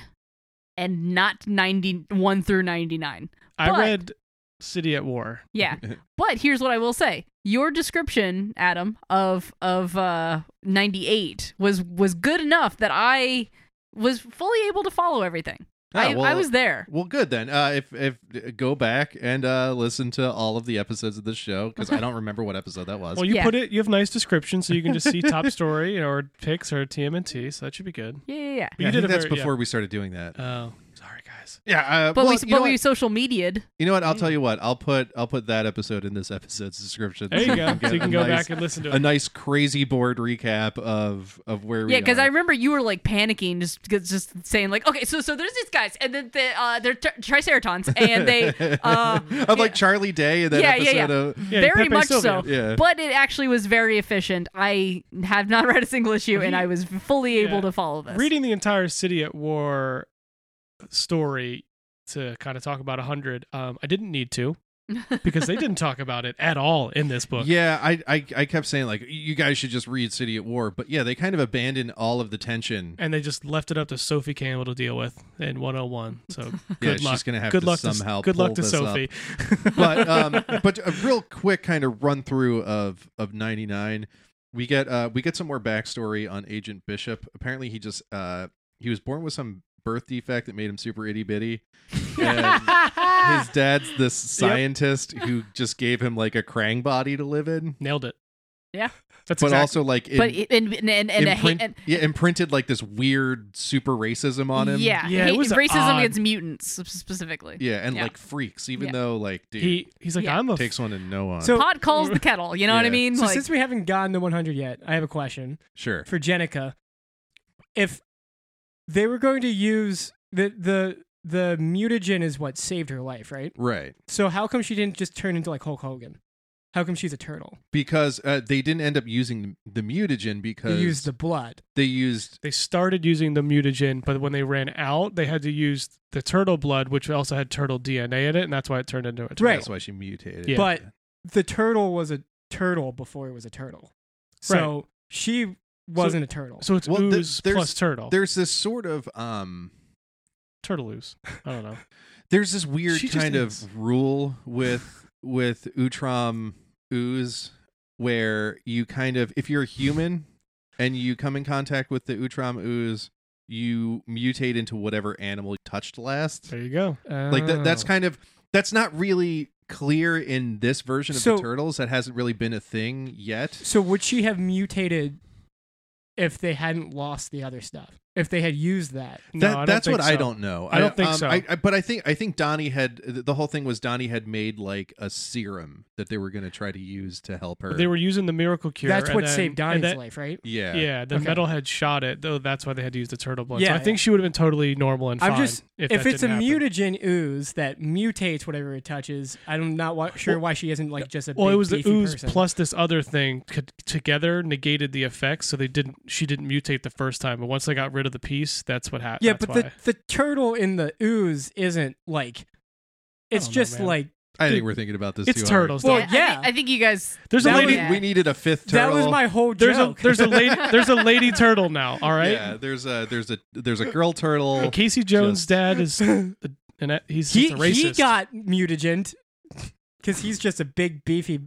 Speaker 1: and not 91 through 99.
Speaker 3: I
Speaker 1: but-
Speaker 3: read City at War.
Speaker 1: Yeah.
Speaker 2: Mm-hmm.
Speaker 1: but here's what I will say. Your description, Adam, of of uh 98 was was good enough that I was fully able to follow everything.
Speaker 2: Ah,
Speaker 1: I,
Speaker 2: well-
Speaker 1: I was there.
Speaker 2: Well, good then. Uh, if if go back and uh, listen to all of the episodes of the show because I don't remember what episode that was.
Speaker 3: Well, you
Speaker 1: Yeah.
Speaker 3: put it. You have nice description, so you can just see top story or picks or TMNT. So that should be good.
Speaker 1: Yeah, yeah, yeah.
Speaker 3: But
Speaker 2: Yeah, I
Speaker 3: you did
Speaker 2: think
Speaker 3: a
Speaker 2: that's
Speaker 3: very- yeah.
Speaker 2: before we started doing that.
Speaker 3: Oh, sorry guys.
Speaker 2: Yeah, uh,
Speaker 1: But
Speaker 2: well,
Speaker 1: we
Speaker 2: you, know
Speaker 1: but
Speaker 2: what?
Speaker 1: we social mediaed.
Speaker 2: You know what? I'll
Speaker 1: Mm.
Speaker 2: tell you what. I'll put I'll put that episode in this episode's description.
Speaker 3: There you go.
Speaker 2: get
Speaker 3: so you can
Speaker 2: a
Speaker 3: go
Speaker 2: nice-
Speaker 3: back and listen to
Speaker 2: a
Speaker 3: it.
Speaker 2: nice crazy board recap of of where we
Speaker 1: Yeah, because
Speaker 2: are.
Speaker 1: I remember you were like panicking, just 'cause- just saying like, okay, so so there's these guys, and then the, uh, they're tr- triceratons, and they uh,
Speaker 2: of like
Speaker 1: yeah.
Speaker 2: Charlie Day and that
Speaker 1: Yeah, yeah,
Speaker 2: episode
Speaker 1: yeah.
Speaker 2: of
Speaker 3: Yeah,
Speaker 1: very
Speaker 3: Pepe
Speaker 1: much
Speaker 3: Sylvia.
Speaker 1: so.
Speaker 2: yeah.
Speaker 1: But it actually was very efficient. I have not read a single issue, and I was fully
Speaker 3: Yeah.
Speaker 1: able to follow this.
Speaker 3: Reading the entire City at War story to kind of talk about hundred. Um, I didn't need to because they didn't talk about it at all in this book.
Speaker 2: Yeah, I, I I kept saying like you guys should just read City at War, but yeah, they kind of abandoned all of the tension.
Speaker 3: And they just left it up to Sophie Campbell to deal with in 101. So good
Speaker 2: she's
Speaker 3: luck.
Speaker 2: gonna have
Speaker 3: good
Speaker 2: to
Speaker 3: luck
Speaker 2: somehow
Speaker 3: To, good
Speaker 2: pull
Speaker 3: luck to
Speaker 2: this up.
Speaker 3: Sophie.
Speaker 2: but um but a real quick kind of run through of of 99 we get uh we get some more backstory on agent bishop apparently he just uh he was born with some birth defect that made him super itty bitty and his dad's this
Speaker 3: Yep.
Speaker 2: scientist who just gave him like a krang body to live in
Speaker 3: Nailed it.
Speaker 1: Yeah.
Speaker 3: That's
Speaker 2: but
Speaker 3: exact-
Speaker 2: also like it,
Speaker 1: but it, and and and, and, a hate-
Speaker 2: imprint-
Speaker 1: and
Speaker 2: yeah, imprinted like this weird super racism on him.
Speaker 1: yeah,
Speaker 3: Yeah, it
Speaker 1: hate-
Speaker 3: was
Speaker 1: racism
Speaker 3: odd.
Speaker 1: against mutants sp- specifically.
Speaker 2: yeah, and
Speaker 1: Yeah.
Speaker 2: like freaks. Even
Speaker 1: Yeah.
Speaker 2: though like dude
Speaker 3: he oh, he's like
Speaker 1: Yeah.
Speaker 3: I'm a f-
Speaker 2: takes one and no one.
Speaker 4: So-
Speaker 1: Pot calls the kettle. You know what I
Speaker 2: Yeah.
Speaker 1: mean?
Speaker 4: So
Speaker 1: like,
Speaker 4: since we haven't gotten to 100 yet, I have a question
Speaker 2: sure,
Speaker 4: for Jenica. If they were going to use the the the mutagen is what saved her life, right?
Speaker 2: right.
Speaker 4: So how come she didn't just turn into like Hulk Hogan? How come she's a turtle?
Speaker 2: because uh, they didn't end up using the mutagen
Speaker 4: You
Speaker 2: because
Speaker 4: use the blood.
Speaker 2: they used
Speaker 3: they started using the mutagen, but when they ran out, they had to use the turtle blood, which also had turtle DNA in it, and that's why it turned into a turtle.
Speaker 4: Right.
Speaker 2: that's why she mutated.
Speaker 3: Yeah.
Speaker 4: But the turtle was a turtle before it was a turtle. So she wasn't a turtle.
Speaker 3: So it's
Speaker 2: Well, there-
Speaker 3: ooze
Speaker 2: there's-
Speaker 3: plus turtle.
Speaker 2: there's this sort of um
Speaker 3: turtle ooze. I don't know.
Speaker 2: there's this weird
Speaker 3: She just
Speaker 2: kind
Speaker 3: is.
Speaker 2: of rule with with Utram ooze where you kind of if you're a human and you come in contact with the Utram ooze you mutate into whatever animal you touched last.
Speaker 3: There you go.
Speaker 2: Like that, that's
Speaker 4: Oh.
Speaker 2: kind of that's not really clear in this version of
Speaker 4: So-
Speaker 2: the turtles that hasn't really been a thing yet.
Speaker 4: So would she have mutated if they hadn't lost the other stuff? If they had used that?
Speaker 3: No,
Speaker 2: That,
Speaker 3: I don't
Speaker 2: that's
Speaker 3: think
Speaker 2: what I
Speaker 3: so.
Speaker 2: don't know.
Speaker 3: I don't think so.
Speaker 2: I, I, but I think I think Donnie had th- the whole thing was Donnie had made like a serum that they were going to try to use to help her.
Speaker 3: They were using the miracle cure.
Speaker 4: That's
Speaker 3: and
Speaker 4: what
Speaker 3: then-
Speaker 4: saved Donnie's
Speaker 3: and that-
Speaker 4: life, right?
Speaker 2: yeah,
Speaker 3: Yeah, the
Speaker 4: Okay.
Speaker 3: metalhead shot it, though. That's why they had to use the turtle blood. so
Speaker 4: Yeah,
Speaker 3: I
Speaker 4: yeah.
Speaker 3: think she would have been totally normal and fine.
Speaker 4: I'm just if,
Speaker 3: that
Speaker 4: it's a
Speaker 3: didn't happen.
Speaker 4: mutagen ooze that mutates whatever it touches, I'm not wa- sure
Speaker 3: Well-
Speaker 4: why she isn't like just a
Speaker 3: Well,
Speaker 4: big,
Speaker 3: it was the
Speaker 4: beefy
Speaker 3: ooze
Speaker 4: person.
Speaker 3: plus this other thing co- together negated the effects, so they didn't. She didn't mutate the first time, but once they got rid of the piece, that's what happened.
Speaker 4: yeah,
Speaker 3: that's
Speaker 4: but
Speaker 3: why.
Speaker 4: the, the turtle in the ooze isn't like it's
Speaker 3: don't know,
Speaker 4: just
Speaker 3: man.
Speaker 4: like
Speaker 2: I think
Speaker 3: Dude,
Speaker 2: we're thinking about this.
Speaker 3: it's
Speaker 2: too hard.
Speaker 3: turtles.
Speaker 4: Well,
Speaker 3: though.
Speaker 1: I
Speaker 4: yeah.
Speaker 1: think- I think you guys.
Speaker 3: there's a
Speaker 4: that
Speaker 2: We
Speaker 1: was-
Speaker 3: lady.
Speaker 2: need- We needed a fifth turtle.
Speaker 4: that was my whole
Speaker 3: There's a
Speaker 4: joke.
Speaker 3: there's a lady there's a lady turtle now. All right.
Speaker 2: Yeah, there's a there's a there's a girl turtle.
Speaker 3: And Casey Jones' dad is a, an, he's
Speaker 4: he
Speaker 3: just a racist.
Speaker 4: he got mutagened because he's just a big beefy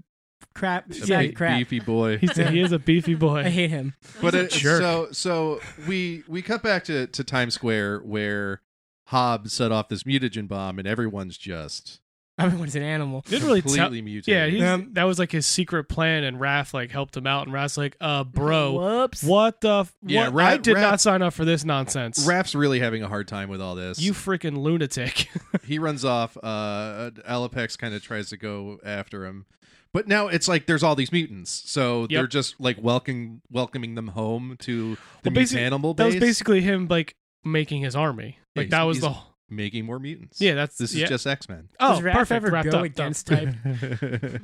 Speaker 4: crap
Speaker 2: a
Speaker 4: sack
Speaker 2: big
Speaker 4: of crap.
Speaker 2: beefy boy.
Speaker 3: He's a, he is a beefy
Speaker 4: I
Speaker 3: boy.
Speaker 4: hate him.
Speaker 2: but
Speaker 3: a
Speaker 2: it,
Speaker 3: jerk.
Speaker 2: so so we we cut back to to Times Square where Hobbs set off this mutagen bomb and everyone's just
Speaker 4: Everyone's an animal.
Speaker 3: Didn't really
Speaker 2: completely
Speaker 3: tell. Yeah,
Speaker 2: mutated.
Speaker 3: he's,
Speaker 4: Um,
Speaker 3: that was like his secret plan, and Raph like helped him out, and Raph's like, "Uh, bro,
Speaker 1: Whoops.
Speaker 3: what the? F-
Speaker 2: Yeah,
Speaker 3: what?
Speaker 2: Raph-
Speaker 3: I did
Speaker 2: Raph-
Speaker 3: not sign up for this nonsense.
Speaker 2: Raph's really having a hard time with all this.
Speaker 3: you freaking lunatic!
Speaker 2: he runs off. Uh, Alapex kind of tries to go after him, but now it's like there's all these mutants, so they're just like welcoming welcoming them home to the
Speaker 3: Well,
Speaker 2: mutant
Speaker 3: basic-
Speaker 2: animal
Speaker 3: That
Speaker 2: base,
Speaker 3: was basically him like making his army.
Speaker 2: Yeah,
Speaker 3: Like that
Speaker 2: he's-
Speaker 3: was the
Speaker 2: he's- making more mutants.
Speaker 3: yeah. That's
Speaker 2: this is
Speaker 3: yeah.
Speaker 2: just X Men.
Speaker 3: oh
Speaker 4: Does Raph
Speaker 3: perfect.
Speaker 4: ever
Speaker 3: Wrapped
Speaker 4: go
Speaker 3: up, done.
Speaker 4: against type?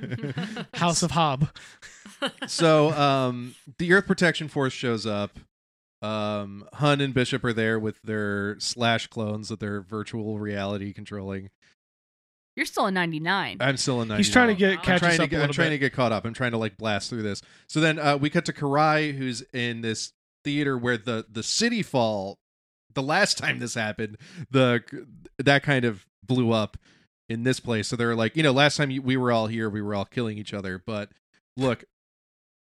Speaker 3: House of Hob.
Speaker 2: so um, the Earth Protection Force shows up. Um, Hun and Bishop are there with their slash clones that they're virtual reality controlling.
Speaker 1: You're still in '99.
Speaker 2: I'm still in. 99.
Speaker 3: He's trying to
Speaker 1: I'm
Speaker 3: get catch
Speaker 2: trying
Speaker 3: us
Speaker 2: to
Speaker 3: up
Speaker 2: get,
Speaker 3: a
Speaker 2: I'm
Speaker 3: little
Speaker 2: trying
Speaker 3: bit.
Speaker 2: to get caught up. I'm trying to like blast through this. So then uh, we cut to Karai, who's in this theater where the the city fall. The last time this happened, the that kind of blew up in this place. So they're like, you know, last time you- we were all here, we were all killing each other. But look,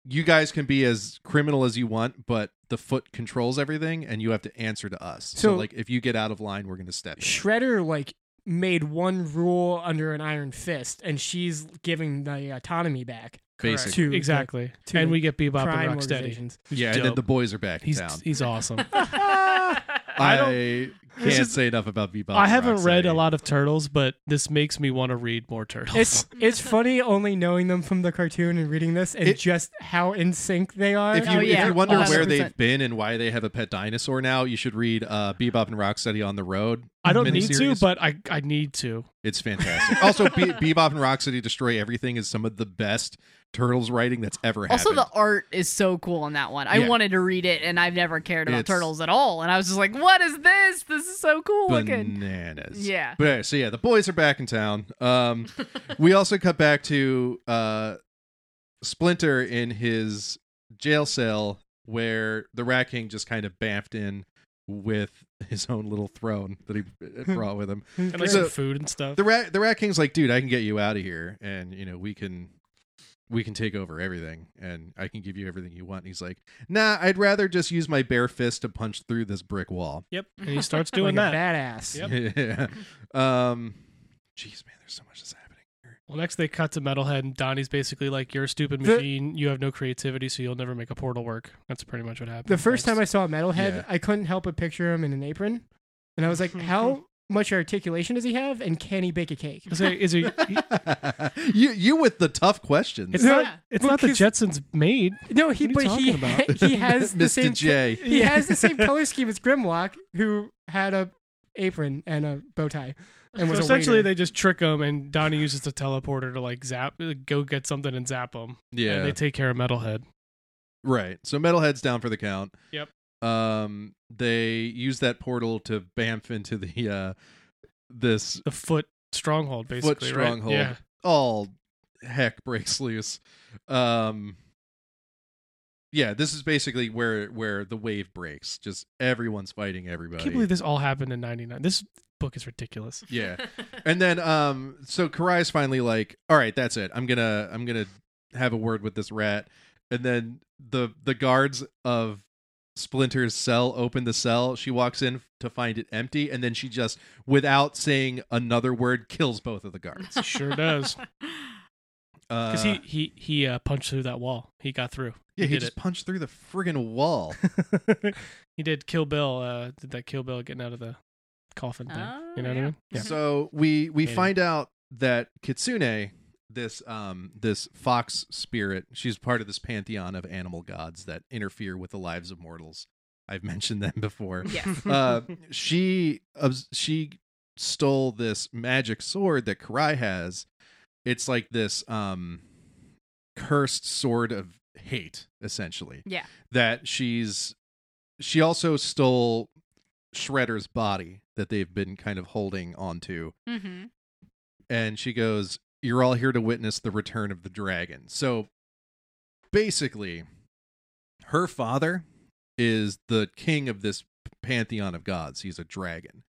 Speaker 2: you guys can be as criminal as you want, but the foot controls everything, and you have to answer to us. So,
Speaker 4: So-
Speaker 2: like, if you get out of line, we're gonna step. in.
Speaker 4: Shredder like made one rule under an iron fist, and she's giving the autonomy back
Speaker 3: Correct.
Speaker 2: Basic.
Speaker 4: to the
Speaker 3: exactly.
Speaker 4: to
Speaker 3: and we get Bebop
Speaker 4: crime
Speaker 3: and Rocksteady.
Speaker 4: organizations.
Speaker 2: Yeah, and then
Speaker 3: dope.
Speaker 2: the boys are back in
Speaker 3: He's
Speaker 2: town.
Speaker 3: he's awesome.
Speaker 2: I,
Speaker 3: I
Speaker 2: can't
Speaker 3: this is-
Speaker 2: say enough about Bebop.
Speaker 3: I
Speaker 2: and
Speaker 3: haven't read
Speaker 2: Rocksteady.
Speaker 3: a lot of turtles, but this makes me want to read more turtles.
Speaker 4: It's it's funny only knowing them from the cartoon and reading this, and
Speaker 2: It-
Speaker 4: just how in sync they are.
Speaker 2: If you,
Speaker 1: Oh,
Speaker 2: if
Speaker 1: yeah.
Speaker 2: you wonder
Speaker 1: Oh,
Speaker 2: where
Speaker 1: 100%.
Speaker 2: they've been and why they have a pet dinosaur now, you should read uh, Bebop and Rocksteady on the Road.
Speaker 3: I don't need to,
Speaker 2: miniseries.
Speaker 3: but I I need to.
Speaker 2: It's fantastic. also, Be- Bebop and Rocksteady Destroy Everything is some of the best Turtles writing that's ever
Speaker 1: Also,
Speaker 2: happened.
Speaker 1: the art is so cool on that one. I
Speaker 2: Yeah.
Speaker 1: wanted to read it, and I've never cared about
Speaker 2: It's-
Speaker 1: turtles at all. And I was just like, "What is this? This is so cool looking."
Speaker 2: bananas.
Speaker 1: Yeah.
Speaker 2: But anyway, so yeah, the boys are back in town. Um, we also cut back to uh, Splinter in his jail cell where the Rat King just kind of bamfed in with his own little throne that he uh, brought with him.
Speaker 3: And like
Speaker 2: So-
Speaker 3: some food and stuff.
Speaker 2: The Rat the Rat King's like, dude, I can get you out of here, and you know we can we can take over everything, and I can give you everything you want. And he's like, nah, I'd rather just use my bare fist to punch through this brick wall.
Speaker 3: Yep. And he starts
Speaker 4: Like
Speaker 3: doing
Speaker 4: a
Speaker 3: that.
Speaker 4: badass.
Speaker 3: Yep.
Speaker 2: Yeah. Um, jeez, man, there's so much that's happening here.
Speaker 3: Well, next they cut to Metalhead, and Donnie's basically like, "You're a stupid
Speaker 4: The-
Speaker 3: machine. you have no creativity, so you'll never make a portal work." That's pretty much what happened.
Speaker 4: The first time I saw Metalhead,
Speaker 2: Yeah.
Speaker 4: I couldn't help but picture him in an apron, and I was like, "How much articulation does he have? And can he bake a cake?"
Speaker 3: is it, is it,
Speaker 2: you you with the tough questions.
Speaker 3: it's
Speaker 4: Yeah.
Speaker 3: not it's not the
Speaker 4: Because-
Speaker 3: Jetsons made.
Speaker 4: No, he
Speaker 3: What
Speaker 4: but
Speaker 3: are you
Speaker 4: he
Speaker 3: talking
Speaker 4: he has the
Speaker 2: Mr.
Speaker 4: same
Speaker 2: J.
Speaker 4: he has the same color scheme as Grimlock, who had a apron and a bow tie, and
Speaker 3: So
Speaker 4: was a
Speaker 3: essentially,
Speaker 4: waiter.
Speaker 3: they just trick him, and Donnie uses the teleporter to like zap, uh, go get something and zap him.
Speaker 2: yeah,
Speaker 3: and they take care of Metalhead.
Speaker 2: right. So Metalhead's down for the count.
Speaker 3: Yep.
Speaker 2: Um, they use that portal to bamf into the uh this
Speaker 3: The foot stronghold, basically.
Speaker 2: foot stronghold.
Speaker 3: Right? Yeah.
Speaker 2: All heck breaks loose. Um, yeah, this is basically where where the wave breaks. Just everyone's fighting everybody.
Speaker 3: I can't believe this all happened in '99. This book is ridiculous.
Speaker 2: yeah. And then um so Karai's finally like, "All right, that's it. I'm going to I'm going to have a word with this rat." And then the the guards of Splinter's cell open the cell. She walks in to find it empty and then she just without saying another word kills both of the guards.
Speaker 3: Sure does.
Speaker 2: Uh,
Speaker 3: Because he he he uh, punched through that wall. He got through.
Speaker 2: yeah,
Speaker 3: he,
Speaker 2: he
Speaker 3: did
Speaker 2: just
Speaker 3: it.
Speaker 2: punched through the friggin' wall.
Speaker 3: He did. Kill Bill. Uh, did that Kill Bill getting out of the coffin thing?
Speaker 1: Oh,
Speaker 3: you know what I
Speaker 1: yeah.
Speaker 3: mean? Yeah.
Speaker 2: So we we
Speaker 3: Maybe.
Speaker 2: find out that Kitsune, this um this fox spirit, she's part of this pantheon of animal gods that interfere with the lives of mortals. I've mentioned them before.
Speaker 1: Yes.
Speaker 2: uh, she obs- she stole this magic sword that Karai has. It's like this um cursed sword of hate, essentially.
Speaker 1: Yeah.
Speaker 2: That she's she also stole Shredder's body that they've been kind of holding onto
Speaker 1: Mm-hmm.
Speaker 2: and she goes, "You're all here to witness the return of the dragon." So basically, her father is the king of this pantheon of gods. He's a dragon.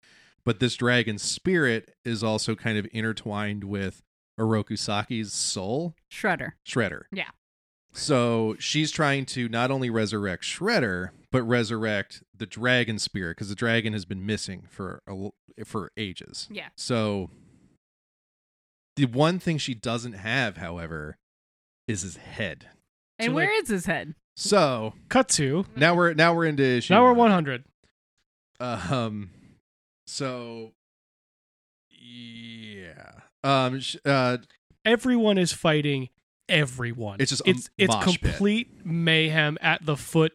Speaker 2: But this dragon's spirit is also kind of intertwined with Orokusaki's soul,
Speaker 1: Shredder.
Speaker 2: Shredder.
Speaker 1: Yeah.
Speaker 2: So she's trying to not only resurrect Shredder, but resurrect the dragon spirit because the dragon has been missing for a l- for ages.
Speaker 1: Yeah.
Speaker 2: So the one thing she doesn't have, however, is his head.
Speaker 1: And
Speaker 3: So,
Speaker 1: where is his head?
Speaker 2: So
Speaker 3: Cut to
Speaker 1: Mm-hmm.
Speaker 2: now we're now we're into issue.
Speaker 3: now we're 100.
Speaker 2: Um. So. Yeah. Um. sh- Uh.
Speaker 3: Everyone is fighting everyone.
Speaker 2: It's just a
Speaker 3: it's it's
Speaker 2: mosh pit.
Speaker 3: complete mayhem at the foot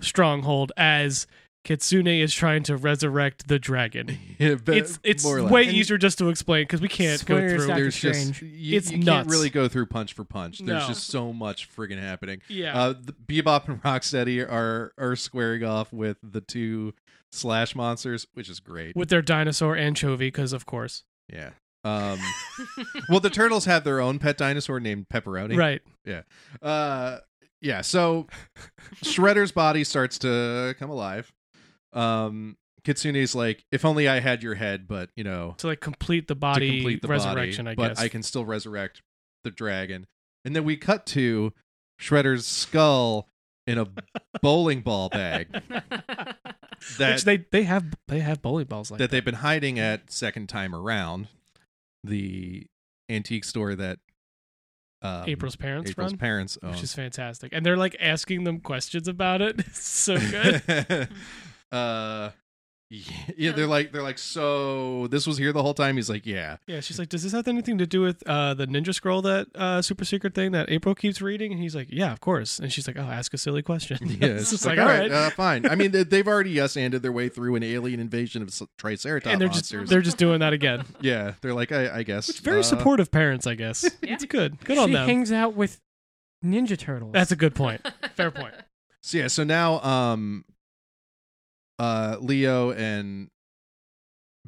Speaker 3: stronghold as Kitsune is trying to resurrect the dragon.
Speaker 2: but
Speaker 3: it's it's
Speaker 2: more or less.
Speaker 3: way
Speaker 4: And-
Speaker 3: easier just to explain because we can't go
Speaker 4: Swears
Speaker 3: through.
Speaker 4: that-
Speaker 2: There's just
Speaker 4: Strange.
Speaker 2: you,
Speaker 3: It's
Speaker 2: you can't
Speaker 3: nuts.
Speaker 2: really go through punch for punch. There's
Speaker 3: No.
Speaker 2: just so much friggin' happening.
Speaker 3: Yeah.
Speaker 2: Uh, the Bebop and Rocksteady are are squaring off with the two Slash monsters, which is great.
Speaker 3: with their dinosaur anchovy, because of course,
Speaker 2: yeah. Um, well, the turtles have their own pet dinosaur named Pepperoni.
Speaker 3: right?
Speaker 2: Uh, yeah. So Shredder's body starts to come alive. Um, Kitsune's like, if only I had your head, but you know,
Speaker 3: To like complete the body
Speaker 2: to complete the
Speaker 3: resurrection,
Speaker 2: body,
Speaker 3: I
Speaker 2: but
Speaker 3: guess.
Speaker 2: I can still resurrect the dragon. And then we cut to Shredder's skull in a bowling ball bag that
Speaker 3: Which they they have they have bowling balls like
Speaker 2: that they've been hiding at second time around the antique store that um,
Speaker 3: April's parents
Speaker 2: April's
Speaker 3: run,
Speaker 2: parents own.
Speaker 3: which is fantastic, and they're like asking them questions about it. It's so good.
Speaker 2: uh, yeah, they're like they're like so. This was here the whole time. He's like, yeah,
Speaker 3: yeah, she's like, "Does this have anything to do with uh, the ninja scroll that uh, super secret thing that April keeps reading?" And he's like, "Yeah, of course." And she's like, "Oh, ask a silly question."
Speaker 2: yeah.
Speaker 3: it's just
Speaker 2: It's
Speaker 3: like, all right.
Speaker 2: uh, fine. I mean, they, they've already yes anded their way through an alien invasion of s- Triceratops
Speaker 3: and they're just
Speaker 2: uh, monsters.
Speaker 3: they're just doing that again.
Speaker 2: yeah, they're like, I, I guess
Speaker 3: Which very
Speaker 2: uh,
Speaker 3: supportive parents, I guess.
Speaker 1: Yeah.
Speaker 3: It's good. Good
Speaker 4: she
Speaker 3: on them.
Speaker 4: hangs out with Ninja Turtles.
Speaker 3: That's a good point. Fair point.
Speaker 2: So yeah, so now um uh Leo and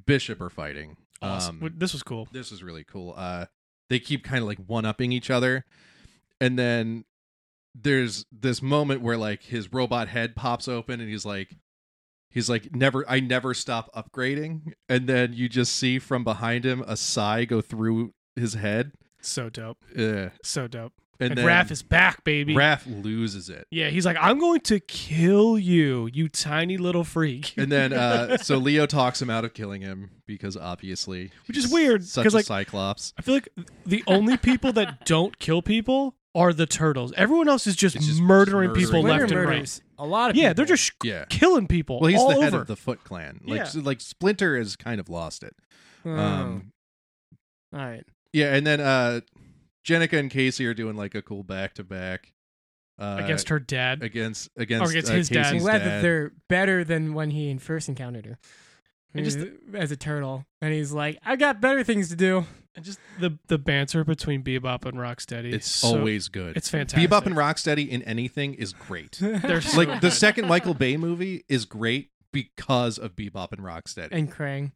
Speaker 2: Bishop are fighting.
Speaker 3: Awesome.
Speaker 2: Um,
Speaker 3: this was cool.
Speaker 2: this is really cool. Uh they keep kind of like one upping each other. And then there's this moment where like his robot head pops open and he's like he's like never I never stop upgrading. And then you just see from behind him a sigh go through his head.
Speaker 3: So dope.
Speaker 2: Yeah.
Speaker 3: So dope.
Speaker 2: And
Speaker 3: And,
Speaker 2: then
Speaker 3: Raph is back, baby.
Speaker 2: Raph loses it.
Speaker 3: yeah, he's like, I'm going to kill you, you tiny little freak.
Speaker 2: And then uh so Leo talks him out of killing him because obviously
Speaker 3: Which is
Speaker 2: he's
Speaker 3: weird,
Speaker 2: Such a
Speaker 3: 'cause, like-
Speaker 2: cyclops.
Speaker 3: I feel like the only people that don't kill people are the turtles. Everyone else is just,
Speaker 2: It's just
Speaker 3: murdering,
Speaker 2: murdering.
Speaker 3: people
Speaker 4: Splinter
Speaker 3: left and right.
Speaker 4: murders a lot of
Speaker 3: Yeah,
Speaker 4: people.
Speaker 3: they're just sh-
Speaker 2: Yeah.
Speaker 3: killing people
Speaker 2: Well, he's
Speaker 3: all
Speaker 2: the head
Speaker 3: over.
Speaker 2: of the Foot Clan. Like
Speaker 3: Yeah.
Speaker 2: so, like Splinter has kind of lost it.
Speaker 4: Oh,
Speaker 2: Um
Speaker 4: all right.
Speaker 2: yeah, and then uh Jenica and Casey are doing like a cool back to back uh,
Speaker 3: against her dad.
Speaker 2: against against,
Speaker 3: against
Speaker 2: uh,
Speaker 3: his dad.
Speaker 4: I'm
Speaker 2: Casey's
Speaker 4: glad that
Speaker 2: dad.
Speaker 4: they're better than when he first encountered her.
Speaker 3: And just-
Speaker 4: as a turtle, and he's like, "I got better things to do."
Speaker 3: And just the the banter between Bebop and Rocksteady.
Speaker 2: It's
Speaker 3: is so-
Speaker 2: always good.
Speaker 3: it's fantastic.
Speaker 2: Bebop and Rocksteady in anything is great.
Speaker 3: They're so
Speaker 2: like the
Speaker 3: good.
Speaker 2: second Michael Bay movie is great because of Bebop and Rocksteady.
Speaker 4: and Krang.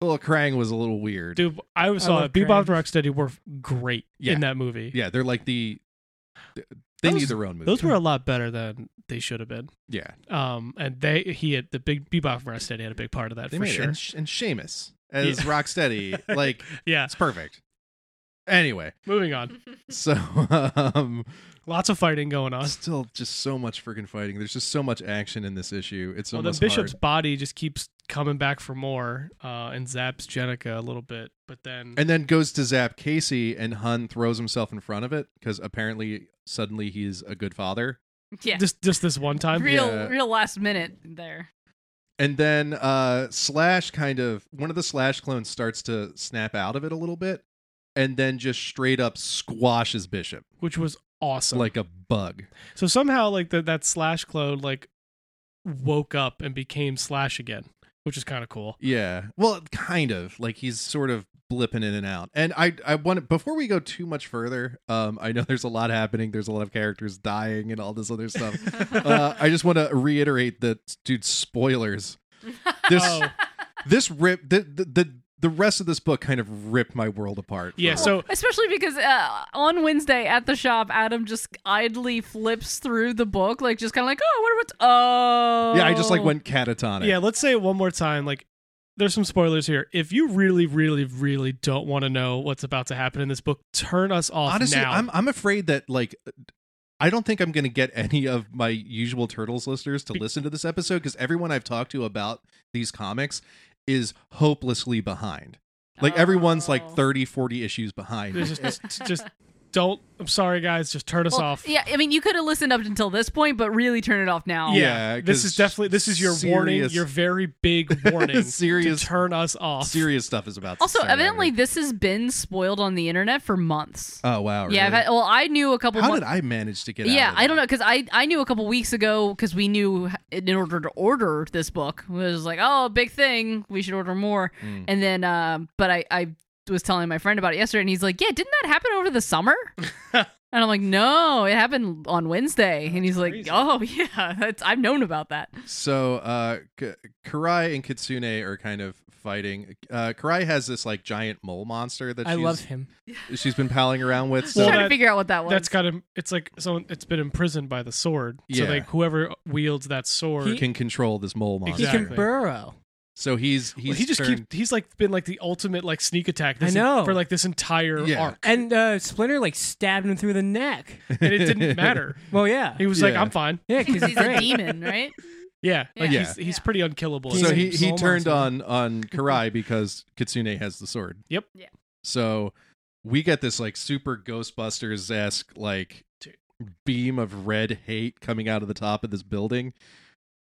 Speaker 2: well, Krang was a little weird.
Speaker 3: Dude, I saw
Speaker 4: love
Speaker 3: it. Bebop and Rocksteady were f- great
Speaker 2: Yeah.
Speaker 3: in that movie.
Speaker 2: Yeah, they're like the th- they
Speaker 3: Those-
Speaker 2: need their own movie.
Speaker 3: Those were a lot better than they should have been.
Speaker 2: yeah,
Speaker 3: Um, and they he had the big Bebop and Rocksteady had a big part of that
Speaker 2: they
Speaker 3: for
Speaker 2: made
Speaker 3: sure.
Speaker 2: it. And, Sh- and Seamus as
Speaker 3: Yeah.
Speaker 2: Rocksteady, like
Speaker 3: Yeah,
Speaker 2: it's perfect. Anyway,
Speaker 3: moving on.
Speaker 2: so um,
Speaker 3: Lots of fighting going on.
Speaker 2: still just so much freaking fighting. There's just so much action in this issue. It's
Speaker 3: Well, the
Speaker 2: almost
Speaker 3: bishop's
Speaker 2: hard.
Speaker 3: body just keeps coming back for more, uh, and zaps Jenica a little bit, but then
Speaker 2: and then goes to zap Casey, and Hun throws himself in front of it because apparently suddenly he's a good father.
Speaker 1: Yeah.
Speaker 3: just just this one time,
Speaker 1: real
Speaker 2: yeah.
Speaker 1: real last minute there.
Speaker 2: And then uh Slash kind of one of the Slash clones starts to snap out of it a little bit and then just straight up squashes Bishop
Speaker 3: which was awesome.
Speaker 2: like a bug.
Speaker 3: so somehow like that that slash clone like woke up and became slash again, which is kind of cool.
Speaker 2: Yeah. Well, kind of. Like he's sort of blipping in and out. And I I want before we go too much further, um I know there's a lot happening, there's a lot of characters dying and all this other stuff. uh I just want to reiterate that dude spoilers. This
Speaker 3: Oh.
Speaker 2: this rip the, the the the rest of this book kind of ripped my world apart.
Speaker 3: Yeah,
Speaker 2: for-
Speaker 3: so
Speaker 1: Oh, Especially because uh, on Wednesday at the shop, Adam just idly flips through the book, like just kind of like, oh, what what's oh?
Speaker 2: Yeah, I just like went catatonic.
Speaker 3: Yeah, let's say it one more time. Like, there's some spoilers here. If you really, really, really don't want to know what's about to happen in this book, turn us off
Speaker 2: honestly,
Speaker 3: now.
Speaker 2: I'm I'm afraid that like uh, I don't think I'm going to get any of my usual turtles listeners to
Speaker 3: Be-
Speaker 2: listen to this episode because everyone I've talked to about these comics is hopelessly behind. Like everyone's like
Speaker 1: Oh.
Speaker 2: 30, 40 issues behind.
Speaker 3: There's just, just, just don't. I'm sorry, guys. Just turn us
Speaker 1: Well,
Speaker 3: off.
Speaker 1: Yeah, I mean, you could have listened up until this point, but really turn it off now.
Speaker 2: Yeah,
Speaker 3: this
Speaker 2: 'cause
Speaker 3: is definitely this is your warning,
Speaker 2: serious-
Speaker 3: your very big warning.
Speaker 2: Serious-
Speaker 3: to turn us off.
Speaker 2: Serious stuff is about. to
Speaker 1: Also,
Speaker 2: start
Speaker 1: evidently,
Speaker 2: happening.
Speaker 1: this has been spoiled on the internet for months.
Speaker 2: Oh wow!
Speaker 1: Yeah, I've
Speaker 2: really?
Speaker 1: had, well, I knew a couple.
Speaker 2: how
Speaker 1: months.
Speaker 2: did I manage to get? out
Speaker 1: yeah
Speaker 2: of
Speaker 1: i don't know
Speaker 2: that?
Speaker 1: because I, I knew a couple weeks ago because we knew h- in order to order this book it was like oh big thing we should order more
Speaker 2: Mm.
Speaker 1: and then um but I, I was telling my friend about it yesterday and he's like yeah didn't that happen over the summer and i'm like no it happened on wednesday and he's like
Speaker 3: crazy.
Speaker 1: oh yeah that's, i've known about that
Speaker 2: So uh K- Karai and Kitsune are kind of fighting. Uh Karai has this like giant mole monster that
Speaker 4: I
Speaker 2: she's,
Speaker 4: love him.
Speaker 2: she's been palling around with.
Speaker 1: I'm
Speaker 2: So
Speaker 3: Well,
Speaker 1: trying to
Speaker 3: that-
Speaker 1: figure out what that was
Speaker 3: That's got him. It's like someone. It's been imprisoned by the sword.
Speaker 2: Yeah.
Speaker 3: So like whoever wields that sword,
Speaker 4: He-
Speaker 2: can control this mole monster.
Speaker 4: He
Speaker 3: Exactly.
Speaker 4: can burrow.
Speaker 2: So he's he's
Speaker 3: well, he just
Speaker 2: turned,
Speaker 3: keeps. He's like been like the ultimate like sneak attack.
Speaker 4: I
Speaker 3: This
Speaker 4: know.
Speaker 3: for like this entire
Speaker 2: Yeah.
Speaker 3: arc,
Speaker 4: And uh, Splinter like stabbed him through the neck.
Speaker 3: and it didn't matter.
Speaker 4: Well, yeah,
Speaker 3: He was like,
Speaker 2: Yeah.
Speaker 3: "I'm fine."
Speaker 4: yeah,
Speaker 1: because
Speaker 4: because
Speaker 1: he's a demon right
Speaker 3: Yeah, like
Speaker 2: Yeah.
Speaker 3: he's he's
Speaker 1: Yeah.
Speaker 3: pretty unkillable.
Speaker 4: He's
Speaker 2: so
Speaker 4: a
Speaker 2: he he
Speaker 4: mole
Speaker 2: turned
Speaker 4: monster.
Speaker 2: on on Karai because Kitsune has the sword.
Speaker 3: Yep.
Speaker 1: Yeah.
Speaker 2: So we get this like super Ghostbusters esque like
Speaker 3: Dude.
Speaker 2: beam of red hate coming out of the top of this building,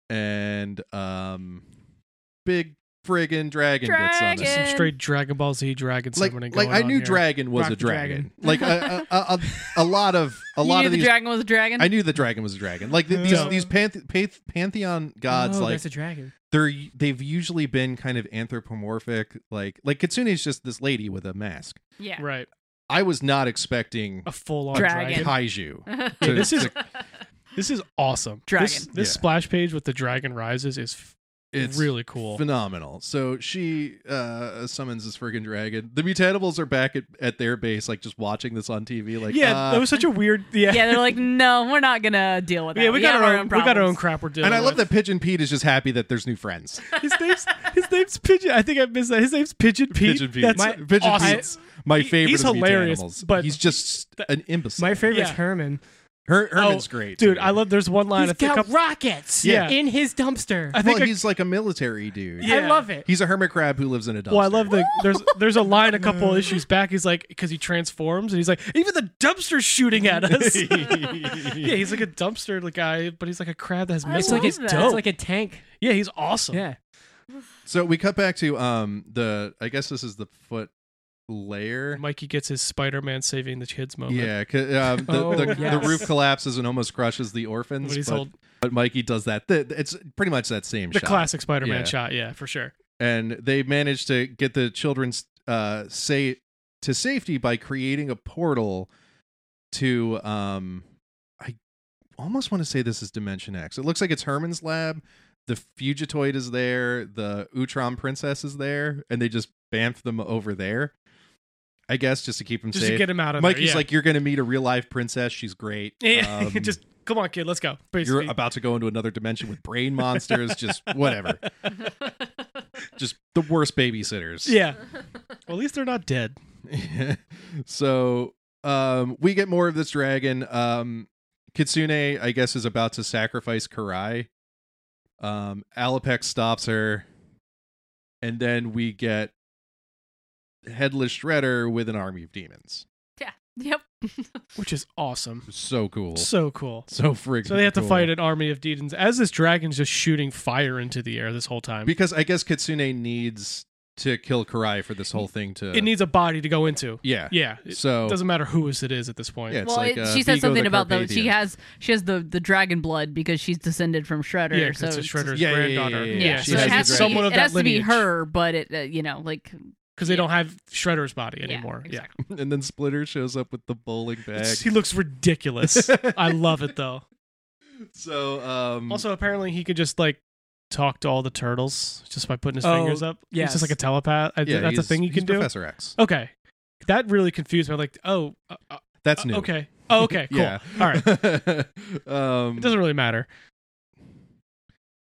Speaker 2: and um, big friggin' dragon, gets on us.
Speaker 1: Dragon.
Speaker 3: some straight Dragon Ball Z dragon
Speaker 2: Like,
Speaker 3: summoning.
Speaker 2: like
Speaker 3: going
Speaker 2: I
Speaker 3: on
Speaker 2: knew
Speaker 3: here.
Speaker 2: dragon was
Speaker 4: Rock
Speaker 2: a
Speaker 4: the
Speaker 2: dragon.
Speaker 4: dragon.
Speaker 2: Like a, a, a, a lot of a
Speaker 1: you
Speaker 2: lot
Speaker 1: knew
Speaker 2: of
Speaker 1: the
Speaker 2: these
Speaker 1: dragon was a dragon
Speaker 2: I knew the dragon was a dragon. Like th- these
Speaker 3: No.
Speaker 2: these panth- panth- pantheon gods,
Speaker 4: oh,
Speaker 2: like
Speaker 4: that's a dragon.
Speaker 2: they're they've usually been kind of anthropomorphic. Like like Kitsune is just this lady with a mask.
Speaker 1: yeah
Speaker 3: Right,
Speaker 2: I was not expecting
Speaker 3: a full on
Speaker 1: Dragon.
Speaker 3: dragon.
Speaker 2: kaiju.
Speaker 3: Yeah,
Speaker 2: to-
Speaker 3: this is
Speaker 2: to-
Speaker 3: this is awesome.
Speaker 1: Dragon.
Speaker 3: This, this
Speaker 2: Yeah.
Speaker 3: splash page with the dragon rises is f-
Speaker 2: it's
Speaker 3: really cool.
Speaker 2: phenomenal. So she uh summons this friggin' dragon. The mutatables are back at, at their base, like just watching this on TV. Like
Speaker 3: yeah,
Speaker 2: uh,
Speaker 3: that was such a weird. Yeah,
Speaker 1: yeah they're like no we're not gonna deal with that
Speaker 3: yeah. We got
Speaker 1: have
Speaker 3: our, own. we got our
Speaker 1: problems."
Speaker 3: own crap. We're dealing.
Speaker 2: and I love
Speaker 3: with.
Speaker 2: that Pigeon Pete is just happy that there's new friends.
Speaker 3: his name's his name's Pigeon. I think I missed that. His name's Pigeon Pete.
Speaker 2: Pigeon Pete.
Speaker 3: That's
Speaker 2: My- Pigeon
Speaker 3: awesome.
Speaker 2: Pete's my
Speaker 3: He-
Speaker 2: favorite
Speaker 3: he's
Speaker 2: of mutant
Speaker 3: hilarious,
Speaker 2: animals.
Speaker 3: but-
Speaker 2: he's just an imbecile.
Speaker 4: My favorite's
Speaker 3: Yeah.
Speaker 4: Herman.
Speaker 2: Her- Herman's great,
Speaker 3: Oh, dude. I love. There's one line.
Speaker 4: He's
Speaker 3: I think
Speaker 4: got
Speaker 3: I'm-
Speaker 4: rockets
Speaker 3: Yeah.
Speaker 4: in his dumpster.
Speaker 3: I
Speaker 4: I,
Speaker 2: Well,
Speaker 3: think I-
Speaker 2: he's like a military dude.
Speaker 3: Yeah.
Speaker 4: love it.
Speaker 2: He's a hermit crab who lives in a dumpster.
Speaker 3: Well, I love the there's there's a line a couple issues back. He's like because he transforms and he's like even the dumpster's shooting at us. yeah, he's like a dumpster like, guy, but he's like a crab that has
Speaker 1: I
Speaker 3: missiles.
Speaker 4: it's like
Speaker 1: love
Speaker 4: it's
Speaker 1: that.
Speaker 4: It's like a tank.
Speaker 3: yeah, he's awesome.
Speaker 4: Yeah.
Speaker 2: So we cut back to um the. I guess this is the foot layer.
Speaker 3: Mikey gets his Spider-Man saving the kids moment.
Speaker 2: Yeah, 'cause, um, the,
Speaker 4: Oh,
Speaker 2: the,
Speaker 4: yes.
Speaker 2: the roof collapses and almost crushes the orphans.
Speaker 3: But he's
Speaker 2: but,
Speaker 3: old-
Speaker 2: but Mikey does that. Th- It's pretty much that same
Speaker 3: the
Speaker 2: shot.
Speaker 3: classic Spider-Man
Speaker 2: Yeah.
Speaker 3: shot. Yeah, for sure.
Speaker 2: and they managed to get the children uh say to safety by creating a portal to um I almost want to say this is Dimension X. It looks like it's Herman's lab. The fugitoid is there, the Utram princess is there, and they just bamf them over there. I guess just to keep them
Speaker 3: Just
Speaker 2: safe.
Speaker 3: to get him out of
Speaker 2: Mikey's
Speaker 3: there. yeah.
Speaker 2: like, you're gonna meet a real life princess. She's great.
Speaker 3: yeah,
Speaker 2: Um,
Speaker 3: just come on, kid, let's go.
Speaker 2: you're
Speaker 3: Basically,
Speaker 2: about to go into another dimension with brain monsters. just whatever. Just the worst babysitters.
Speaker 3: yeah. Well, at least they're not dead.
Speaker 2: so um we get more of this dragon um kitsune i guess is about to sacrifice karai um alapek stops her and then we get headless shredder with an army of demons
Speaker 1: yeah. Yep.
Speaker 3: which is awesome.
Speaker 2: so cool so,
Speaker 3: So cool.
Speaker 2: freaking
Speaker 3: So they have to
Speaker 2: cool.
Speaker 3: fight an army of demons as this dragon's just shooting fire into the air this whole time.
Speaker 2: because i guess kitsune needs to kill karai for this whole thing to
Speaker 3: it needs a body to go into.
Speaker 2: yeah
Speaker 3: Yeah. It
Speaker 2: so
Speaker 3: doesn't matter whose it is at this point.
Speaker 2: Yeah. It's
Speaker 1: well,
Speaker 2: like,
Speaker 1: it,
Speaker 2: uh,
Speaker 1: she said
Speaker 2: Vigo the
Speaker 1: something about the she
Speaker 2: Carpathian.
Speaker 1: has she has the the dragon blood because she's descended from Shredder.
Speaker 3: Yeah, 'cause
Speaker 1: so
Speaker 3: it's
Speaker 1: it's-
Speaker 3: Shredder's
Speaker 2: Yeah, yeah, yeah,
Speaker 3: granddaughter.
Speaker 2: yeah,
Speaker 1: Yeah,
Speaker 2: yeah.
Speaker 1: so
Speaker 2: she has
Speaker 1: it
Speaker 2: the
Speaker 1: has, to be,
Speaker 2: someone
Speaker 1: it has to be her, but it uh, you know like
Speaker 3: because they
Speaker 1: Yeah.
Speaker 3: don't have Shredder's body anymore.
Speaker 1: Yeah,
Speaker 2: and then splitter shows up with the bowling
Speaker 3: Yeah,
Speaker 2: bag
Speaker 3: It's- he looks ridiculous. I love it though.
Speaker 2: so um
Speaker 3: Also, apparently, he could just like talk to all the turtles just by putting his
Speaker 4: Oh,
Speaker 3: fingers up. Yeah, he's
Speaker 4: yes.
Speaker 3: just like a telepath. I, that's a
Speaker 2: he's-
Speaker 3: thing you
Speaker 2: he's
Speaker 3: can do.
Speaker 2: Professor X.
Speaker 3: Okay, that really confused me. I'm Like, oh, uh, uh,
Speaker 2: That's new.
Speaker 3: okay, oh, okay, cool.
Speaker 2: Yeah.
Speaker 3: All right,
Speaker 2: um,
Speaker 3: it doesn't really matter.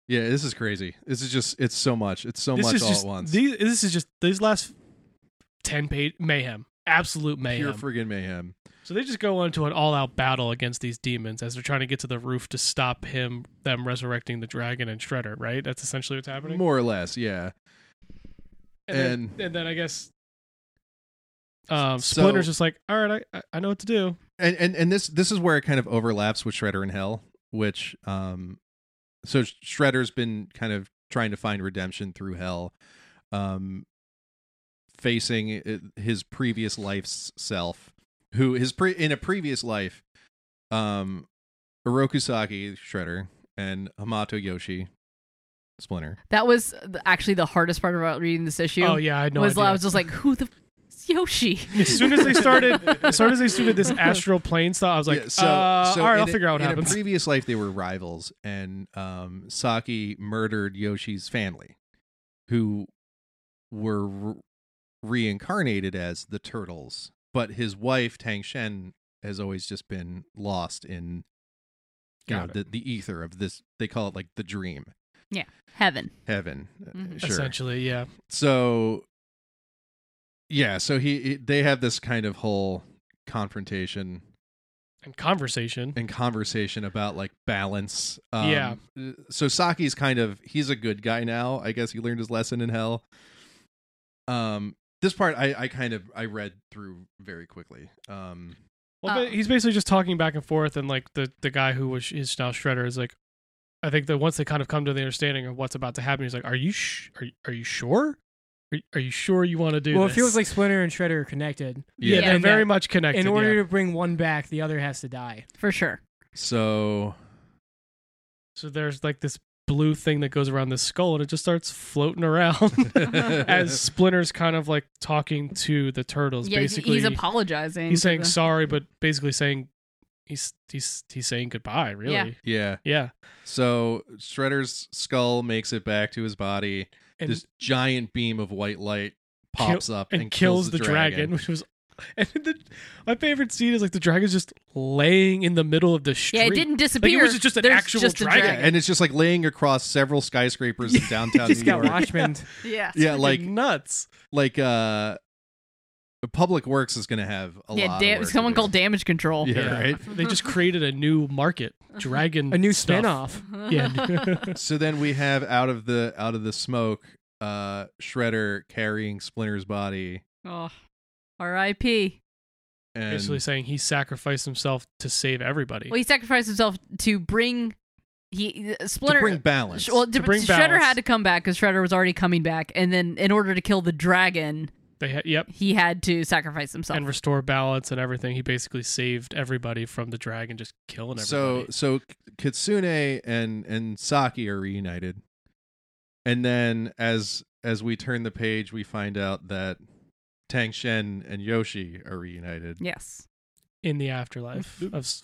Speaker 2: yeah, this is crazy. This is just it's so much. It's so
Speaker 3: this
Speaker 2: much
Speaker 3: is
Speaker 2: all
Speaker 3: just
Speaker 2: at once.
Speaker 3: these. This is just these last ten page mayhem. Absolute
Speaker 2: Pure
Speaker 3: mayhem.
Speaker 2: friggin' mayhem.
Speaker 3: so they just go into an all-out battle against these demons as they're trying to get to the roof to stop him, them resurrecting the dragon and Shredder. Right? That's essentially what's happening.
Speaker 2: More or less, yeah.
Speaker 3: and
Speaker 2: And-
Speaker 3: then, and then I guess um,
Speaker 2: So-
Speaker 3: Splinter's just like, all right, I- I, I know what to do.
Speaker 2: And and and this this is where it kind of overlaps with Shredder in Hell, which um so Sh- Shredder's been kind of trying to find redemption through hell. Um facing uh, his previous life's self who his pre in a previous life um Orokusaki Shredder and Hamato Yoshi Splinter.
Speaker 1: that was th- actually the hardest part about reading this issue.
Speaker 3: Oh yeah, I know.
Speaker 1: was I was just like who the f- is Yoshi?
Speaker 3: as soon as they started, as soon as they started this astral plane stuff, I was like,
Speaker 2: Yeah,
Speaker 3: uh, all
Speaker 2: in
Speaker 3: right, I'll
Speaker 2: a-
Speaker 3: figure out what
Speaker 2: in
Speaker 3: happens.
Speaker 2: a previous life they were rivals and um Saki murdered Yoshi's family who were re- reincarnated as the turtles, but his wife Tang Shen has always just been lost in you know,
Speaker 3: Got
Speaker 2: the, the ether of this they call it like the dream
Speaker 1: Heaven.
Speaker 2: heaven uh,
Speaker 1: Mhm.
Speaker 2: sure
Speaker 3: Mm-hmm. Essentially, yeah.
Speaker 2: so yeah so he, he- they have this kind of whole confrontation
Speaker 3: And
Speaker 1: Uh,
Speaker 3: conversation.
Speaker 2: and conversation about like balance um,
Speaker 3: Yeah.
Speaker 2: so saki's kind of he's a good guy now i guess he learned his lesson in hell um this part i i kind of i read through very quickly um
Speaker 3: Well,
Speaker 1: Oh.
Speaker 3: ba- he's basically just talking back and forth, and like the the guy who was his now Shredder is like, I think that once they kind of come to the understanding of what's about to happen, he's like, are you sh- are, you- are you sure? Are, you- are you sure you want to do
Speaker 4: Well,
Speaker 3: this?
Speaker 4: it feels like Splinter and Shredder are connected.
Speaker 3: yeah,
Speaker 2: Yeah.
Speaker 3: they're
Speaker 4: And
Speaker 3: very
Speaker 4: that-
Speaker 3: much connected.
Speaker 4: In order
Speaker 3: yeah.
Speaker 4: to bring one back, the other has to die.
Speaker 1: For sure.
Speaker 2: so
Speaker 3: So there's like this blue thing that goes around this skull and it just starts floating around as Splinter's kind of like talking to the turtles.
Speaker 1: Yeah, he's,
Speaker 3: basically,
Speaker 1: he's apologizing.
Speaker 3: he's
Speaker 1: to
Speaker 3: saying
Speaker 1: the-
Speaker 3: sorry, but basically saying he's he's he's saying goodbye, really.
Speaker 1: Yeah.
Speaker 2: yeah
Speaker 3: Yeah.
Speaker 2: so shredder's skull makes it back to his body
Speaker 3: And
Speaker 2: this giant beam of white light pops up
Speaker 3: and,
Speaker 2: and,
Speaker 3: kills, the, dragon. which was and the, my favorite scene is like the dragon's just laying in the middle of the street.
Speaker 1: Yeah, it didn't disappear.
Speaker 3: was just an
Speaker 1: There's
Speaker 3: actual
Speaker 1: just a
Speaker 3: dragon.
Speaker 2: and it's just like laying across several skyscrapers in downtown
Speaker 4: Just
Speaker 2: New
Speaker 4: got
Speaker 2: York.
Speaker 4: Watchmen.
Speaker 1: Yeah.
Speaker 2: Yeah,
Speaker 3: Freaking
Speaker 2: like
Speaker 3: nuts.
Speaker 2: like uh Public Works is going to have a
Speaker 1: yeah,
Speaker 2: lot.
Speaker 1: da-
Speaker 2: of work to
Speaker 1: someone
Speaker 2: do.
Speaker 1: called Damage Control.
Speaker 2: Yeah, right.
Speaker 3: They just created a new market, dragon,
Speaker 4: A new
Speaker 3: stuff.
Speaker 4: spinoff.
Speaker 3: Yeah,
Speaker 2: So then we have out of the out of the smoke, uh, Shredder carrying Splinter's body,
Speaker 1: Oh, R.I.P.
Speaker 2: and
Speaker 3: basically saying he sacrificed himself to save everybody.
Speaker 1: Well, he sacrificed himself to bring he uh, Splinter.
Speaker 2: to bring balance.
Speaker 1: Sh- well, to,
Speaker 3: bring
Speaker 1: Shredder
Speaker 3: balance.
Speaker 1: had to come back because Shredder was already coming back, and then in order to kill the dragon,
Speaker 3: They had yep,
Speaker 1: he had to sacrifice himself.
Speaker 3: and restore balance and everything. He basically saved everybody from the dragon just killing
Speaker 2: so
Speaker 3: everybody.
Speaker 2: so Kitsune and and Saki are reunited, and then as as we turn the page, we find out that Tang Shen and Yoshi are reunited.
Speaker 1: yes,
Speaker 3: in the afterlife of s-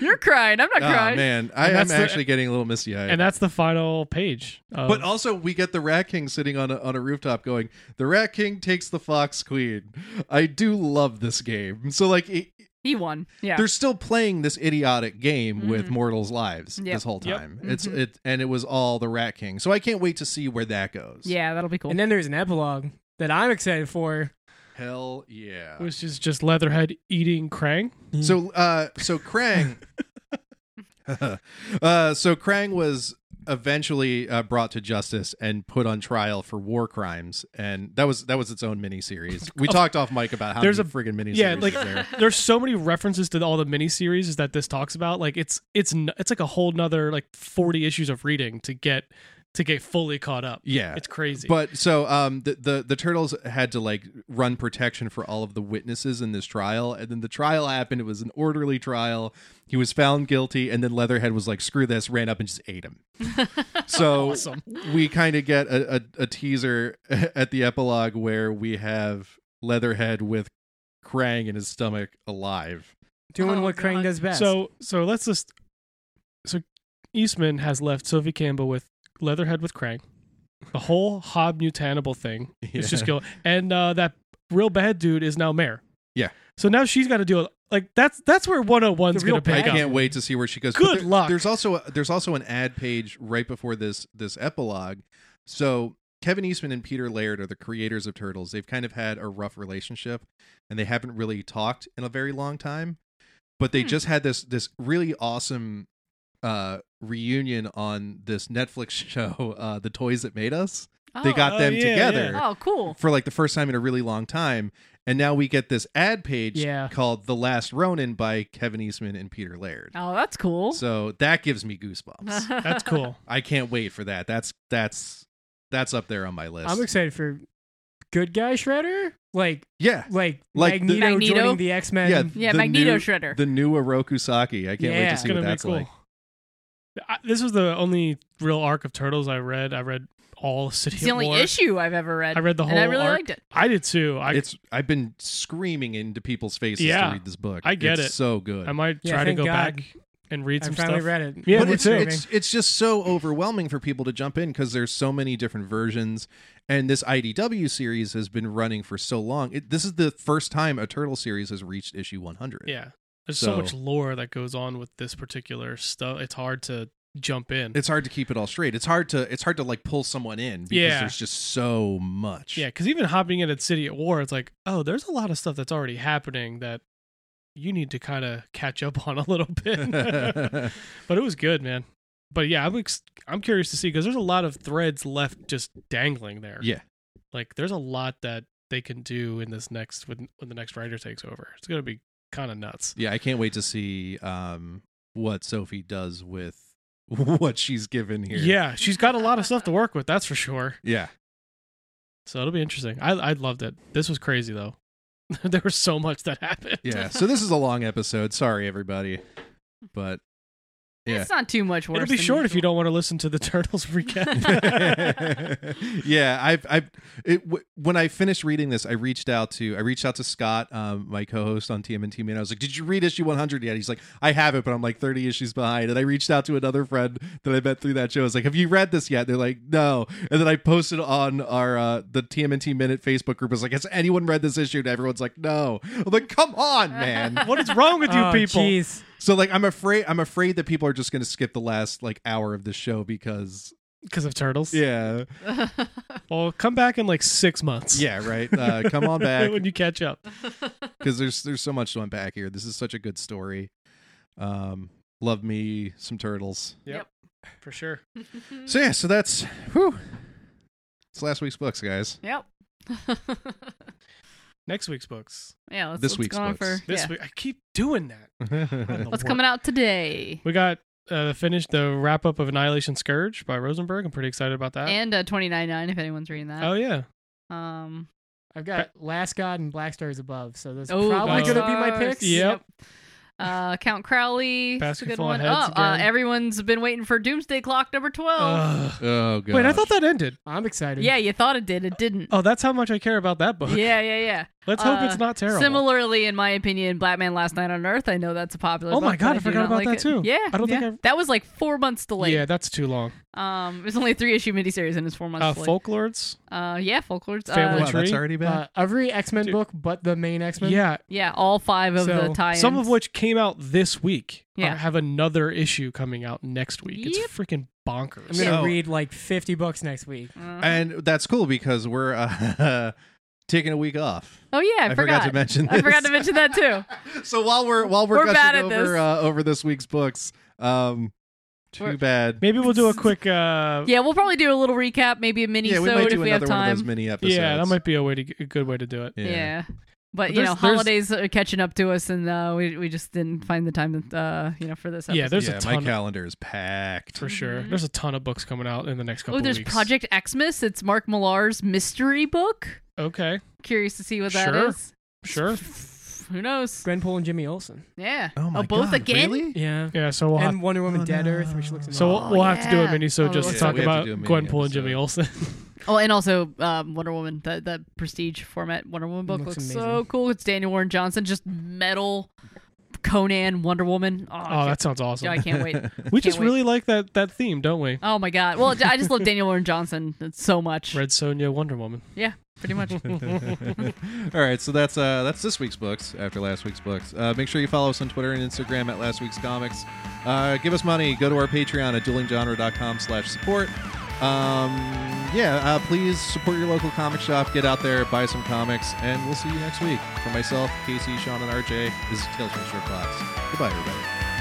Speaker 1: you're crying. I'm not
Speaker 2: oh
Speaker 1: crying.
Speaker 2: man, I
Speaker 3: And
Speaker 2: am
Speaker 3: that's the-
Speaker 2: actually getting a little misty eyed.
Speaker 3: and that's the final page. Of,
Speaker 1: Um,
Speaker 2: But also, we get the Rat King sitting on a, on a rooftop going, The Rat King takes the Fox Queen. I do love this game. So, like, it,
Speaker 1: He won. Yeah,
Speaker 2: they're still playing this idiotic game with
Speaker 1: Mhm.
Speaker 2: mortals' lives
Speaker 1: Yep.
Speaker 2: this whole
Speaker 3: Yep.
Speaker 2: time. It's
Speaker 1: Mhm.
Speaker 2: it, And it was all the Rat King. So, I can't wait to see where that goes.
Speaker 1: yeah, that'll be cool.
Speaker 4: And then there's an epilogue that I'm excited for.
Speaker 2: Hell yeah.
Speaker 3: which is just Leatherhead eating Krang.
Speaker 2: So, uh, so Krang. uh, so Krang was eventually uh, brought to justice and put on trial for war crimes, and that was that was its own miniseries. We talked off mic about how
Speaker 3: Oh. There's
Speaker 2: there's a friggin' miniseries.
Speaker 3: yeah, like-
Speaker 2: is there.
Speaker 3: There's so many references to all the miniseries that this talks about. Like it's it's n- it's like a whole nother like 40 issues of reading to get to get fully caught up.
Speaker 2: yeah.
Speaker 3: It's crazy.
Speaker 2: But so um the, the the turtles had to like run protection for all of the witnesses in this trial, and then the trial happened. It was an orderly trial. He was found guilty, and then Leatherhead was like, "Screw this!" ran up and just ate him. So
Speaker 3: awesome.
Speaker 2: we kind of get a, a, a teaser at the epilogue where we have Leatherhead with Krang in his stomach alive.
Speaker 4: Doing
Speaker 1: Oh,
Speaker 4: what
Speaker 1: God.
Speaker 4: Crane does best.
Speaker 3: So so let's just so Eastman has left Sophie Campbell with Leatherhead with Krang. The whole Hob Mutantable thing is just go and uh, that real bad dude is now mayor.
Speaker 2: Yeah.
Speaker 3: So now she's got to deal with like that's that's where
Speaker 4: The real
Speaker 3: 101's going to
Speaker 2: I
Speaker 3: pick
Speaker 4: bad
Speaker 3: up.
Speaker 2: can't wait to see where she goes. But
Speaker 3: Good
Speaker 2: there-
Speaker 3: luck.
Speaker 2: There's also a, there's also an ad page right before this this epilogue. So Kevin Eastman and Peter Laird are the creators of Turtles. They've kind of had a rough relationship, and they haven't really talked in a very long time. But they
Speaker 1: Hmm.
Speaker 2: just had this this really awesome uh, reunion on this Netflix show, uh, The Toys That Made Us. They
Speaker 1: oh.
Speaker 2: got
Speaker 3: Oh,
Speaker 2: them
Speaker 3: yeah,
Speaker 2: together
Speaker 1: Oh, cool.
Speaker 2: for like the first time in a really long time. And now we get this ad page
Speaker 4: Yeah.
Speaker 2: called The Last Ronin by Kevin Eastman and Peter Laird.
Speaker 1: Oh, that's cool.
Speaker 2: So that gives me goosebumps.
Speaker 3: That's cool.
Speaker 2: I can't wait for that. That's that's that's up there on my list.
Speaker 4: I'm excited for Good Guy Shredder. Like
Speaker 2: yeah,
Speaker 4: like,
Speaker 2: Like the-
Speaker 4: Magneto,
Speaker 1: Magneto?
Speaker 4: joining the X Men.
Speaker 2: yeah,
Speaker 1: yeah,
Speaker 2: the
Speaker 1: Magneto
Speaker 2: new-
Speaker 1: Shredder.
Speaker 2: The new Oroku Saki. I can't wait
Speaker 4: Yeah.
Speaker 2: to
Speaker 4: It's
Speaker 2: see
Speaker 3: It's going
Speaker 2: what
Speaker 3: to be
Speaker 2: that's
Speaker 3: cool.
Speaker 2: like.
Speaker 3: I, this was the only real arc of Turtles I read. I read all City
Speaker 1: it's the
Speaker 3: of
Speaker 1: only
Speaker 3: War.
Speaker 1: issue I've ever read.
Speaker 3: I read the whole
Speaker 1: and I really
Speaker 3: arc.
Speaker 1: liked it.
Speaker 3: I did too. I
Speaker 2: it's I've been screaming into people's faces
Speaker 3: Yeah.
Speaker 2: to read this book.
Speaker 3: I get
Speaker 2: It's
Speaker 3: it.
Speaker 2: So good.
Speaker 3: I might
Speaker 4: Yeah,
Speaker 3: try to
Speaker 4: thank
Speaker 3: go
Speaker 4: God.
Speaker 3: back and read
Speaker 4: I
Speaker 3: some
Speaker 4: finally
Speaker 3: stuff.
Speaker 4: read it.
Speaker 3: Yeah,
Speaker 2: but
Speaker 3: me
Speaker 2: it's,
Speaker 3: too.
Speaker 2: it's it's just so overwhelming for people to jump in because there's so many different versions, and this IDW series has been running for so long. It, this is the first time a turtle series has reached issue 100.
Speaker 3: Yeah. There's so,
Speaker 2: So-
Speaker 3: much lore that goes on with this particular stuff. It's hard to jump in.
Speaker 2: it's hard to keep it all straight. It's hard to it's hard to like pull someone in because
Speaker 3: Yeah.
Speaker 2: there's just so much.
Speaker 3: yeah, because even hopping in at City at War, it's like, oh, there's a lot of stuff that's already happening that you need to kind of catch up on a little bit. but it was good, man. But yeah, I'm ex- I'm curious to see because there's a lot of threads left just dangling there.
Speaker 2: yeah.
Speaker 3: like there's a lot that they can do in this next when when the next writer takes over. It's gonna be kind of nuts.
Speaker 2: Yeah, I can't wait to see um what Sophie does with what she's given here.
Speaker 3: Yeah, she's got a lot of stuff to work with. That's for sure.
Speaker 2: Yeah.
Speaker 3: So it'll be interesting. I I loved it. This was crazy though. there was so much that happened.
Speaker 2: Yeah. So this is a long episode. Sorry everybody. But Yeah.
Speaker 1: It's not too much worse.
Speaker 3: It'll be
Speaker 1: than
Speaker 3: short if you
Speaker 1: usual.
Speaker 3: don't want to listen to the Turtles recap.
Speaker 2: yeah, I've, I've, it, w- when I finished reading this, I reached out to, I reached out to Scott, um, my co-host on TMNT, and I was like, "Did you read issue 100 yet?" He's like, "I have it, but I'm like 30 issues behind." And I reached out to another friend that I met through that show. I was like, "Have you read this yet?" They're like, "No." And then I posted on our uh, the TMNT Minute Facebook group. I was like, "Has anyone read this issue?" And everyone's like, "No." I'm like, "Come on, man."
Speaker 3: what is wrong with you
Speaker 4: Oh,
Speaker 3: people?
Speaker 4: jeez.
Speaker 2: So like I'm afraid I'm afraid that people are just going to skip the last like hour of the show because
Speaker 3: because of turtles.
Speaker 2: Yeah.
Speaker 3: Well, come back in like six months.
Speaker 2: Yeah, right. Uh, come on back
Speaker 3: when you catch up.
Speaker 2: because there's there's so much to unpack here. This is such a good story. Um, love me some turtles.
Speaker 3: For sure.
Speaker 2: So yeah, so that's whew. It's last week's books, guys.
Speaker 1: yep.
Speaker 3: Next week's books.
Speaker 1: yeah, let's,
Speaker 2: This
Speaker 1: let's
Speaker 2: week's
Speaker 1: go on
Speaker 2: books.
Speaker 1: for
Speaker 3: This
Speaker 1: yeah.
Speaker 3: week, I keep doing that.
Speaker 2: Oh,
Speaker 3: I'm the
Speaker 1: What's
Speaker 3: wor-
Speaker 1: coming out today?
Speaker 3: We got uh, finished the wrap up of Annihilation Scourge by Rosenberg. I'm pretty excited about that.
Speaker 1: and uh, 29.9 if anyone's reading that.
Speaker 3: oh yeah,
Speaker 1: Um,
Speaker 4: I've got Last God and Black Stars Above, so those
Speaker 1: oh,
Speaker 4: are probably
Speaker 3: Black
Speaker 4: going to be my
Speaker 1: Stars.
Speaker 4: picks.
Speaker 3: Yep.
Speaker 1: Uh, Count Crowley. That's a good
Speaker 3: Basketful
Speaker 1: one.
Speaker 3: of
Speaker 1: Oh,
Speaker 3: heads
Speaker 1: uh,
Speaker 3: again.
Speaker 1: everyone's been waiting for Doomsday Clock number 12.
Speaker 3: Ugh.
Speaker 2: oh god.
Speaker 3: Wait, I thought that ended.
Speaker 4: I'm excited.
Speaker 1: yeah, you thought it did. It didn't.
Speaker 3: Oh, that's how much I care about that book.
Speaker 1: Yeah, yeah, yeah.
Speaker 3: Let's hope
Speaker 1: Uh,
Speaker 3: it's not terrible.
Speaker 1: Similarly, in my opinion, Black Man Last Night on Earth. I know that's a popular.
Speaker 3: Oh
Speaker 1: book,
Speaker 3: my God,
Speaker 1: but
Speaker 3: I
Speaker 1: do
Speaker 3: forgot
Speaker 1: not
Speaker 3: about
Speaker 1: like
Speaker 3: that
Speaker 1: it.
Speaker 3: too.
Speaker 1: Yeah,
Speaker 3: I don't
Speaker 1: yeah.
Speaker 3: think I-
Speaker 1: that was like four months delayed.
Speaker 3: Yeah, that's too long.
Speaker 1: Um, it was only a three issue miniseries and it's four months
Speaker 3: Uh,
Speaker 1: delayed.
Speaker 3: Folklords.
Speaker 1: uh, yeah, folklords.
Speaker 3: Family
Speaker 1: Uh,
Speaker 2: wow, that's
Speaker 3: Tree?
Speaker 2: already bad.
Speaker 4: Uh, every X Men
Speaker 3: Dude.
Speaker 4: book but the main X Men.
Speaker 3: Yeah,
Speaker 1: yeah, all five of the
Speaker 4: So,
Speaker 1: tie-ins.
Speaker 3: some of which came out this week. or
Speaker 1: Yeah.
Speaker 3: have another issue coming out next week.
Speaker 1: Yep.
Speaker 3: It's freaking bonkers.
Speaker 4: I'm going to
Speaker 2: So-
Speaker 4: read like 50 books next week.
Speaker 1: Uh,
Speaker 2: and that's cool because we're uh, taking a week off.
Speaker 1: oh yeah, I,
Speaker 2: forgot. to mention. This.
Speaker 1: I forgot to mention that too.
Speaker 2: So while we're while we're,
Speaker 1: We're bad
Speaker 2: gushing
Speaker 1: at
Speaker 2: over
Speaker 1: this.
Speaker 2: Uh, over this week's books, um, too
Speaker 1: We're-
Speaker 2: bad.
Speaker 3: Maybe we'll do a quick. Uh,
Speaker 1: Yeah, we'll probably do a little recap, maybe a mini
Speaker 2: yeah, we might
Speaker 1: sode
Speaker 2: do
Speaker 1: if we have
Speaker 2: another one of those
Speaker 1: time.
Speaker 2: mini episodes.
Speaker 3: yeah, that might be a way to a good way to do it.
Speaker 1: yeah. But,
Speaker 3: But
Speaker 1: you know,
Speaker 3: there's- there's-
Speaker 1: holidays are catching up to us, and uh, we we just didn't find the time, to, uh, you know, for this. Episode.
Speaker 3: Yeah, there's
Speaker 2: yeah,
Speaker 3: a
Speaker 2: my
Speaker 3: ton. Of,
Speaker 2: calendar is packed.
Speaker 3: for sure,
Speaker 1: Mhm.
Speaker 3: there's a ton of books coming out in the next couple.
Speaker 1: oh, there's
Speaker 3: weeks.
Speaker 1: Project Xmas. It's Mark Millar's mystery book.
Speaker 3: Okay,
Speaker 1: Curious to see what that
Speaker 3: Sure.
Speaker 1: is.
Speaker 3: sure.
Speaker 1: Who knows?
Speaker 4: Gwenpool and Jimmy Olsen.
Speaker 1: Yeah.
Speaker 2: Oh my
Speaker 1: both
Speaker 2: God,
Speaker 1: again.
Speaker 2: really?
Speaker 4: Yeah.
Speaker 3: Yeah, so we'll have
Speaker 4: and Wonder Woman
Speaker 2: Oh,
Speaker 4: Dead
Speaker 2: no.
Speaker 4: Earth, which looks
Speaker 3: so we'll,
Speaker 1: Oh,
Speaker 3: we'll have to do a
Speaker 1: yeah.
Speaker 3: mini
Speaker 1: Oh,
Speaker 3: so just to
Speaker 1: yeah,
Speaker 3: talk
Speaker 2: we have to
Speaker 3: about
Speaker 2: do a mini
Speaker 3: Gwenpool and Jimmy
Speaker 2: episode.
Speaker 3: Olsen.
Speaker 1: Oh, and also um, Wonder Woman, the the prestige format Wonder Woman book looks,
Speaker 4: Looks
Speaker 1: so
Speaker 4: amazing.
Speaker 1: cool. It's Daniel Warren Johnson, just metal Conan Wonder Woman. Oh, I
Speaker 3: oh,
Speaker 1: can't-
Speaker 3: that sounds
Speaker 1: yeah,
Speaker 3: awesome.
Speaker 1: I can't wait.
Speaker 3: we just
Speaker 1: wait.
Speaker 3: really like that that theme, don't we?
Speaker 1: Oh my god. Well, I just love Daniel Warren Johnson so much.
Speaker 3: Red Sonja, Wonder Woman.
Speaker 1: Pretty much.
Speaker 2: All right, so that's uh, that's this week's books after last week's books. Uh, make sure you follow us on Twitter and Instagram at Last Week's Comics. Uh, give us money. Go to our Patreon at duelinggenre.com slash support. Um, yeah, uh, please support your local comic shop. Get out there, buy some comics, and we'll see you next week. For myself, Casey, Sean, and RJ, this is Tales from the Strip Box. Goodbye, everybody.